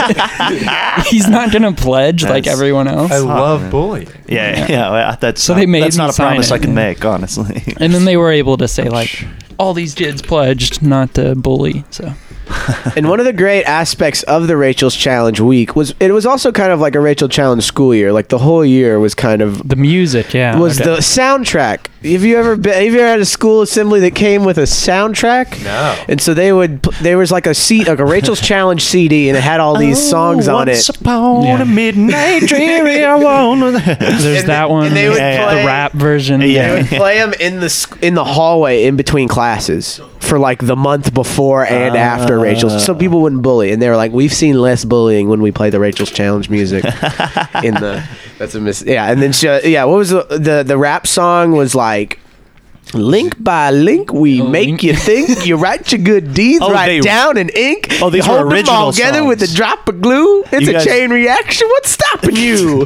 Speaker 5: He's not going to pledge like
Speaker 4: That's-
Speaker 5: everyone else.
Speaker 10: I love
Speaker 4: man.
Speaker 10: bullying.
Speaker 4: Yeah, yeah. well, That's
Speaker 5: So
Speaker 4: not,
Speaker 5: they made
Speaker 4: that's
Speaker 5: me
Speaker 4: not a
Speaker 5: sign
Speaker 4: promise
Speaker 5: it.
Speaker 4: I can make, honestly.
Speaker 5: and then they were able to say like, all these kids pledged not to bully. So
Speaker 2: And one of the great aspects of the Rachel's Challenge week was it was also kind of like a Rachel Challenge school year. Like the whole year was kind of
Speaker 5: the music, yeah,
Speaker 2: was
Speaker 5: okay.
Speaker 2: the soundtrack. Have you ever been, have you ever had a school assembly that came with a soundtrack?
Speaker 3: No.
Speaker 2: And so they would pl- there was like a seat like a Rachel's Challenge CD and it had all these
Speaker 5: Oh,
Speaker 2: songs on it.
Speaker 4: Once upon
Speaker 5: Yeah.
Speaker 4: a midnight dreary, I wanna-
Speaker 5: there's that one,
Speaker 2: and they would
Speaker 5: there's
Speaker 4: play-
Speaker 5: the rap version,
Speaker 2: They
Speaker 4: Yeah.
Speaker 2: would play them in the sc- in the hallway in between classes for like the month before and after
Speaker 4: Uh.
Speaker 2: Rachel's, so people wouldn't bully. And they were like, "We've seen less bullying when we play the Rachel's Challenge music." in the that's a miss. Yeah, and then she, uh, yeah, what was the, the the rap song was like. Link by link, we
Speaker 5: Oh,
Speaker 2: make
Speaker 5: link.
Speaker 2: you think. You write your good deeds,
Speaker 4: Oh,
Speaker 2: write
Speaker 4: they-
Speaker 2: down in ink.
Speaker 4: Oh, these
Speaker 2: you
Speaker 4: were
Speaker 2: hold them all
Speaker 4: original
Speaker 2: together with a
Speaker 4: songs.
Speaker 2: drop of glue. It's
Speaker 4: You
Speaker 2: a
Speaker 4: guys-
Speaker 2: chain reaction. What's stopping you?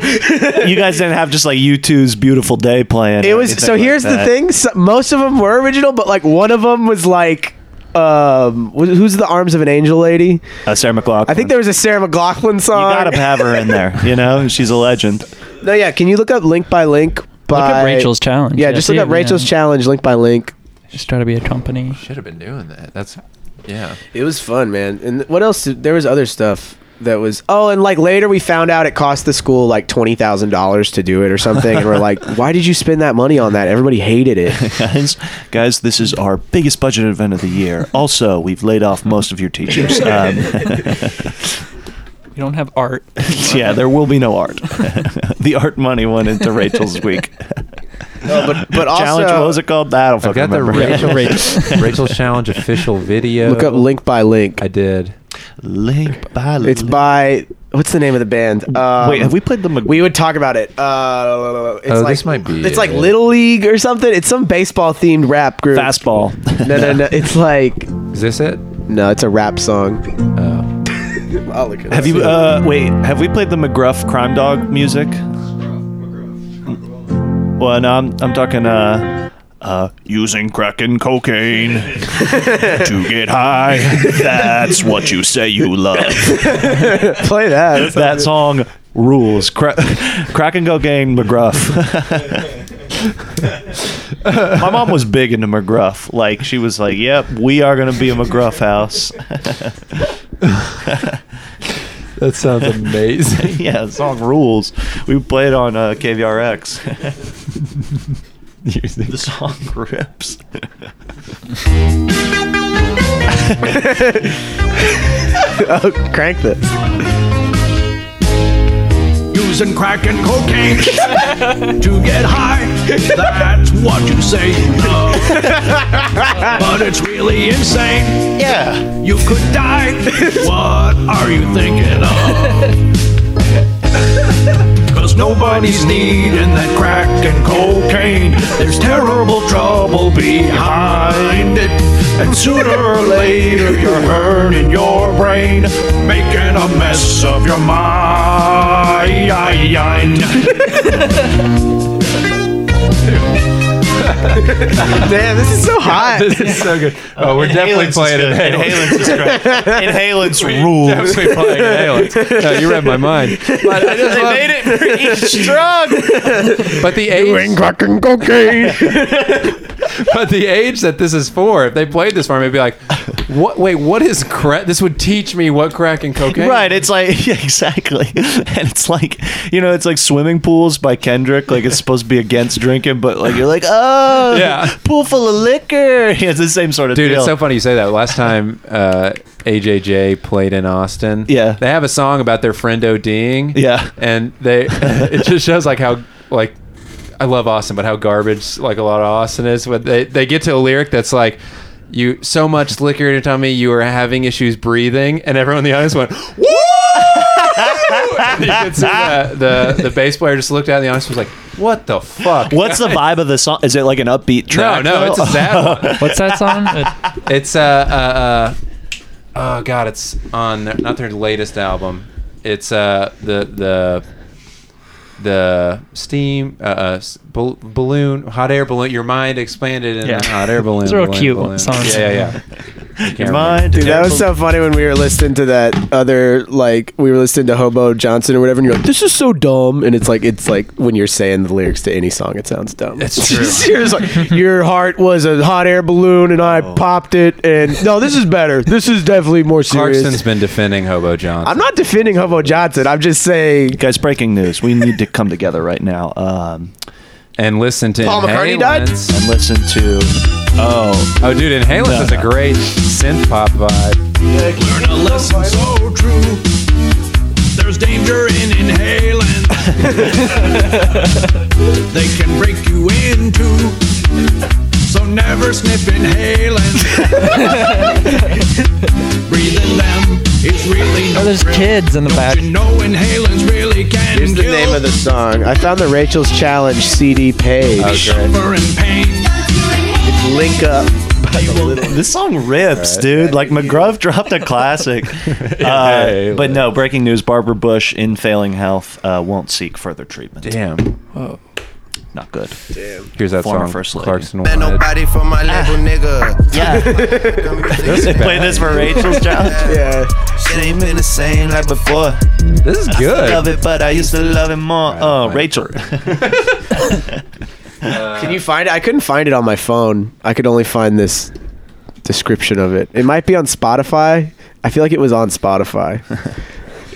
Speaker 4: you guys didn't have just like U2's Beautiful Day playing.
Speaker 2: It
Speaker 4: or
Speaker 2: was
Speaker 4: anything
Speaker 2: so.
Speaker 4: like
Speaker 2: here's the
Speaker 4: that.
Speaker 2: thing: so, most of them were original, but like one of them was like, um, wh- who's the arms of an angel lady?
Speaker 4: Uh, Sarah McLaughlin.
Speaker 2: I think there was a Sarah McLaughlin
Speaker 4: You
Speaker 2: song.
Speaker 4: gotta have her in there, you know? She's a legend.
Speaker 2: no, yeah. Can you look up link by link? By,
Speaker 5: up Rachel's Challenge.
Speaker 2: Yeah,
Speaker 5: Yeah,
Speaker 2: just
Speaker 5: see
Speaker 2: look up
Speaker 5: it, yeah.
Speaker 2: Rachel's challenge link by link.
Speaker 5: just try to be a company.
Speaker 3: Should have been doing that. That's yeah.
Speaker 2: It was fun, man. And what else? Did, there was other stuff that was. Oh, and like later we found out it cost the school like twenty thousand dollars to do it or something, and we're like, why did you spend that money on that? Everybody hated it.
Speaker 4: guys, guys, this is our biggest budget event of the year. Also, we've laid off most of your teachers. Um,
Speaker 5: You don't have art.
Speaker 4: yeah, there will be no art. the art money went into Rachel's week.
Speaker 2: No, but but
Speaker 4: Challenge, what was
Speaker 2: also
Speaker 4: it called? I don't
Speaker 3: I've
Speaker 4: fucking
Speaker 3: got the
Speaker 4: remember.
Speaker 3: Rachel
Speaker 5: Rachel.
Speaker 3: Rachel Challenge official video.
Speaker 2: look up link by link.
Speaker 3: I did.
Speaker 4: Link by
Speaker 2: It's
Speaker 4: link.
Speaker 2: by what's the name of the band? Um,
Speaker 4: Wait, have we played the? Mag-
Speaker 2: We would talk about it. Uh, it's
Speaker 3: Oh,
Speaker 2: like,
Speaker 3: this might be
Speaker 2: It's like
Speaker 3: it.
Speaker 2: Little League or something. It's some baseball themed rap group.
Speaker 4: fastball.
Speaker 2: No, no, no. It's like
Speaker 3: Is this it?
Speaker 2: no. It's a rap song.
Speaker 3: Oh.
Speaker 2: I'll look it
Speaker 4: Have you? Uh, wait, have we played the McGruff Crime Dog music? Well, no, I'm, I'm talking. Uh, uh, using crack and cocaine to get high. That's what you say you love.
Speaker 2: play that?
Speaker 4: that song rules. Cra- crack and cocaine, McGruff. My mom was big into McGruff. Like she was like, "Yep, we are gonna be a McGruff house."
Speaker 10: That sounds amazing.
Speaker 4: yeah, the song rules. We played on uh, KVRX. the song rips.
Speaker 2: oh, crank this.
Speaker 9: Using crack and cocaine to get high. That's what you say you love. But it's really insane.
Speaker 4: Yeah.
Speaker 9: You could die. What are you thinking of? Cause nobody's needing that crack and cocaine. There's terrible trouble behind it. And sooner or later, you're hurting your brain, making a mess of your mind.
Speaker 2: Damn, this is so hot.
Speaker 10: this is so good. Oh, we're definitely playing it.
Speaker 4: Inhalants is great. Inhalants rules.
Speaker 10: Definitely playing inhalants. No, you read my mind. But I just love-
Speaker 4: it for each drug.
Speaker 10: But the age,
Speaker 2: Fucking cocaine.
Speaker 10: but the age that this is for, if they played this for me, it'd be like, what? Wait, what is crack? This would teach me what crack and cocaine.
Speaker 4: Right, it's like yeah, exactly, and it's like you know, it's like swimming pools by Kendrick. Like it's supposed to be against drinking, but like you're like,
Speaker 2: Uh,
Speaker 4: oh,
Speaker 10: Yeah.
Speaker 4: pool full of liquor. Yeah, it's the same sort of
Speaker 3: Dude,
Speaker 4: deal.
Speaker 3: it's so funny you say that. Last time uh, AJJ played in Austin,
Speaker 4: Yeah.
Speaker 3: they have a song about their friend ODing,
Speaker 4: Yeah.
Speaker 3: and they it just shows like how like I love Austin, but how garbage like a lot of Austin is. But they they get to a lyric that's like. You so much liquor in your tummy, you were having issues breathing, and everyone in the audience went, "Woo!" And you could see the, the the bass player just looked out, and the audience was like, "What the fuck?"
Speaker 4: What's the vibe of the song? Is it like an upbeat
Speaker 3: No,
Speaker 4: track?
Speaker 3: no, it's a sad one.
Speaker 5: What's that song? Uh,
Speaker 3: It's uh, uh, uh oh god, it's on their, not their latest album. It's uh the the the steam uh, uh, s- bal- balloon, hot air balloon. Your mind expanded in
Speaker 5: Yeah.
Speaker 3: a hot air balloon.
Speaker 5: Those are all
Speaker 3: balloon,
Speaker 5: cute
Speaker 3: balloon.
Speaker 5: songs.
Speaker 3: Yeah, yeah, yeah. Your
Speaker 2: Dude, that was so funny when we were listening to that other like we were listening to Hobo Johnson or whatever, and you're like, "This is so dumb," and it's like it's like when you're saying the lyrics to any song, it sounds dumb.
Speaker 3: That's true.
Speaker 2: You're just like, Your heart was a hot air balloon, and I popped it. And no, this is better. This is definitely more serious.
Speaker 3: Clarkson's been defending Hobo Johnson.
Speaker 2: I'm not defending Hobo Johnson. I'm just saying
Speaker 4: Guys, breaking news. We need to come together right now um,
Speaker 3: and listen to
Speaker 2: Paul McCartney died?
Speaker 3: Inhalants.
Speaker 4: and listen to. Oh,
Speaker 3: Oh, dude, Inhalants is a great synth pop vibe.
Speaker 9: Learn a lesson so true. There's danger in inhaling. they can break you in two. So never sniff inhaling. Breathing them is really no
Speaker 5: Oh, there's
Speaker 9: thrill.
Speaker 5: kids in the
Speaker 9: Don't
Speaker 5: back.
Speaker 9: You know inhalants really can
Speaker 2: here's the
Speaker 9: kill.
Speaker 2: name of the song. I found the Rachel's Challenge CD page.
Speaker 3: Oh, great.
Speaker 9: Suffer and pain.
Speaker 2: Link up.
Speaker 4: this song rips, dude. Like McGruff dropped a classic. Uh,
Speaker 3: hey,
Speaker 4: but no, breaking news: Barbara Bush in failing health uh, won't seek further treatment.
Speaker 3: Damn. Whoa.
Speaker 4: Not good.
Speaker 3: Here's that
Speaker 4: Former
Speaker 3: song.
Speaker 4: First Lady. Ah.
Speaker 3: Clarkson
Speaker 11: Ain't
Speaker 3: wanted.
Speaker 11: nobody for my label, nigga.
Speaker 4: Yeah, they play this for Rachel's challenge.
Speaker 2: Yeah.
Speaker 11: Shit ain't been the same like before.
Speaker 3: This is
Speaker 4: Love
Speaker 3: good.
Speaker 4: it, but I used to love it more.
Speaker 3: Right,
Speaker 4: Oh,
Speaker 3: fine.
Speaker 4: Rachel.
Speaker 2: Can you find it? I couldn't find it on my phone. I could only find this description of it. It might be on Spotify. I feel like it was on Spotify.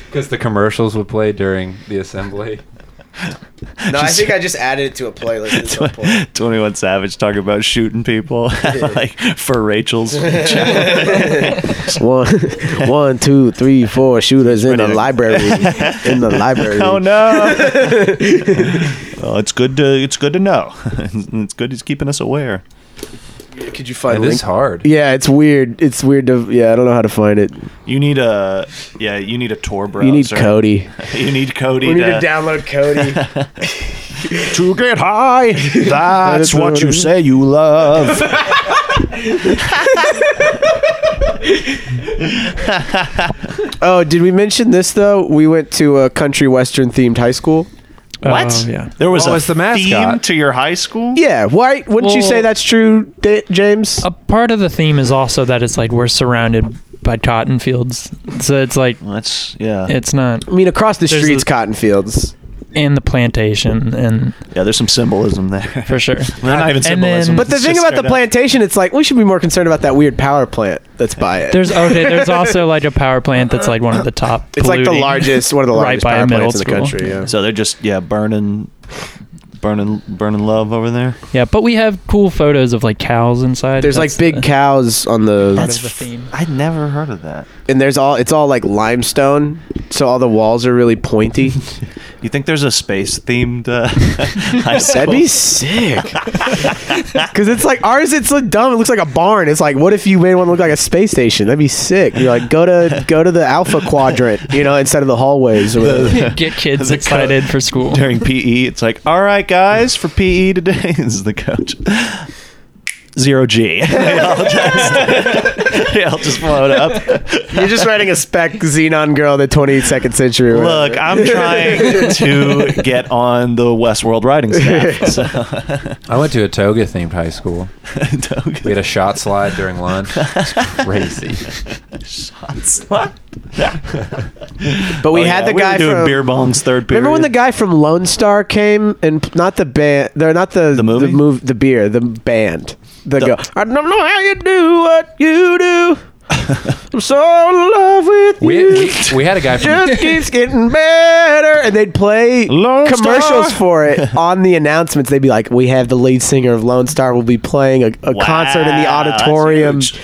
Speaker 3: Because the commercials would play during the assembly.
Speaker 2: No, I think I just added it to a playlist. At some point.
Speaker 4: Twenty One Savage talking about shooting people like for Rachel's challenge.
Speaker 2: One, one, two, three, four shooters in the
Speaker 4: Ready to-
Speaker 2: library. In the library.
Speaker 4: Oh no! well, it's good to it's good to know. it's good he's keeping us aware.
Speaker 2: Could you
Speaker 3: It
Speaker 2: find
Speaker 3: is
Speaker 2: it?
Speaker 3: hard.
Speaker 2: Yeah, it's weird. It's weird to. Yeah, I don't know how to find it.
Speaker 4: You need a yeah. You need a Tor browser.
Speaker 2: You need Cody.
Speaker 4: You need Cody.
Speaker 2: We need
Speaker 4: to,
Speaker 2: to download Cody.
Speaker 4: to get high. That's what you say you love.
Speaker 2: oh, did we mention this though? We went to a country western themed high school.
Speaker 4: What?
Speaker 5: Oh, yeah.
Speaker 4: There was
Speaker 3: What
Speaker 4: a
Speaker 3: was the
Speaker 4: theme
Speaker 3: mascot?
Speaker 4: to your high school.
Speaker 2: Yeah, why wouldn't you
Speaker 5: Well-
Speaker 2: say that's true, Da- James?
Speaker 5: A part of the theme is also that it's like we're surrounded by cotton fields, so it's like
Speaker 4: That's yeah.
Speaker 5: it's not
Speaker 2: I mean, across the
Speaker 5: There's
Speaker 2: streets,
Speaker 5: the-
Speaker 2: cotton fields.
Speaker 5: and the plantation and
Speaker 4: yeah, there's some symbolism there.
Speaker 5: for sure.
Speaker 4: Well, not even
Speaker 5: And then-
Speaker 4: symbolism.
Speaker 2: But the
Speaker 4: it's
Speaker 2: thing
Speaker 4: just
Speaker 2: about the
Speaker 4: straight up-
Speaker 2: plantation, it's like we should be more concerned about that weird power plant that's by it.
Speaker 5: There's okay. There's also like a power plant that's like one of the top.
Speaker 2: it's like the
Speaker 5: polluting-
Speaker 2: largest, one of the
Speaker 5: Right
Speaker 2: largest
Speaker 5: by a
Speaker 2: power
Speaker 5: middle
Speaker 2: plants in the
Speaker 5: school.
Speaker 2: country. Yeah.
Speaker 4: So they're just yeah burning, burning, burning love over there.
Speaker 5: Yeah, but we have cool photos of like cows inside.
Speaker 2: There's
Speaker 5: That's
Speaker 2: like big
Speaker 5: the-
Speaker 2: cows on the,
Speaker 5: That's- of the theme.
Speaker 4: I'd never heard of that.
Speaker 2: and there's all it's all like limestone, so all the walls are really pointy.
Speaker 4: You think there's a space themed? Uh, high school?
Speaker 2: That'd be sick. Because it's like ours, it's so dumb. It looks like a barn. It's like, what if you made one look like a space station? That'd be sick. You're like, go to go to the alpha quadrant, you know, instead of the hallways. Or whatever.
Speaker 5: Get kids
Speaker 4: The co-
Speaker 5: excited for school.
Speaker 4: during PE. It's like, all right, guys, for PE today. this is the coach. Zero G. they, all just, they all just float up.
Speaker 2: You're just writing a spec Xenon girl in the 22nd century. or whatever.
Speaker 4: Look, I'm trying to get on the Westworld writing staff. So,
Speaker 3: I went to a toga themed high school. We had a shot slide during lunch. It's crazy.
Speaker 2: but we
Speaker 4: Oh,
Speaker 2: had
Speaker 4: yeah,
Speaker 2: the
Speaker 4: we
Speaker 2: guy
Speaker 4: were doing
Speaker 2: from.
Speaker 4: beer bongs third period.
Speaker 2: Remember when the guy from Lone Star came and p- not the band, they're not the the
Speaker 4: movie?
Speaker 2: the, move, the beer, the band. The,
Speaker 4: The-
Speaker 2: go. I don't know how you do what you do. I'm so in love with
Speaker 3: We,
Speaker 2: you.
Speaker 3: we, we had a guy from
Speaker 2: just keeps getting better. And they'd play
Speaker 4: Lone
Speaker 2: commercials
Speaker 4: Star.
Speaker 2: for it on the announcements. They'd be like, "We have the lead singer of Lone Star. will be playing a, a
Speaker 4: Wow,
Speaker 2: concert in the
Speaker 4: that's
Speaker 2: auditorium."
Speaker 4: huge.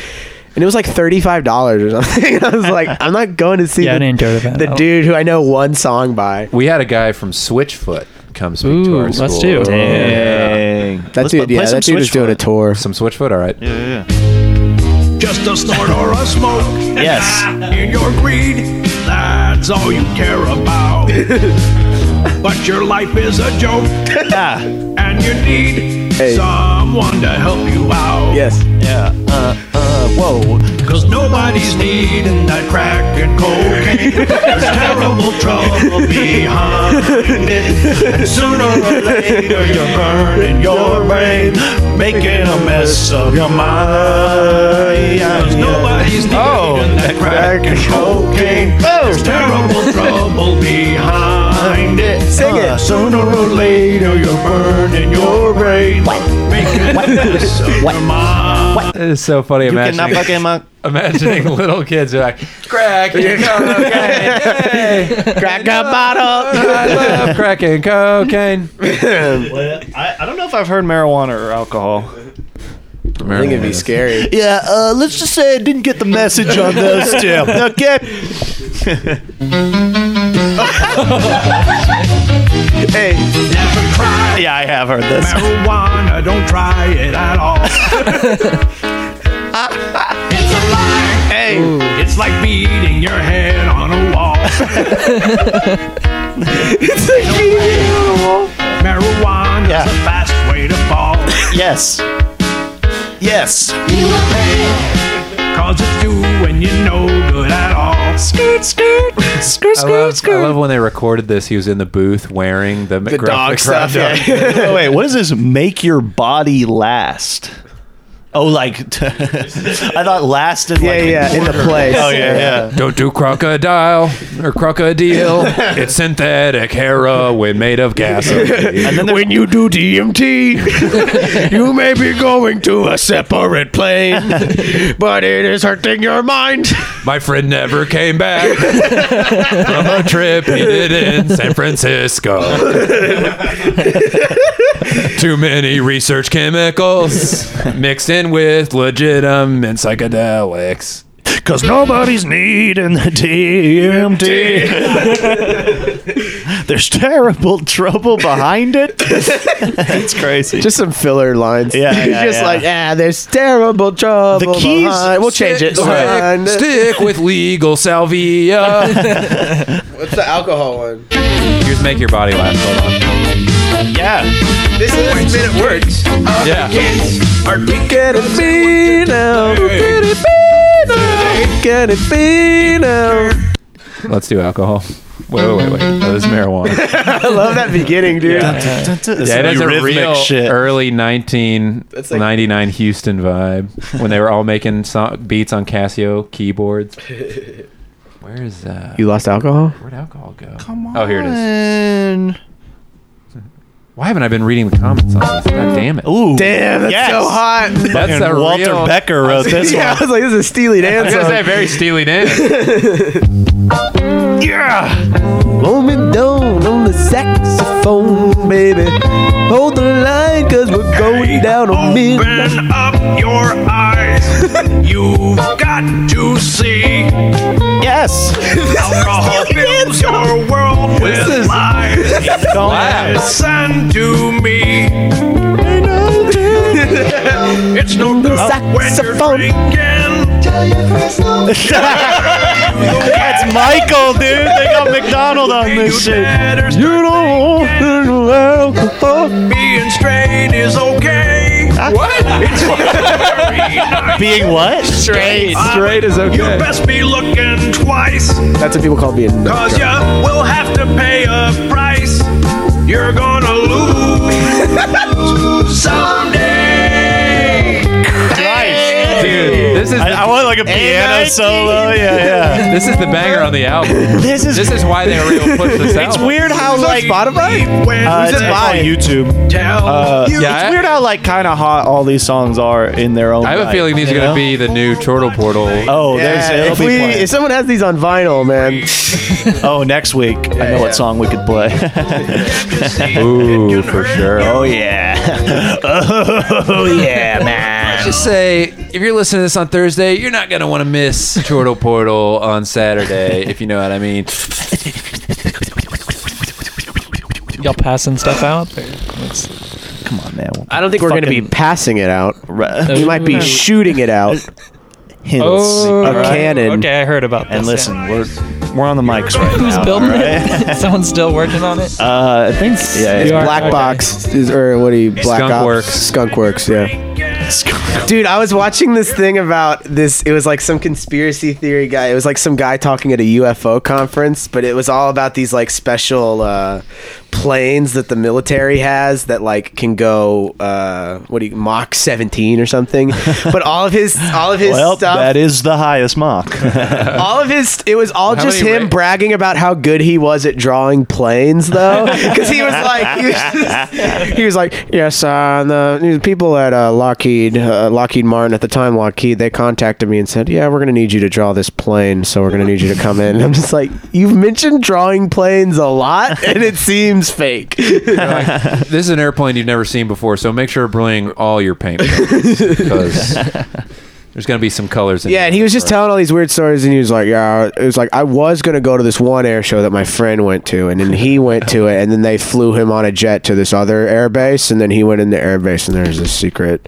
Speaker 2: And it was like thirty five dollars or something. I was like, "I'm not going to see
Speaker 5: Yeah, I
Speaker 2: the,
Speaker 5: didn't go to that.
Speaker 2: the dude who I know one song by."
Speaker 3: we had a guy from Switchfoot come speak to
Speaker 5: Ooh,
Speaker 3: our school.
Speaker 5: let's do.
Speaker 4: Dang.
Speaker 2: That dude, yeah, that dude is doing a tour.
Speaker 3: Some Switchfoot, all right.
Speaker 4: Yeah,
Speaker 9: Just a snort or a smoke.
Speaker 4: Yes.
Speaker 9: In your greed, that's all you care about. but your life is a joke,
Speaker 4: yeah.
Speaker 9: and you need
Speaker 2: Hey.
Speaker 9: someone to help you out.
Speaker 2: Yes,
Speaker 4: Yeah. Uh, uh,
Speaker 9: whoa. Cause nobody's needing that crack and cocaine. There's terrible trouble behind it. And sooner or later you're burning your brain, making a mess of your mind. Cause nobody's needing Oh, that crack and cocaine. Oh. There's terrible trouble behind it. Sing it. Sooner or later you're burning your brain, making a mess of your mind.
Speaker 3: It is so funny imagining,
Speaker 4: cannot fucking mock-
Speaker 3: imagining little kids who are like,
Speaker 10: Crack and cocaine.
Speaker 2: Crack a bottle.
Speaker 10: I love crack and cocaine.
Speaker 4: Well, I, I don't know if I've heard marijuana or alcohol.
Speaker 2: I think it'd be scary.
Speaker 4: Yeah, uh, let's just say I didn't get the message on those two. Okay. hey,
Speaker 9: Never cry.
Speaker 4: yeah, I have heard this.
Speaker 9: Marijuana, don't try it at all. it's a lie.
Speaker 4: Hey,
Speaker 9: It's like beating your head on a wall.
Speaker 2: it's like beating on a wall.
Speaker 9: Marijuana
Speaker 4: Yeah.
Speaker 9: is a fast way to fall.
Speaker 4: yes, yes.
Speaker 9: Cause it's doing you no good at all. Skirt, skirt, skirt,
Speaker 3: I love, I love when they recorded this. He was in the booth wearing the,
Speaker 2: The dog stuff.
Speaker 3: Yeah.
Speaker 2: Yeah.
Speaker 4: Oh, wait, what is this? Make your body last. Oh, like I thought lasted.
Speaker 2: yeah,
Speaker 4: like a
Speaker 2: yeah, in the
Speaker 4: quarter.
Speaker 2: place.
Speaker 4: Oh yeah, yeah.
Speaker 3: Don't do crocodile or crocodile. it's synthetic heroin made of gasoline.
Speaker 4: And then there's-
Speaker 2: When you do DMT, you may be going to a separate plane, but it is hurting your mind.
Speaker 3: My friend never came back from a trip he did in San Francisco. Too many research chemicals mixed in with legitimate psychedelics.
Speaker 9: Cause nobody's needing the
Speaker 4: Um,
Speaker 9: DMT.
Speaker 4: There's terrible trouble behind it. That's crazy.
Speaker 2: Just some filler lines.
Speaker 4: Yeah,
Speaker 2: It's
Speaker 4: yeah,
Speaker 2: just
Speaker 4: yeah.
Speaker 2: like ah, there's terrible trouble.
Speaker 4: The keys-
Speaker 2: behind- We'll change it.
Speaker 3: Stick,
Speaker 2: Behind-
Speaker 3: stick with legal salvia.
Speaker 2: What's the alcohol one?
Speaker 3: Here's make your body last. Hold on.
Speaker 4: yeah.
Speaker 2: This has been at work.
Speaker 3: Yeah.
Speaker 2: Are we can it be now? Can it be now? Can it be now?
Speaker 3: Let's do alcohol. Wait, wait, wait, wait. Oh, this is marijuana.
Speaker 2: I love that beginning, dude.
Speaker 4: This
Speaker 3: Yeah, it
Speaker 4: is
Speaker 3: is a
Speaker 4: rhythmic
Speaker 3: real
Speaker 4: shit.
Speaker 3: early 1999 Houston vibe when they were all making so- beats on Casio keyboards. Where is uh,
Speaker 2: You lost alcohol?
Speaker 3: where'd alcohol go? Come on. Oh, here it is. Why haven't I been reading the comments on this? God damn it.
Speaker 4: Ooh,
Speaker 2: Damn, that's
Speaker 4: Yes.
Speaker 2: so hot.
Speaker 3: That's
Speaker 4: Fucking
Speaker 3: a
Speaker 4: Walter
Speaker 3: real-
Speaker 4: Becker wrote this
Speaker 2: yeah, I
Speaker 4: one.
Speaker 2: was like, this is a Steely Dan
Speaker 3: That's
Speaker 2: song.
Speaker 3: that very Steely Dan.
Speaker 4: Yeah.
Speaker 2: Moment down on the saxophone, baby. Hold the line, cause we're going down on midnight.
Speaker 9: Open up your eyes. You've got to see.
Speaker 4: Yes.
Speaker 9: Alcohol fills your world with lies.
Speaker 4: Don't
Speaker 9: Listen to me. It's no good when you're
Speaker 2: Saxophone.
Speaker 9: drinking.
Speaker 4: That's Michael, dude. They got McDonald on
Speaker 9: You
Speaker 4: this shit.
Speaker 9: better start
Speaker 2: alcohol.
Speaker 9: being straight is okay.
Speaker 4: Ah. Being what? Straight.
Speaker 10: Straight is
Speaker 9: You
Speaker 10: okay.
Speaker 9: best be looking twice.
Speaker 2: That's what people call being
Speaker 9: Cause you will have to pay a price. You're gonna lose someday.
Speaker 3: Dude, this is
Speaker 4: I, I want like a piano solo. Yeah,
Speaker 3: this is the banger on the album.
Speaker 4: yeah. This is.
Speaker 3: This is why they were able to push this
Speaker 4: it's
Speaker 3: album.
Speaker 4: weird how
Speaker 2: on
Speaker 4: like.
Speaker 2: Spotify?
Speaker 9: When
Speaker 4: Uh, it's
Speaker 9: they
Speaker 4: on YouTube.
Speaker 9: tell
Speaker 4: Uh,
Speaker 9: you
Speaker 3: yeah,
Speaker 4: it's
Speaker 3: I-
Speaker 4: weird how like kind of hot all these songs are in their own.
Speaker 3: I have a
Speaker 4: right,
Speaker 3: feeling these are
Speaker 4: you
Speaker 3: going
Speaker 4: know?
Speaker 3: to be the new Turtle Portal.
Speaker 4: Oh,
Speaker 2: Yeah,
Speaker 4: there's.
Speaker 2: if,
Speaker 4: It'll
Speaker 2: we,
Speaker 4: be playing.
Speaker 2: if someone has these on vinyl, man,
Speaker 4: Oh, next week. I know
Speaker 2: yeah.
Speaker 4: what song we could play.
Speaker 3: Ooh, for sure.
Speaker 4: oh yeah. oh yeah, man.
Speaker 3: Just say if you're listening to this on Thursday, you're not gonna want to miss Turtle Portal on Saturday, if you know what I mean.
Speaker 5: uh, Y'all passing stuff out? Or what's-
Speaker 4: Come on, man.
Speaker 2: I don't think we're going to be
Speaker 4: Fucking-
Speaker 2: passing it out.
Speaker 4: Right.
Speaker 2: We might be shooting it out.
Speaker 4: Hints.
Speaker 5: Oh,
Speaker 2: A cannon.
Speaker 5: Okay, I heard about this.
Speaker 4: And listen,
Speaker 5: yeah.
Speaker 4: we're we're on the mics right
Speaker 5: who's
Speaker 4: now.
Speaker 5: building it? Someone's still working on it.
Speaker 4: Uh, I think.
Speaker 5: Thanks.
Speaker 4: Yeah,
Speaker 2: It's
Speaker 5: You are-
Speaker 2: Black
Speaker 5: okay.
Speaker 2: Box, is, or what do you, Black
Speaker 3: Skunk
Speaker 2: Ops?
Speaker 3: Works.
Speaker 2: Skunk Works, yeah. Dude, I was watching this thing about this. It was like some conspiracy theory guy. It was like some guy talking at a UFO conference, but it was all about these like special uh, planes that the military has that like can go uh, what do you Mach 17 or something. But all of his all of his
Speaker 4: well,
Speaker 2: stuff
Speaker 4: that is the highest mock.
Speaker 2: all of his it was all
Speaker 4: How
Speaker 2: just
Speaker 4: many
Speaker 2: him
Speaker 4: ra-
Speaker 2: bragging about how good he was at drawing planes though because he was like he was, just- he was like yes uh, the the people at uh, lockheed uh, lockheed martin at the time lockheed they contacted me and said yeah we're gonna need you to draw this plane so we're gonna need you to come in i'm just like you've mentioned drawing planes a lot and it seems fake
Speaker 3: They're like, this is an airplane you've never seen before, so make sure to bring all your paint because there's going to be some colors in
Speaker 2: Yeah, and he was just telling all these weird stories, and he was like, "Yeah, it was like I was gonna go to this one air show that my friend went to, and then he went to it, and then they flew him on a jet to this other air base, and then he went in the air base, and there's this secret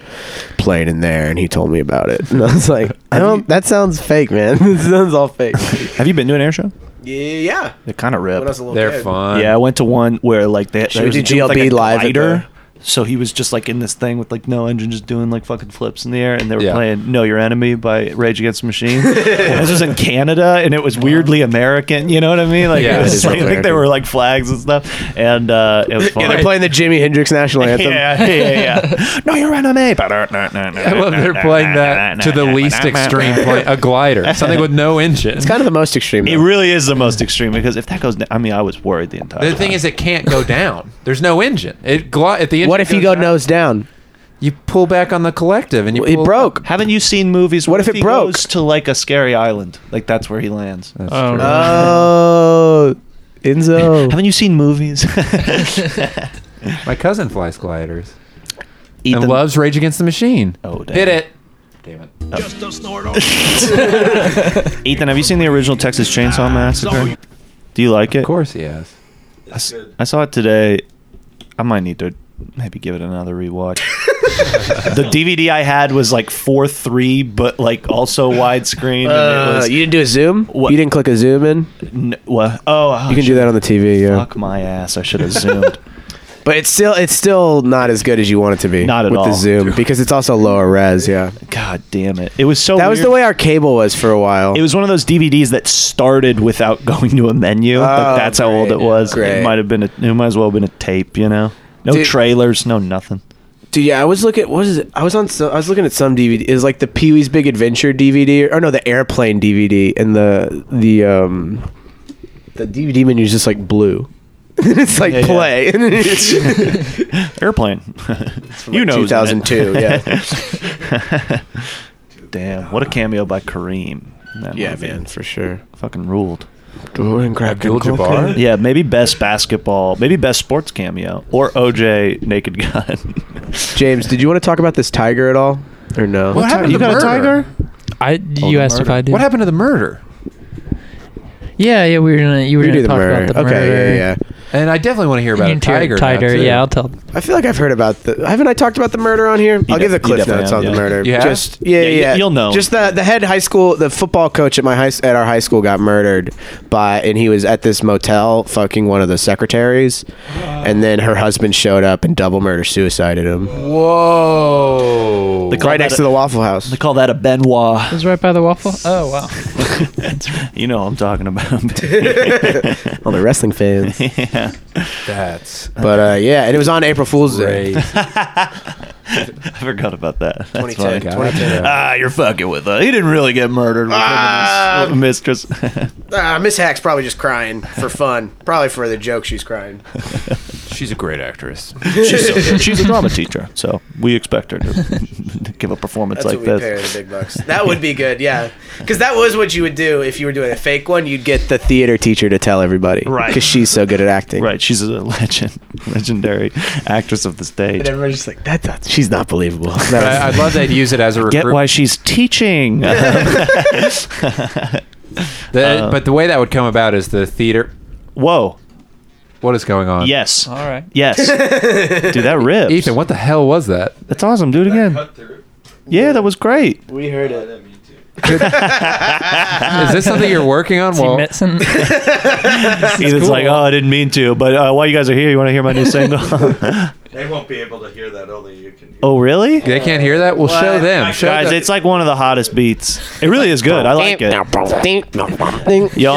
Speaker 2: plane in there, and he told me about it, and I was like, I don't, that sounds fake, man. This sounds all fake.
Speaker 4: Have you been to an air show?
Speaker 2: Yeah,
Speaker 4: They kind of rip.
Speaker 2: When I was a little They're kid. fun.
Speaker 4: Yeah, I went to one where like they
Speaker 2: Should
Speaker 4: there
Speaker 2: we
Speaker 4: was
Speaker 2: do
Speaker 4: a dude with,
Speaker 2: GLB
Speaker 4: like, a
Speaker 2: live at
Speaker 4: glider. So he was just like in this thing with like no engine, just doing like fucking flips in the air, and they were
Speaker 10: Yeah.
Speaker 4: playing "Know Your Enemy" by Rage Against the Machine. And this was in Canada, and it was weirdly American. You know what I mean? Like,
Speaker 2: Yeah,
Speaker 4: it
Speaker 2: it
Speaker 4: was
Speaker 2: is
Speaker 4: just, like, I think
Speaker 2: American.
Speaker 4: there were like flags and stuff, and uh, it was fun.
Speaker 2: yeah, they're playing the Jimi Hendrix national anthem.
Speaker 4: yeah, yeah, yeah. know Your Enemy. I
Speaker 3: I love they're playing that to the least extreme plane, a glider, something with no engine.
Speaker 2: It's kind of the most extreme.
Speaker 4: It really is the most extreme because if that goes, down, I mean, I was worried the entire.
Speaker 3: The thing is, it can't go down. There's no engine. It gli- if the engine
Speaker 2: What if you go
Speaker 3: goes down,
Speaker 2: nose down?
Speaker 3: You pull back on the collective, and you
Speaker 2: It
Speaker 3: pull-
Speaker 2: broke.
Speaker 4: Haven't you seen movies?
Speaker 2: What if it
Speaker 4: he
Speaker 2: broke?
Speaker 4: Goes to like a scary island, like that's where he lands.
Speaker 5: Oh,
Speaker 2: Oh, Enzo.
Speaker 4: Haven't you seen movies?
Speaker 3: My cousin flies gliders
Speaker 4: Ethan-
Speaker 3: and loves Rage Against the Machine.
Speaker 4: Oh, damn.
Speaker 3: Hit it.
Speaker 4: Ethan, have you seen the original Texas Chainsaw Massacre? Do you like it?
Speaker 3: Of course he has.
Speaker 4: I, s- I saw it today. I might need to maybe give it another rewatch. the DVD I had was like four three, but like also widescreen. and it
Speaker 2: Uh,
Speaker 4: was,
Speaker 2: you didn't do a zoom. You didn't click a zoom in.
Speaker 4: n- wha- oh, oh,
Speaker 2: You can do that on the TV. Yeah.
Speaker 4: Fuck my ass! I should have zoomed.
Speaker 2: But it's still it's still not as good as you want it to be.
Speaker 4: Not at
Speaker 2: with
Speaker 4: all.
Speaker 2: the zoom because it's also lower res. Yeah,
Speaker 4: God damn it! It was so.
Speaker 2: that was
Speaker 4: weird.
Speaker 2: the way our cable was for a while.
Speaker 4: It was one of those DVDs that started without going to a menu.
Speaker 2: Oh,
Speaker 4: like that's how old it was.
Speaker 2: Great.
Speaker 4: It might have been. A, it might as well have been a tape. You know, no
Speaker 2: Dude.
Speaker 4: trailers, no nothing.
Speaker 2: Dude, yeah, I was looking. What is it? I was on. Some, I was looking at some DVD. It was like the Pee Wee's Big Adventure DVD, or no, the Airplane DVD, and the the um the DVD menu is just like blue. it's like
Speaker 4: Yeah,
Speaker 2: play.
Speaker 4: yeah. Airplane.
Speaker 2: like
Speaker 4: you know,
Speaker 2: 2002,
Speaker 4: Yeah. Damn, what a cameo by Kareem. in that
Speaker 2: yeah,
Speaker 4: movie.
Speaker 2: man, for sure.
Speaker 4: Fucking ruled.
Speaker 2: Doing crack
Speaker 3: Abdul Jabbar.
Speaker 4: Yeah, maybe best basketball, maybe best sports cameo, or OJ Naked Gun.
Speaker 2: James, did you want to talk about this tiger at all, or no?
Speaker 3: What happened to
Speaker 4: You
Speaker 3: the
Speaker 4: got a
Speaker 3: murder? Oh,
Speaker 4: tiger?
Speaker 5: I you asked if I did.
Speaker 3: What happened to the murder?
Speaker 5: Yeah, yeah, we were gonna you were
Speaker 2: We
Speaker 5: gonna
Speaker 2: do the
Speaker 5: talk
Speaker 2: murder.
Speaker 5: about the
Speaker 2: okay,
Speaker 5: murder.
Speaker 2: yeah, yeah.
Speaker 3: And I definitely want to hear about a
Speaker 5: Interior
Speaker 3: tiger. now,
Speaker 5: tiger.
Speaker 3: too.
Speaker 5: Yeah, I'll tell.
Speaker 2: I feel like I've heard about the. Haven't I talked about the murder on here? I'll give
Speaker 4: def-
Speaker 2: the
Speaker 4: you
Speaker 2: cliff
Speaker 4: definitely
Speaker 2: notes
Speaker 4: have,
Speaker 2: on the
Speaker 4: yeah.
Speaker 2: murder.
Speaker 3: You have?
Speaker 2: Just yeah,
Speaker 4: Yeah,
Speaker 2: yeah,
Speaker 4: you- you'll know.
Speaker 2: Just the the head high school, the football coach at my high s- at our high school got murdered by, and he was at this motel fucking one of the secretaries, and then her husband showed up and double murder suicided him
Speaker 3: Whoa.
Speaker 4: They call
Speaker 2: right
Speaker 4: that
Speaker 2: next
Speaker 4: a-
Speaker 2: to the Waffle House.
Speaker 4: They call that a Benoit.
Speaker 5: It was right by the waffle. Oh wow.
Speaker 4: You know what I'm talking about.
Speaker 2: All the wrestling fans.
Speaker 4: yeah.
Speaker 3: That's
Speaker 2: but uh, yeah, and it was on April Fool's Day.
Speaker 3: crazy.
Speaker 4: I forgot about that. That's
Speaker 2: 2010,
Speaker 4: funny.
Speaker 2: 2010.
Speaker 4: Ah, you're fucking with us. He didn't really get murdered with him and his mistress.
Speaker 2: Ah, Um, Miss Hack's probably just crying for fun, probably for the joke. She's crying.
Speaker 3: She's a great actress.
Speaker 4: she's, a, she's a drama teacher, so we expect her to give a performance
Speaker 2: That's
Speaker 4: like
Speaker 2: what we
Speaker 4: this.
Speaker 2: pay her the big bucks. That would be good, yeah. Because that was what you would do if you were doing a fake one. You'd get the theater teacher to tell everybody,
Speaker 4: Right.
Speaker 2: Because she's so good at acting,
Speaker 4: Right, she's a legend, legendary actress of the stage.
Speaker 2: And everybody's just like, that, that she's not believable. That was-
Speaker 3: I, I'd love they'd use it as a recruit.
Speaker 4: Get why she's teaching.
Speaker 3: The- but the way that would come about is the theater.
Speaker 4: Uh, Whoa!
Speaker 3: What is going on?
Speaker 4: Yes,
Speaker 5: All right.
Speaker 4: yes. Dude, that rips.
Speaker 3: Ethan, what the hell was that?
Speaker 4: That's awesome. Do it again. Yeah, that was great.
Speaker 2: we heard it.
Speaker 3: Is this something you're working on?
Speaker 5: See,
Speaker 3: Well,
Speaker 5: medicine.
Speaker 4: Ethan's like, oh, I didn't mean to, but uh, while you guys are here, you want to hear my new single?
Speaker 12: They won't be able to hear that. Only you can.
Speaker 4: Oh, really?
Speaker 3: They can't hear that? Well, show them. Show
Speaker 4: guys.
Speaker 3: them.
Speaker 4: It's like one of the hottest beats. It really is good. I like it. Yo, I'm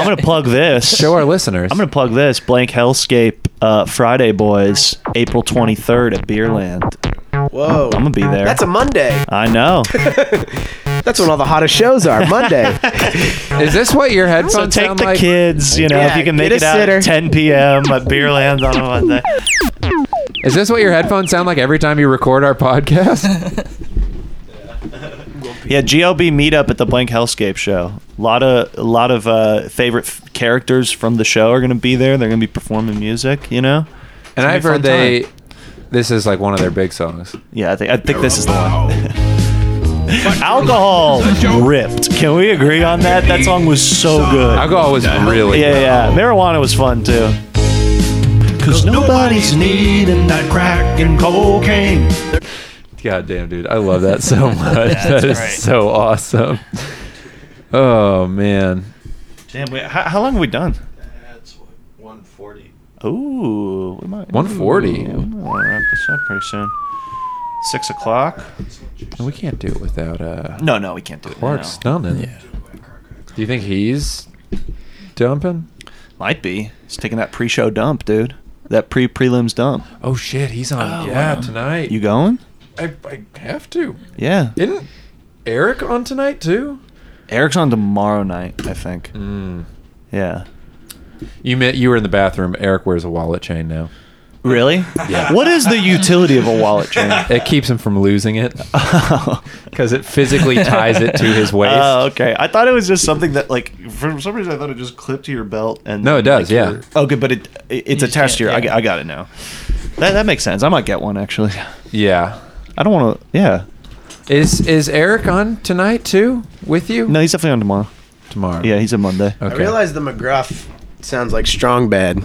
Speaker 4: gonna plug this. Show
Speaker 3: our listeners.
Speaker 4: I'm gonna plug this. Blank Hellscape uh, Friday Boys, April 23rd at Beerland.
Speaker 2: Whoa.
Speaker 4: I'm gonna be there.
Speaker 2: That's a Monday.
Speaker 4: I know.
Speaker 2: That's when all the hottest shows are. Monday.
Speaker 3: Is this what your headphones
Speaker 4: So take
Speaker 3: sound
Speaker 4: the
Speaker 3: like?
Speaker 4: kids. You know, if
Speaker 2: Yeah,
Speaker 4: you can make
Speaker 2: get
Speaker 4: it
Speaker 2: a
Speaker 4: out
Speaker 2: sitter.
Speaker 4: at Oh, 10 p.m. at Beerland on a Monday.
Speaker 3: Is this what your headphones sound like every time you record our podcast?
Speaker 4: Yeah, GLB meetup at the Blank Hellscape show. A lot of a lot of uh, favorite f- characters from the show are going to be there. They're going to be performing music, you know. It's
Speaker 3: and
Speaker 4: gonna be a
Speaker 3: I've heard
Speaker 4: fun time.
Speaker 3: they. This is like one of their big songs.
Speaker 4: Yeah, I think I think this is the one. Alcohol ripped. Can we agree on that? That song was so good.
Speaker 3: Alcohol was really
Speaker 4: Yeah, yeah. Marijuana was fun too. Cause
Speaker 9: nobody's needing that crack and cocaine.
Speaker 3: God damn, dude. I love that so much.
Speaker 4: Yeah,
Speaker 3: that
Speaker 4: it's
Speaker 3: is
Speaker 4: great.
Speaker 3: so awesome. Oh, man.
Speaker 4: Damn, wait, how, how long have we done?
Speaker 12: That's what 140.
Speaker 4: Ooh, we might.
Speaker 3: 140.
Speaker 4: Ooh, we might wrap this up pretty soon. Six o'clock.
Speaker 3: We can't do it without. uh
Speaker 4: No, no, we can't do it.
Speaker 3: Clark's
Speaker 4: no.
Speaker 3: done it. Do you think he's dumping?
Speaker 4: Might be. He's taking that pre-show dump, dude. That pre prelims dump.
Speaker 3: Oh shit, he's on. yeah, tonight.
Speaker 4: You going?
Speaker 3: I, I have to.
Speaker 4: Yeah.
Speaker 3: Isn't Eric on tonight too?
Speaker 4: Eric's on tomorrow night, I think. Yeah.
Speaker 3: Mm. You met. You were in the bathroom. Eric wears a wallet chain now.
Speaker 4: Really?
Speaker 3: Yeah.
Speaker 4: What is the utility of a wallet chain?
Speaker 3: It keeps him from losing it because it physically ties it to his waist.
Speaker 4: Oh, okay. I thought it was just something that, like, for some reason, I thought it just clipped to your belt. And
Speaker 3: No, it does,
Speaker 4: like,
Speaker 3: yeah.
Speaker 4: your- Okay, but it, it it's attached to your. I, I got it now. That that makes sense. I might get one actually.
Speaker 3: yeah.
Speaker 4: I don't want to. Yeah.
Speaker 3: Is is Eric on tonight too with you?
Speaker 4: No, he's definitely on tomorrow.
Speaker 3: Tomorrow.
Speaker 4: Yeah, he's on Monday.
Speaker 2: I
Speaker 3: Okay.
Speaker 2: realize the McGruff sounds like strong bad.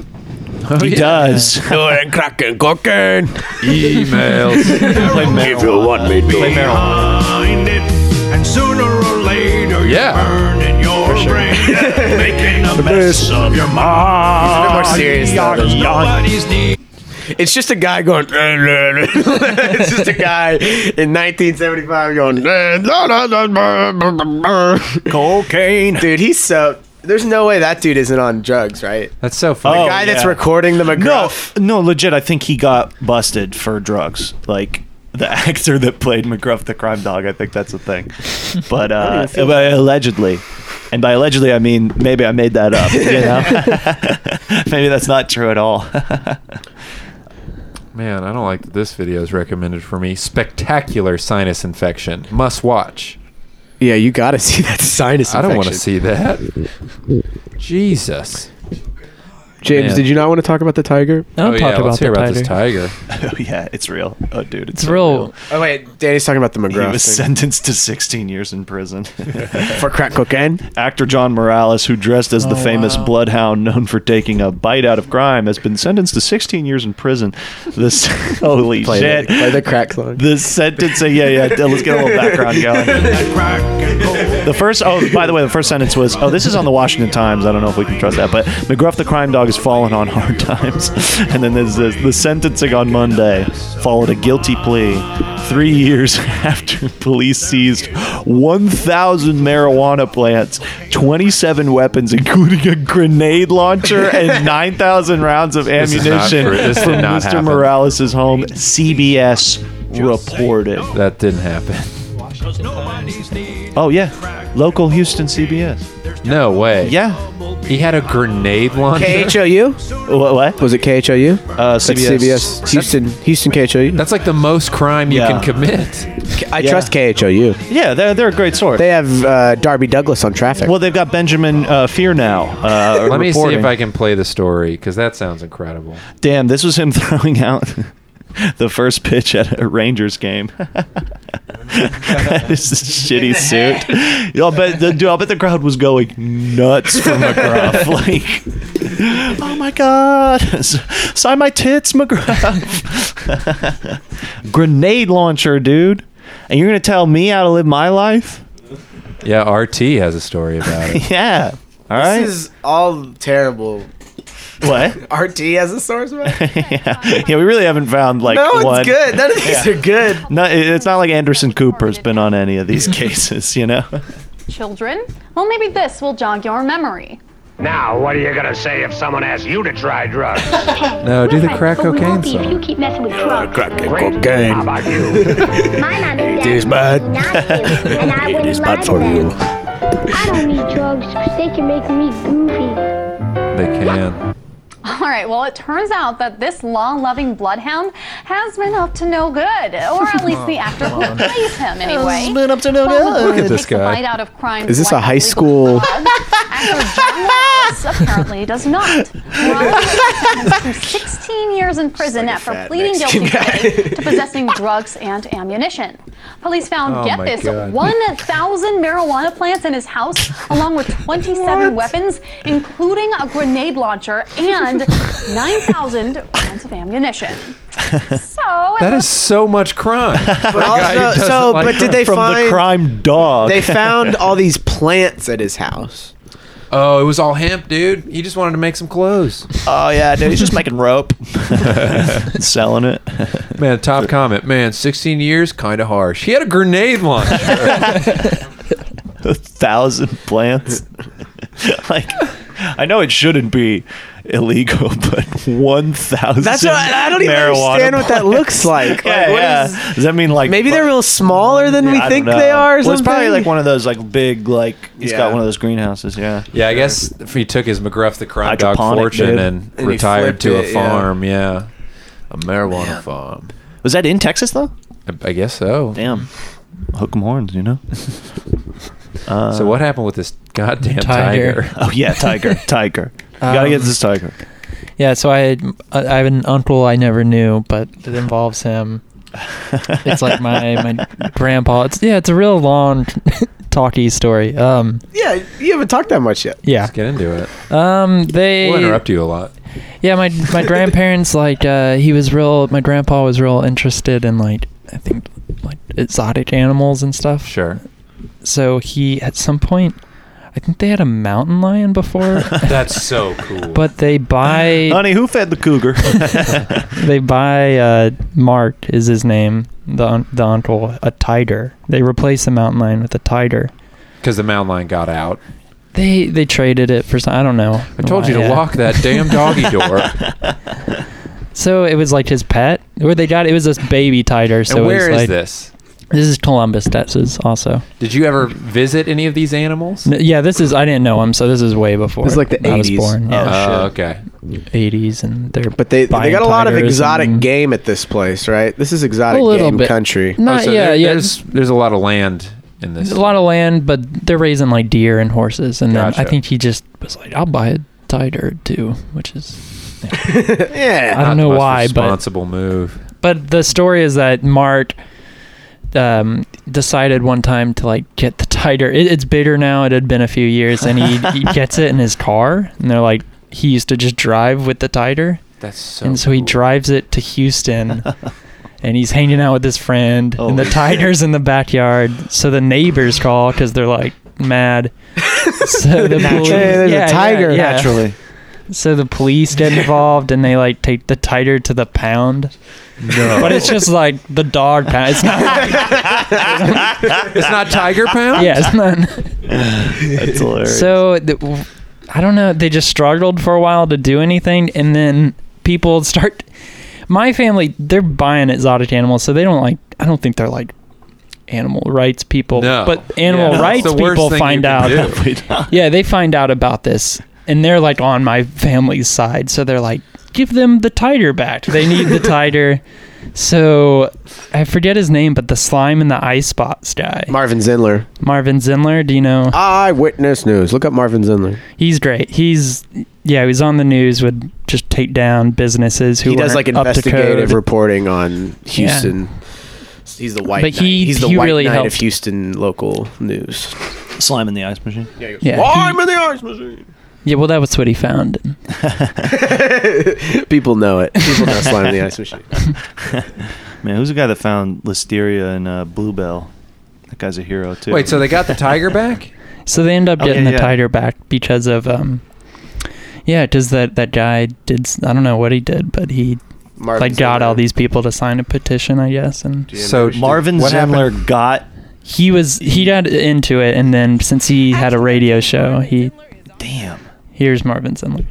Speaker 3: Oh,
Speaker 4: He
Speaker 3: yeah.
Speaker 4: does.
Speaker 2: Cracking cocaine.
Speaker 3: Emails.
Speaker 4: Play
Speaker 9: If you want me to.
Speaker 4: Play marijuana.
Speaker 9: Behind it, and sooner or later,
Speaker 3: Yeah.
Speaker 9: you're burning your brain, making a mess of your
Speaker 4: Ah,
Speaker 9: mind.
Speaker 2: It's a bit more serious, though,
Speaker 9: Cause
Speaker 2: than-
Speaker 9: nobody's need.
Speaker 2: It's just a guy going. it's just a guy in 1975 going.
Speaker 4: Cocaine.
Speaker 2: dude, he's so. There's no way that dude isn't on drugs, right?
Speaker 3: That's so funny.
Speaker 4: Oh,
Speaker 2: guy that's
Speaker 4: yeah.
Speaker 2: recording the
Speaker 4: No,
Speaker 2: McGruff.
Speaker 4: no, legit. I think he got busted for drugs. Like the actor that played McGruff the crime dog. I think that's a thing. But uh, but allegedly, and by allegedly I mean maybe I made that up. You know, maybe that's not true at all.
Speaker 3: Man, I don't like that this video is recommended for me. Spectacular sinus infection. Must watch.
Speaker 2: Yeah, you gotta see that sinus.
Speaker 3: I don't want to
Speaker 2: infection.
Speaker 3: see that. Jesus.
Speaker 2: James,
Speaker 3: Man.
Speaker 2: did you not want to talk about the tiger?
Speaker 5: I'll
Speaker 3: oh,
Speaker 5: talk
Speaker 3: yeah,
Speaker 5: about
Speaker 3: let's hear
Speaker 5: the
Speaker 3: about
Speaker 5: tiger.
Speaker 3: this tiger.
Speaker 4: oh yeah, it's real. Oh dude,
Speaker 5: It's
Speaker 4: it's so
Speaker 5: real.
Speaker 2: Oh wait, Danny's talking about the
Speaker 4: He
Speaker 2: McGruff
Speaker 4: was
Speaker 2: thing.
Speaker 4: sentenced to 16 years in prison.
Speaker 2: for crack cocaine.
Speaker 4: Actor John Morales, who dressed as the
Speaker 5: Oh,
Speaker 4: famous
Speaker 5: wow.
Speaker 4: bloodhound known for taking a bite out of crime, has been sentenced to 16 years in prison. This holy
Speaker 2: Play,
Speaker 4: shit!
Speaker 2: the, play the crack song.
Speaker 4: The sentence, uh, yeah, yeah. Let's get a little background going.
Speaker 9: That crack and cocaine.
Speaker 4: The first, oh, by the way, the first sentence was, oh, this is on the Washington Times. I don't know if we can trust that, but McGruff the crime dog has fallen on hard times. And then there's this, the sentencing on Monday followed a guilty plea three years after police seized 1,000 marijuana plants, 27 weapons, including a grenade launcher, and 9,000 rounds of
Speaker 3: This is not
Speaker 4: ammunition
Speaker 3: true. This did
Speaker 4: from
Speaker 3: not
Speaker 4: Mr.
Speaker 3: happen.
Speaker 4: Morales' home. CBS reported.
Speaker 3: That didn't happen.
Speaker 9: Cause nobody's need.
Speaker 4: Oh, yeah. Local Houston CBS.
Speaker 3: No way.
Speaker 4: Yeah.
Speaker 3: He had a grenade launcher.
Speaker 2: KHOU?
Speaker 4: What? what?
Speaker 2: Was it KHOU?
Speaker 4: Uh,
Speaker 2: That's
Speaker 4: CBS.
Speaker 2: CBS. Houston, Houston KHOU.
Speaker 3: That's like the most crime
Speaker 4: Yeah.
Speaker 3: you can commit.
Speaker 2: I
Speaker 4: yeah.
Speaker 2: trust KHOU.
Speaker 4: Yeah, they're, they're a great source.
Speaker 2: They have uh, Darby Douglas on traffic.
Speaker 4: well, they've got Benjamin uh, Fear now. Uh,
Speaker 3: Let me see
Speaker 4: reporting.
Speaker 3: if I can play the story because that sounds incredible.
Speaker 4: Damn, this was him throwing out the first pitch at a Rangers game. this is a shitty suit. I'll bet, the, dude, I'll bet the crowd was going nuts for McGruff. like, oh my god, S- sign my tits, McGruff. Grenade launcher, dude. And you're gonna tell me how to live my life?
Speaker 3: Yeah, RT has a story about it.
Speaker 4: Yeah. All right.
Speaker 2: This is all terrible.
Speaker 4: What?
Speaker 2: RT as a source map.
Speaker 4: yeah. yeah, we really haven't found like
Speaker 2: No, it's
Speaker 4: one.
Speaker 2: good. None of these are good.
Speaker 4: No, it- it's not like Anderson Cooper's been on any of these cases, you know.
Speaker 13: Children? Well, maybe this will jog your memory.
Speaker 14: Now, what are you gonna say if someone asks you to try drugs?
Speaker 3: No, do the crack
Speaker 13: But we
Speaker 3: cocaine
Speaker 13: won't be if you
Speaker 3: song.
Speaker 13: keep messing with drugs.
Speaker 14: crack and cocaine. How about you?
Speaker 13: It
Speaker 14: is bad.
Speaker 13: It
Speaker 14: is bad for you.
Speaker 13: I don't need drugs because they can make me goofy.
Speaker 3: They can.
Speaker 13: All right, well, it turns out that this law loving bloodhound has been up to no good, or at least the actor who
Speaker 2: on.
Speaker 13: plays him, anyway.
Speaker 2: Has been up to no
Speaker 13: While the
Speaker 2: good. Look at
Speaker 13: group
Speaker 2: this
Speaker 13: takes the
Speaker 2: guy.
Speaker 13: bite out of crime
Speaker 2: Is this a
Speaker 13: like
Speaker 2: high
Speaker 13: illegal
Speaker 2: school?
Speaker 13: drugs, actor John Lawless apparently does not. Lawless was sentenced to 16 years in prison
Speaker 15: like a
Speaker 13: after
Speaker 15: fat
Speaker 13: pleading
Speaker 15: Mexican
Speaker 13: guilty to possessing drugs and ammunition. Police found,
Speaker 15: Oh
Speaker 13: get
Speaker 15: my
Speaker 13: this,
Speaker 15: God.
Speaker 13: 1,000 marijuana plants in his house, along with 27 weapons, including a grenade launcher and 9,000 rounds of ammunition. So,
Speaker 3: That is so much crime.
Speaker 2: But also, so but did they find
Speaker 4: dog?
Speaker 2: They found all these plants at his house.
Speaker 3: Oh, it was all hemp, dude. He just wanted to make some clothes.
Speaker 4: Oh yeah, dude, he's just making rope. Selling it.
Speaker 3: Man, top comment. Man, 16 years, kind of harsh. He had a grenade launcher.
Speaker 4: a thousand plants. like, I know it shouldn't be illegal, but one thousand.
Speaker 2: That's what I, I don't even understand what that looks like.
Speaker 4: Yeah,
Speaker 2: Like, what
Speaker 4: yeah.
Speaker 2: is-
Speaker 4: Does that mean like
Speaker 2: maybe they're real smaller than we
Speaker 4: I don't
Speaker 2: think
Speaker 4: know.
Speaker 2: they are. Or
Speaker 4: Well, it's probably
Speaker 2: something?
Speaker 4: like one of those like big like he's
Speaker 2: Yeah.
Speaker 4: got one of those greenhouses. Yeah.
Speaker 3: yeah, I guess if he took his McGruff the crime dog
Speaker 4: Hydroponic,
Speaker 3: fortune
Speaker 4: dude.
Speaker 3: and,
Speaker 4: And he
Speaker 3: retired
Speaker 4: flipped
Speaker 3: to a
Speaker 4: it, yeah.
Speaker 3: farm, yeah. A marijuana farm.
Speaker 4: Was that in Texas though?
Speaker 3: I, I guess so.
Speaker 4: Damn. Hook 'em horns, you know. Uh,
Speaker 3: So what happened with this goddamn
Speaker 5: Tiger.
Speaker 3: tiger?
Speaker 4: Oh yeah, tiger, tiger. You gotta get
Speaker 5: Um,
Speaker 4: this tiger.
Speaker 5: Yeah, so I had I I have an uncle I never knew, but it involves him. It's like my my grandpa. It's yeah, it's a real long talky story. Um,
Speaker 2: yeah, you haven't talked that much yet.
Speaker 5: yeah.
Speaker 3: Get into it.
Speaker 5: Um, they
Speaker 3: We'll interrupt you a lot.
Speaker 5: Yeah, my my grandparents like uh, he was real. My grandpa was real interested in like I think like exotic animals and stuff.
Speaker 3: Sure.
Speaker 5: So he at some point, I think they had a mountain lion before.
Speaker 3: That's so cool.
Speaker 5: But they buy
Speaker 4: Honey, who fed the cougar?
Speaker 5: they buy uh, Mark is his name, the un- the uncle, a tiger. They replace the mountain lion with a tiger.
Speaker 3: Because the mountain lion got out.
Speaker 5: They they traded it for some. I don't know.
Speaker 3: I
Speaker 4: Oh,
Speaker 3: told you to
Speaker 5: why, uh,
Speaker 3: lock that damn doggy door.
Speaker 5: So it was like his pet, where they got it was this baby tiger. So
Speaker 3: and
Speaker 5: it was
Speaker 3: where is
Speaker 5: like-
Speaker 3: this?
Speaker 5: This is Columbus, Texas, also.
Speaker 3: Did you ever visit any of these animals?
Speaker 5: N- Yeah, this is. I didn't know him, so this is way before.
Speaker 2: This is like the
Speaker 5: I was
Speaker 2: 80s.
Speaker 5: born.
Speaker 2: Oh,
Speaker 5: Yeah.
Speaker 3: Oh, okay.
Speaker 5: Eighties, and they're
Speaker 2: but they they
Speaker 5: buying
Speaker 2: got a lot of
Speaker 5: tigers
Speaker 2: exotic
Speaker 5: and-
Speaker 2: game at this place, right? This is exotic
Speaker 5: A little
Speaker 2: game
Speaker 5: bit.
Speaker 2: country.
Speaker 5: Not-
Speaker 3: Oh, so
Speaker 5: yeah,
Speaker 3: there-
Speaker 5: yeah.
Speaker 3: There's there's a lot of land in this.
Speaker 5: a lot of land, but they're raising like deer and horses, and then
Speaker 3: Gotcha.
Speaker 5: I think he just was like, "I'll buy a tiger too," which is
Speaker 2: yeah.
Speaker 5: I don't
Speaker 3: Not the
Speaker 5: know
Speaker 3: most
Speaker 5: why, but-
Speaker 3: Responsible move.
Speaker 5: But the story is that Mart um, decided one time to like get the tiger. It, it's bigger now. It had been a few years, and he, he gets it in his car. And they're like, he used to just drive with the tiger.
Speaker 3: That's so
Speaker 5: And so he drives it to Houston, and he's hanging out with his friend, and the tiger's in the backyard. So the neighbors call because they're like mad. So the
Speaker 2: Naturally.
Speaker 5: police,
Speaker 2: Hey, there's a tiger. Naturally.
Speaker 5: So the police get involved and they like take the tiger to the pound.
Speaker 3: No.
Speaker 5: But it's just like the dog pound. It's not.
Speaker 3: it's not tiger pound.
Speaker 5: Yeah, it's not.
Speaker 4: That's hilarious.
Speaker 5: So th- w- I don't know. They just struggled for a while to do anything, and then people start. My family, they're buying exotic animals, so they don't like. I don't think they're like animal rights people,
Speaker 3: No.
Speaker 5: but animal
Speaker 3: Yeah, that's
Speaker 5: rights
Speaker 3: the worst
Speaker 5: people
Speaker 3: thing you
Speaker 5: find
Speaker 3: can
Speaker 5: out.
Speaker 3: do.
Speaker 5: yeah, they find out about this, and they're like on my family's side, so they're like, give them the tiger back. They need the tiger. So I forget his name, but the slime in the ice spots guy,
Speaker 2: Marvin Zindler.
Speaker 5: Marvin Zindler. Do you know?
Speaker 2: Eyewitness News. Look up Marvin Zindler.
Speaker 5: He's great. He's yeah, he's on the news would just take down businesses who
Speaker 2: He does like
Speaker 5: weren't up to
Speaker 2: investigative
Speaker 5: code.
Speaker 2: reporting on Houston. He's the white.
Speaker 5: But he-
Speaker 2: knight. he's the
Speaker 5: he
Speaker 2: white
Speaker 5: really
Speaker 2: knight
Speaker 5: helped.
Speaker 2: of Houston local news.
Speaker 4: Slime in the ice machine.
Speaker 2: Yeah,
Speaker 5: Yeah,
Speaker 2: Slime Oh, in the ice machine.
Speaker 5: Yeah, well that was what he found.
Speaker 2: People know it. People know slime in the ice machine.
Speaker 4: Man, who's the guy that found listeria and uh, bluebell? That guy's a hero too.
Speaker 3: Wait, so they got the tiger back?
Speaker 5: So they end up
Speaker 4: Oh,
Speaker 5: getting
Speaker 4: yeah,
Speaker 5: the
Speaker 4: yeah.
Speaker 5: tiger back because of um Yeah, does that that guy did s- I don't know what he did, but he
Speaker 4: Marvin
Speaker 5: like got all these people to sign a petition, I guess, and
Speaker 4: So Marvin Zimler got
Speaker 5: he was he got into it, and then since he had a radio show, he
Speaker 4: damn.
Speaker 5: Here's Marvin Zimler.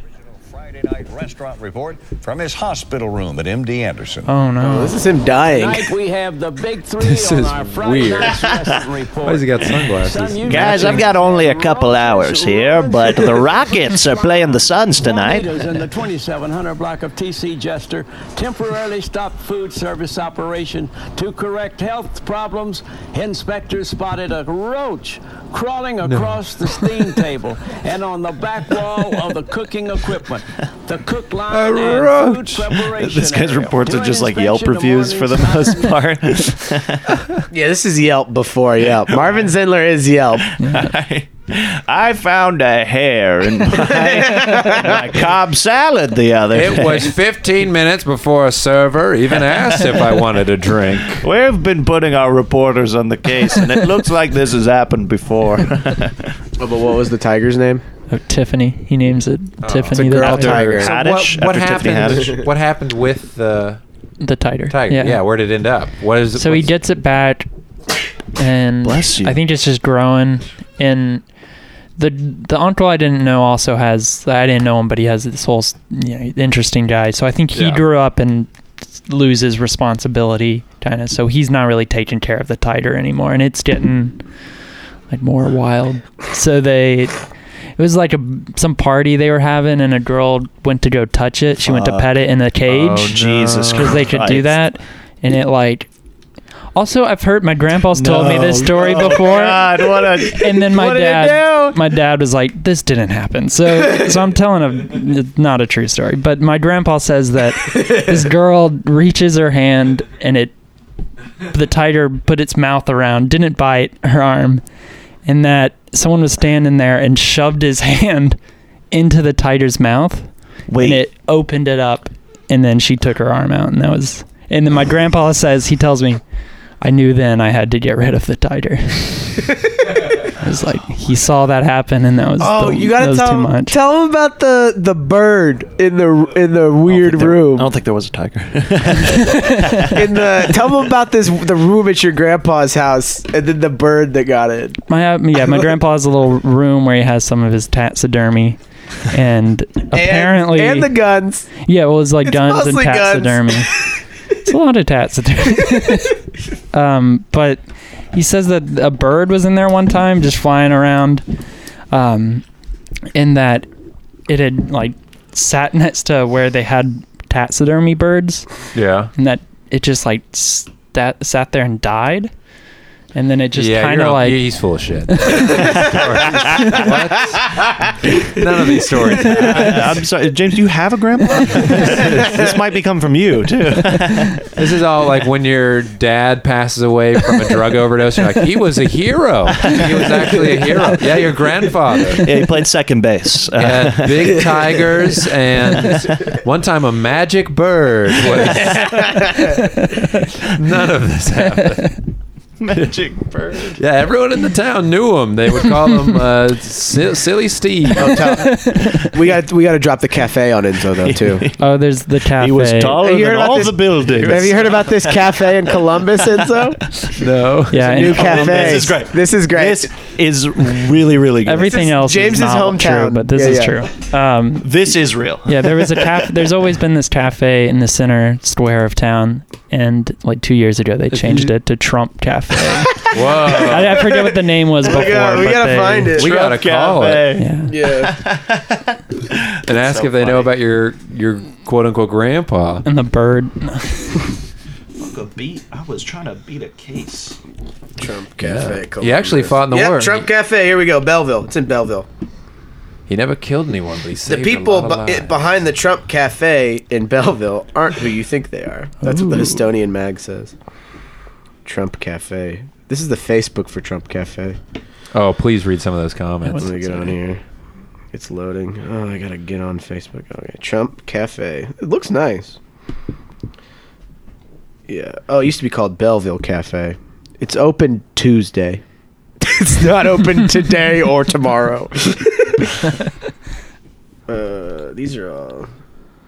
Speaker 15: Restaurant report from his hospital room at MD Anderson.
Speaker 5: Oh no,
Speaker 2: this is him dying.
Speaker 15: Tonight
Speaker 16: we have the big three
Speaker 15: This
Speaker 16: on
Speaker 15: is
Speaker 16: our Friday
Speaker 15: weird.
Speaker 16: night's wrestling report.
Speaker 15: Why has he got
Speaker 4: sunglasses?
Speaker 16: Son, you
Speaker 4: Guys, I've
Speaker 16: mentioned
Speaker 4: got only a couple hours here, but the Rockets are playing the Suns tonight.
Speaker 16: Tornadoes in the 2700 block of TC Jester temporarily stopped food service operation to correct health problems. Inspectors spotted a roach crawling across the steam table and on the back wall of the cooking equipment. The cook line and
Speaker 4: roach.
Speaker 16: food preparation
Speaker 4: This guy's
Speaker 16: area.
Speaker 4: reports are
Speaker 16: During
Speaker 4: just like
Speaker 16: inspection
Speaker 4: Yelp reviews for the most part.
Speaker 2: yeah, this is Yelp before Yelp. Marvin Zindler is Yelp.
Speaker 4: I found a hair in my, my Cobb salad the other day.
Speaker 3: It was 15 minutes before a server even asked if I wanted a drink.
Speaker 4: We've been putting our reporters on the case, and it looks like this has happened before.
Speaker 2: Oh, but what was the tiger's name?
Speaker 5: Oh, Tiffany. He names it
Speaker 3: Oh.
Speaker 5: Tiffany.
Speaker 2: It's a
Speaker 5: the
Speaker 2: girl tiger.
Speaker 3: So
Speaker 2: Haddish,
Speaker 3: what, what
Speaker 2: after Tiffany
Speaker 3: happened?
Speaker 2: Haddish.
Speaker 3: What happened with the
Speaker 5: the tiger?
Speaker 3: Tiger. Yeah.
Speaker 5: Yeah.
Speaker 3: where did it end up? What is?
Speaker 5: So he
Speaker 3: what's-
Speaker 5: gets it back, and
Speaker 4: Bless you.
Speaker 5: I think it's just growing. And the the uncle I didn't know also has I didn't know him, but he has this whole you know, interesting guy. So I think he
Speaker 3: Yeah.
Speaker 5: grew up and loses responsibility, kind of. So he's not really taking care of the tiger anymore, and it's getting like more wild. So they. It was like a some party they were having, and a girl went to go touch it. She went to
Speaker 4: Fuck.
Speaker 5: pet it in the cage.
Speaker 4: Oh, Jesus
Speaker 5: because they could do
Speaker 4: Christ.
Speaker 5: that, and it like also, I've heard my grandpa's told me this
Speaker 4: No,
Speaker 5: story
Speaker 4: no,
Speaker 5: before.
Speaker 4: God, what a-
Speaker 5: and then my
Speaker 4: what did it
Speaker 5: dad, my dad was like, "This didn't happen." So, so I'm telling a it's not a true story, but my grandpa says that this girl reaches her hand and it, the tiger put its mouth around, didn't bite her arm, and that someone was standing there and shoved his hand into the tiger's mouth,
Speaker 4: Wait.
Speaker 5: and it opened it up, and then she took her arm out, and that was. And then my grandpa says he tells me, I knew then I had to get rid of the tiger. I was like, he saw that happen, and that was
Speaker 2: Oh,
Speaker 5: the-
Speaker 2: you
Speaker 5: that
Speaker 2: gotta
Speaker 5: was
Speaker 2: tell
Speaker 5: too
Speaker 2: him,
Speaker 5: much.
Speaker 2: tell him about the the bird in the in the weird room.
Speaker 4: I don't think there was a tiger.
Speaker 2: in the tell him about this the room at your grandpa's house, and then the bird that got in.
Speaker 5: My uh, yeah, my grandpa has a little room where he has some of his taxidermy, and apparently
Speaker 2: and the guns.
Speaker 5: Yeah, well, it's like
Speaker 2: It's
Speaker 5: guns and
Speaker 2: mostly guns.
Speaker 5: taxidermy. it's a lot of taxidermy. um, but he says that a bird was in there one time, just flying around, um, and that it had like sat next to where they had taxidermy birds,
Speaker 3: Yeah.
Speaker 5: and that it just like sat sat there and died, and then it just
Speaker 3: yeah,
Speaker 5: kind
Speaker 3: you're
Speaker 5: of
Speaker 3: all-
Speaker 5: like
Speaker 3: he's full of shit. None of these stories.
Speaker 4: Uh, I'm sorry, James. Do you have a grandpa? this might be come from you too.
Speaker 3: This is all like when your dad passes away from a drug overdose. You're like, he was a hero. He was actually a hero. Yeah, your grandfather.
Speaker 4: Yeah, he played second base.
Speaker 3: Yeah, big tigers and one time a magic bird was. None of this happened.
Speaker 4: Magic bird.
Speaker 3: Yeah, everyone in the town knew him. They would call him uh, si- Silly Steve.
Speaker 2: Oh, we got we got to drop the cafe on Enzo though too.
Speaker 5: oh, there's the cafe.
Speaker 4: taller
Speaker 2: Have you
Speaker 4: than
Speaker 2: heard about
Speaker 4: all
Speaker 2: this-
Speaker 4: the buildings.
Speaker 2: Have you heard about this cafe in Columbus, Enzo?
Speaker 3: No.
Speaker 5: Yeah,
Speaker 2: It's a
Speaker 5: and-
Speaker 2: new cafe.
Speaker 4: This is great.
Speaker 2: This is great.
Speaker 4: This is really, really good.
Speaker 5: Everything else
Speaker 2: James's
Speaker 5: is not
Speaker 2: hometown.
Speaker 5: true, but this
Speaker 2: Yeah,
Speaker 5: is
Speaker 2: yeah.
Speaker 5: true. Um,
Speaker 4: This is real.
Speaker 5: yeah, there was a cafe. There's always been this cafe in the center square of town, and like two years ago they changed it to Trump Cafe.
Speaker 3: Whoa.
Speaker 5: I, I forget what the name was before.
Speaker 2: We gotta- we
Speaker 5: but
Speaker 2: gotta
Speaker 5: they-
Speaker 2: find it.
Speaker 3: We
Speaker 2: Trump
Speaker 3: gotta call it
Speaker 5: Yeah.
Speaker 2: yeah.
Speaker 3: and ask
Speaker 4: so
Speaker 3: if they know about your your quote unquote grandpa.
Speaker 5: And the bird.
Speaker 12: Uncle beat. I was trying to beat a case.
Speaker 2: Trump
Speaker 3: Cafe, He actually Columbus. fought in the
Speaker 2: yeah,
Speaker 3: war.
Speaker 2: Trump Cafe. Here we go. Belleville. It's in Belleville.
Speaker 3: He never killed anyone, but he
Speaker 2: The
Speaker 3: saved
Speaker 2: people
Speaker 3: a lot of
Speaker 2: be-
Speaker 3: lives.
Speaker 2: behind the Trump Cafe in Belleville aren't who you think they are. That's what the Estonian mag says. Trump Cafe. This is the Facebook for Trump Cafe.
Speaker 3: Oh, please read some of those
Speaker 2: Let
Speaker 3: comments.
Speaker 2: me get on here. It's loading. Oh, I gotta get on Facebook. Okay, Trump Cafe. It looks nice. Yeah. Oh, it used to be called Belleville Cafe. It's open Tuesday. it's not open today or tomorrow. uh, uh, these are all.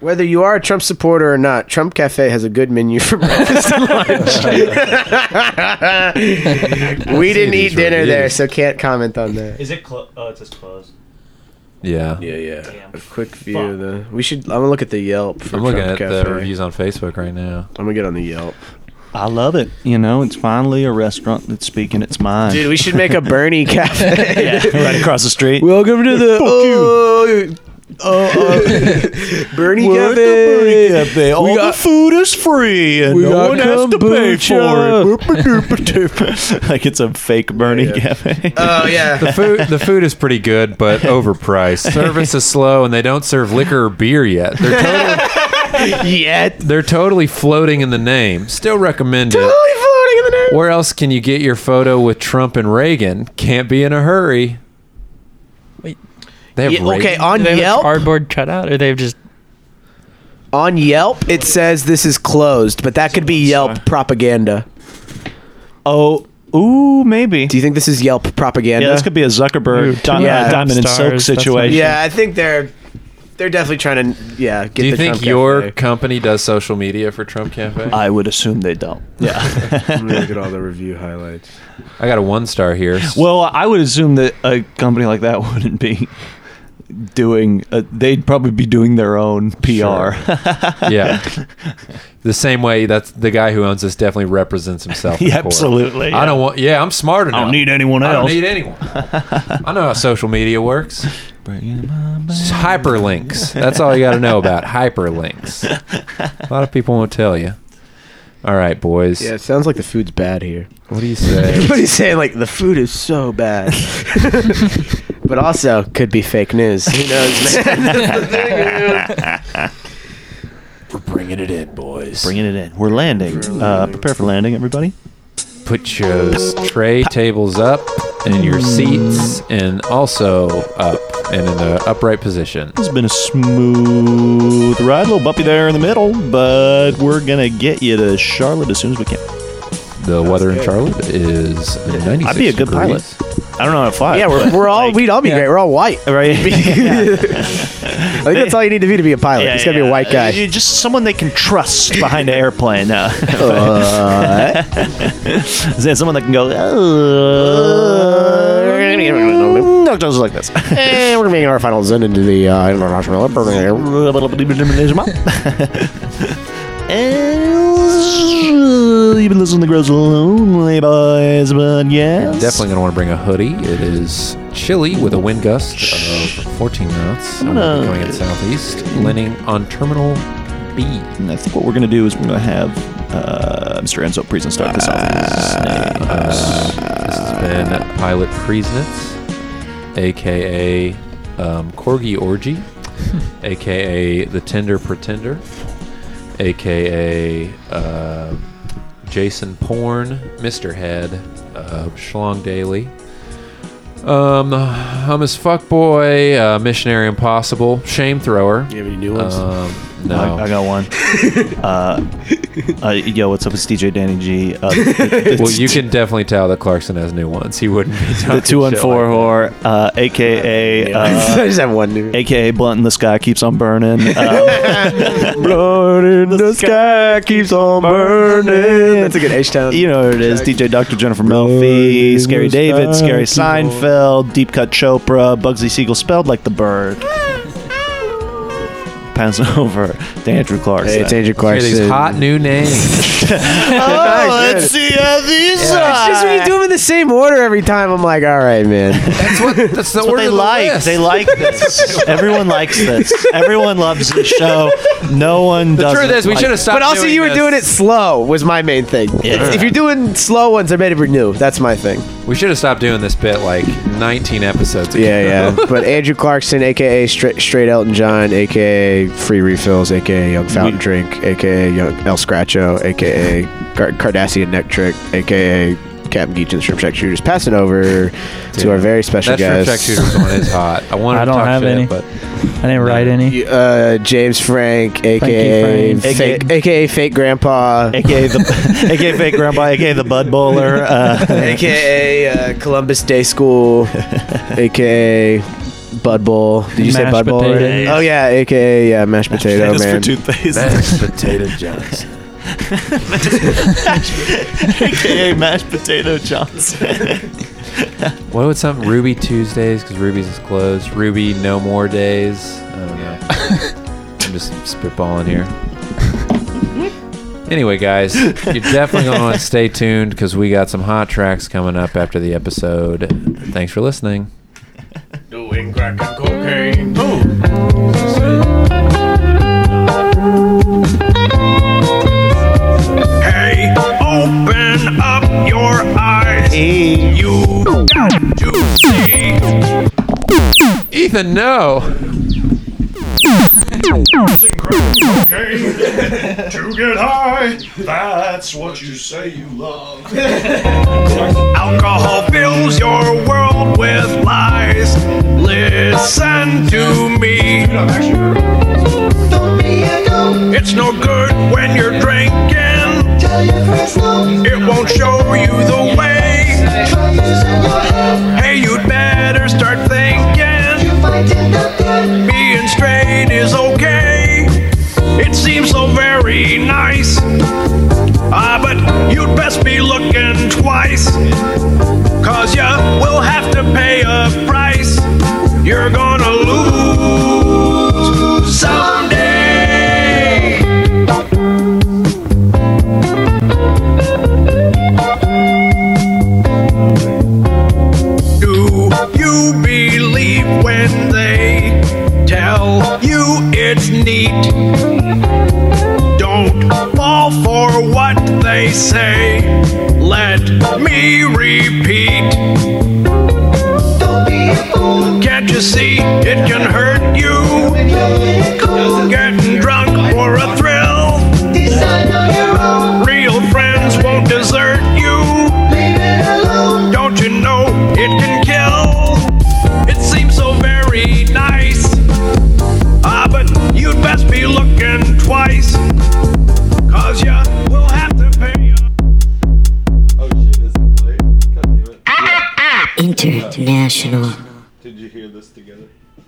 Speaker 2: Whether you are a Trump supporter or not, Trump Cafe has a good menu for breakfast and lunch. we didn't eat dinner there, so can't comment on that.
Speaker 12: Is it closed? Oh, it says closed.
Speaker 3: Yeah.
Speaker 2: Yeah, yeah. A quick view of the. We should. I'm gonna look at the Yelp. For
Speaker 3: I'm looking
Speaker 2: Trump
Speaker 3: at
Speaker 2: Cafe.
Speaker 3: the reviews on Facebook right now.
Speaker 2: I'm gonna get on the Yelp.
Speaker 4: I love it. You know, it's finally a restaurant that's speaking its mind.
Speaker 2: Dude, we should make a Bernie cafe.
Speaker 4: yeah, right across the street.
Speaker 2: Welcome to the oh,
Speaker 4: oh,
Speaker 2: Bernie
Speaker 4: We're at the Bernie Cafe. All
Speaker 2: got-
Speaker 4: the food is free, and
Speaker 2: we
Speaker 4: no
Speaker 2: got
Speaker 4: one has to pay
Speaker 2: kombucha.
Speaker 4: for it. like it's a fake Bernie Cafe.
Speaker 2: Oh yeah.
Speaker 3: the food the food is pretty good, but overpriced. Service is slow, and they don't serve liquor or beer yet. They're totally
Speaker 2: yet
Speaker 3: they're totally floating in the name. Still recommend it.
Speaker 2: floating in the name.
Speaker 3: Where else can you get your photo with Trump and Reagan? Can't be in a hurry.
Speaker 5: Wait.
Speaker 3: They have Reagan?
Speaker 5: Do they have a cardboard cutout, or they've just
Speaker 2: On Yelp, it says this is closed, but that could be Yelp propaganda.
Speaker 4: Oh, ooh, maybe.
Speaker 2: Do you think this is Yelp propaganda?
Speaker 4: Yeah, this could be a Zuckerberg, Di- uh, Diamond and Silk situation.
Speaker 2: Yeah, I think they're they're definitely trying to yeah. Get
Speaker 3: Do you
Speaker 2: the
Speaker 3: think
Speaker 2: Trump
Speaker 3: your
Speaker 2: Cafe.
Speaker 3: company does social media for Trump Cafe?
Speaker 4: I would assume they don't.
Speaker 2: Yeah. Look at all the review highlights.
Speaker 3: I got a one star here.
Speaker 4: Well, I would assume that a company like that wouldn't be doing. Uh, they'd probably be doing their own PR.
Speaker 3: yeah. The same way that's the guy who owns this definitely represents himself. in
Speaker 4: Yeah,
Speaker 3: court.
Speaker 4: absolutely,
Speaker 3: I
Speaker 4: yeah.
Speaker 3: don't want. Yeah, I'm smart enough.
Speaker 4: don't need anyone
Speaker 3: I don't
Speaker 4: else.
Speaker 3: need anyone. I know how social media works. It's hyperlinks. That's all you got to know about hyperlinks. A lot of people won't tell you. All right, boys.
Speaker 2: Yeah, it sounds like the food's bad here.
Speaker 3: What do you say?
Speaker 2: Everybody's saying like the food is so bad, but also could be fake news. Who knows, man? That's the thing, man.
Speaker 4: We're bringing it in, boys. Bringing it in. We're landing. Uh, prepare for landing, everybody.
Speaker 3: Put your tray tables up and your seats, and also up and in the upright position.
Speaker 4: It's been a smooth ride, a little bumpy there in the middle, but we're gonna get you to Charlotte as soon as we can.
Speaker 3: The weather in Charlotte is 96
Speaker 4: I'd be a good
Speaker 3: degrees.
Speaker 4: pilot. I don't know how to fly.
Speaker 2: yeah, we're,
Speaker 4: but,
Speaker 2: we're all
Speaker 4: like,
Speaker 2: we'd all be great. We're all white,
Speaker 4: right?
Speaker 2: I think that's all you need to be to be a pilot.
Speaker 4: Yeah,
Speaker 2: He's got to be
Speaker 4: yeah.
Speaker 2: a white
Speaker 4: Uh,
Speaker 2: guy.
Speaker 4: you- Just someone they can trust behind an airplane. Uh,
Speaker 2: Uh,
Speaker 4: is there someone that can go? "Oh,
Speaker 2: Mm,
Speaker 4: "Uh," No, just like this.
Speaker 2: and we're making our final zone into the uh, international.
Speaker 4: And you've been listening to Gross Lonely Boys, but yes.
Speaker 3: Definitely going to want to bring a hoodie. It is chilly with a wind gust of 14 knots. I'm
Speaker 4: gonna-
Speaker 3: going in southeast, landing on Terminal B.
Speaker 4: And I think what we're going to do is we're going to have uh, Mr. Enzo Priesen start this
Speaker 3: Ah.
Speaker 4: off.
Speaker 3: This has been Pilot Priesnitz, aka um, Corgi Orgy, aka The Tender Pretender, aka uh, Jason Porn, Mr. Head, uh, Schlong Daily. Um, I'm his fuckboy, uh, missionary impossible, shame thrower.
Speaker 2: You have any new ones?
Speaker 3: Um, no,
Speaker 4: I, I got one. uh, uh, yo, what's up? It's DJ Danny G. Uh, the,
Speaker 3: well, you can definitely tell that Clarkson has new ones. He wouldn't be
Speaker 4: the
Speaker 3: talking
Speaker 4: two one
Speaker 3: shit
Speaker 4: four whore, uh, aka
Speaker 2: Yeah. I
Speaker 4: uh,
Speaker 2: just have one new.
Speaker 4: aka blunt in the sky keeps on burning. Um,
Speaker 2: Blood in the sky keeps on burning. That's a good H town.
Speaker 4: you know what it is. DJ Dr. Jennifer Melfi, Scary David, Scary Seinfeld, Deep Cut Chopra, Bugsy Siegel spelled like the bird. Pass over to Andrew Clark.
Speaker 2: Hey, it's Andrew
Speaker 3: Hear these
Speaker 2: Clarkson.
Speaker 3: hot new names.
Speaker 4: oh, let's see how these uh,
Speaker 2: It's just when you do them in the same order every time. I'm like, all right, man.
Speaker 3: That's what. That's the
Speaker 4: That's what
Speaker 3: order
Speaker 4: they
Speaker 3: of the
Speaker 4: like.
Speaker 3: list.
Speaker 4: They like this. Everyone likes this. Everyone loves this show. No one
Speaker 3: The
Speaker 4: does.
Speaker 3: truth is, we should have stopped.
Speaker 2: but also, you were
Speaker 3: this.
Speaker 2: doing it slow. Was my main thing.
Speaker 4: Yeah.
Speaker 2: If you're doing slow ones, they're made to be new. That's my thing.
Speaker 3: We should have stopped doing this bit like 19 episodes ago.
Speaker 2: Yeah, yeah. but Andrew Clarkson, aka Straight, Straight Elton John, aka Free Refills, aka Young Fountain Drink, aka Young El Scratcho, aka Car- Cardassian Neck Trick, aka Captain Geach and the Shrimp Shack Shooters. Passing over to our very special
Speaker 3: That shrimp shack
Speaker 2: guest,
Speaker 3: shooters one is hot. I wanted
Speaker 5: I
Speaker 3: to
Speaker 5: don't
Speaker 3: talk
Speaker 5: have
Speaker 3: shit,
Speaker 5: any.
Speaker 3: but
Speaker 5: I didn't write any.
Speaker 2: uh, James Frank, aka
Speaker 5: Frank.
Speaker 2: Fake, aka Fake Grandpa,
Speaker 4: AKA the AKA fake grandpa, AKA the Bud Bowler. Uh,
Speaker 2: aka uh, Columbus Day School, aka Bud Bowl. Did you say
Speaker 4: Mashed
Speaker 2: Bud Bowl? already?
Speaker 4: potatoes.
Speaker 2: Oh yeah, aka yeah, mashed potato
Speaker 4: potatoes for
Speaker 2: man.
Speaker 4: toothpaste. Mashed
Speaker 2: potato Johnson.
Speaker 4: AKA mashed potato Johnson.
Speaker 3: What would something Ruby Tuesdays? Because Ruby's is closed. Ruby No More Days. I don't know. I'm just spitballing here. Anyway, guys, you're definitely going to want to stay tuned because we got some hot tracks coming up after the episode. Thanks for listening.
Speaker 9: Doing crack and cocaine. Hey, open up your eyes. You got to see.
Speaker 17: Ethan, no.
Speaker 9: Using crack and cocaine to get high. That's what you say you love. Alcohol fills your world with lies. Listen to me. It's no good when you're drinking. It won't show you the way. Hey, you'd better start thinking. Being straight is okay. It seems so very nice. Ah, but you'd best be looking twice. Cause you will have to pay a price. You're gonna lose someday. Do you believe when they tell you it's neat? Don't fall for what they say. Let me repeat. Can't you see it can hurt you? Getting drunk for a thrill. Real friends won't desert you. Don't you know it can kill? It seems so very nice. Ah, but you'd best be looking twice. Cause you will have to pay.
Speaker 18: International.
Speaker 19: Did you hear this together?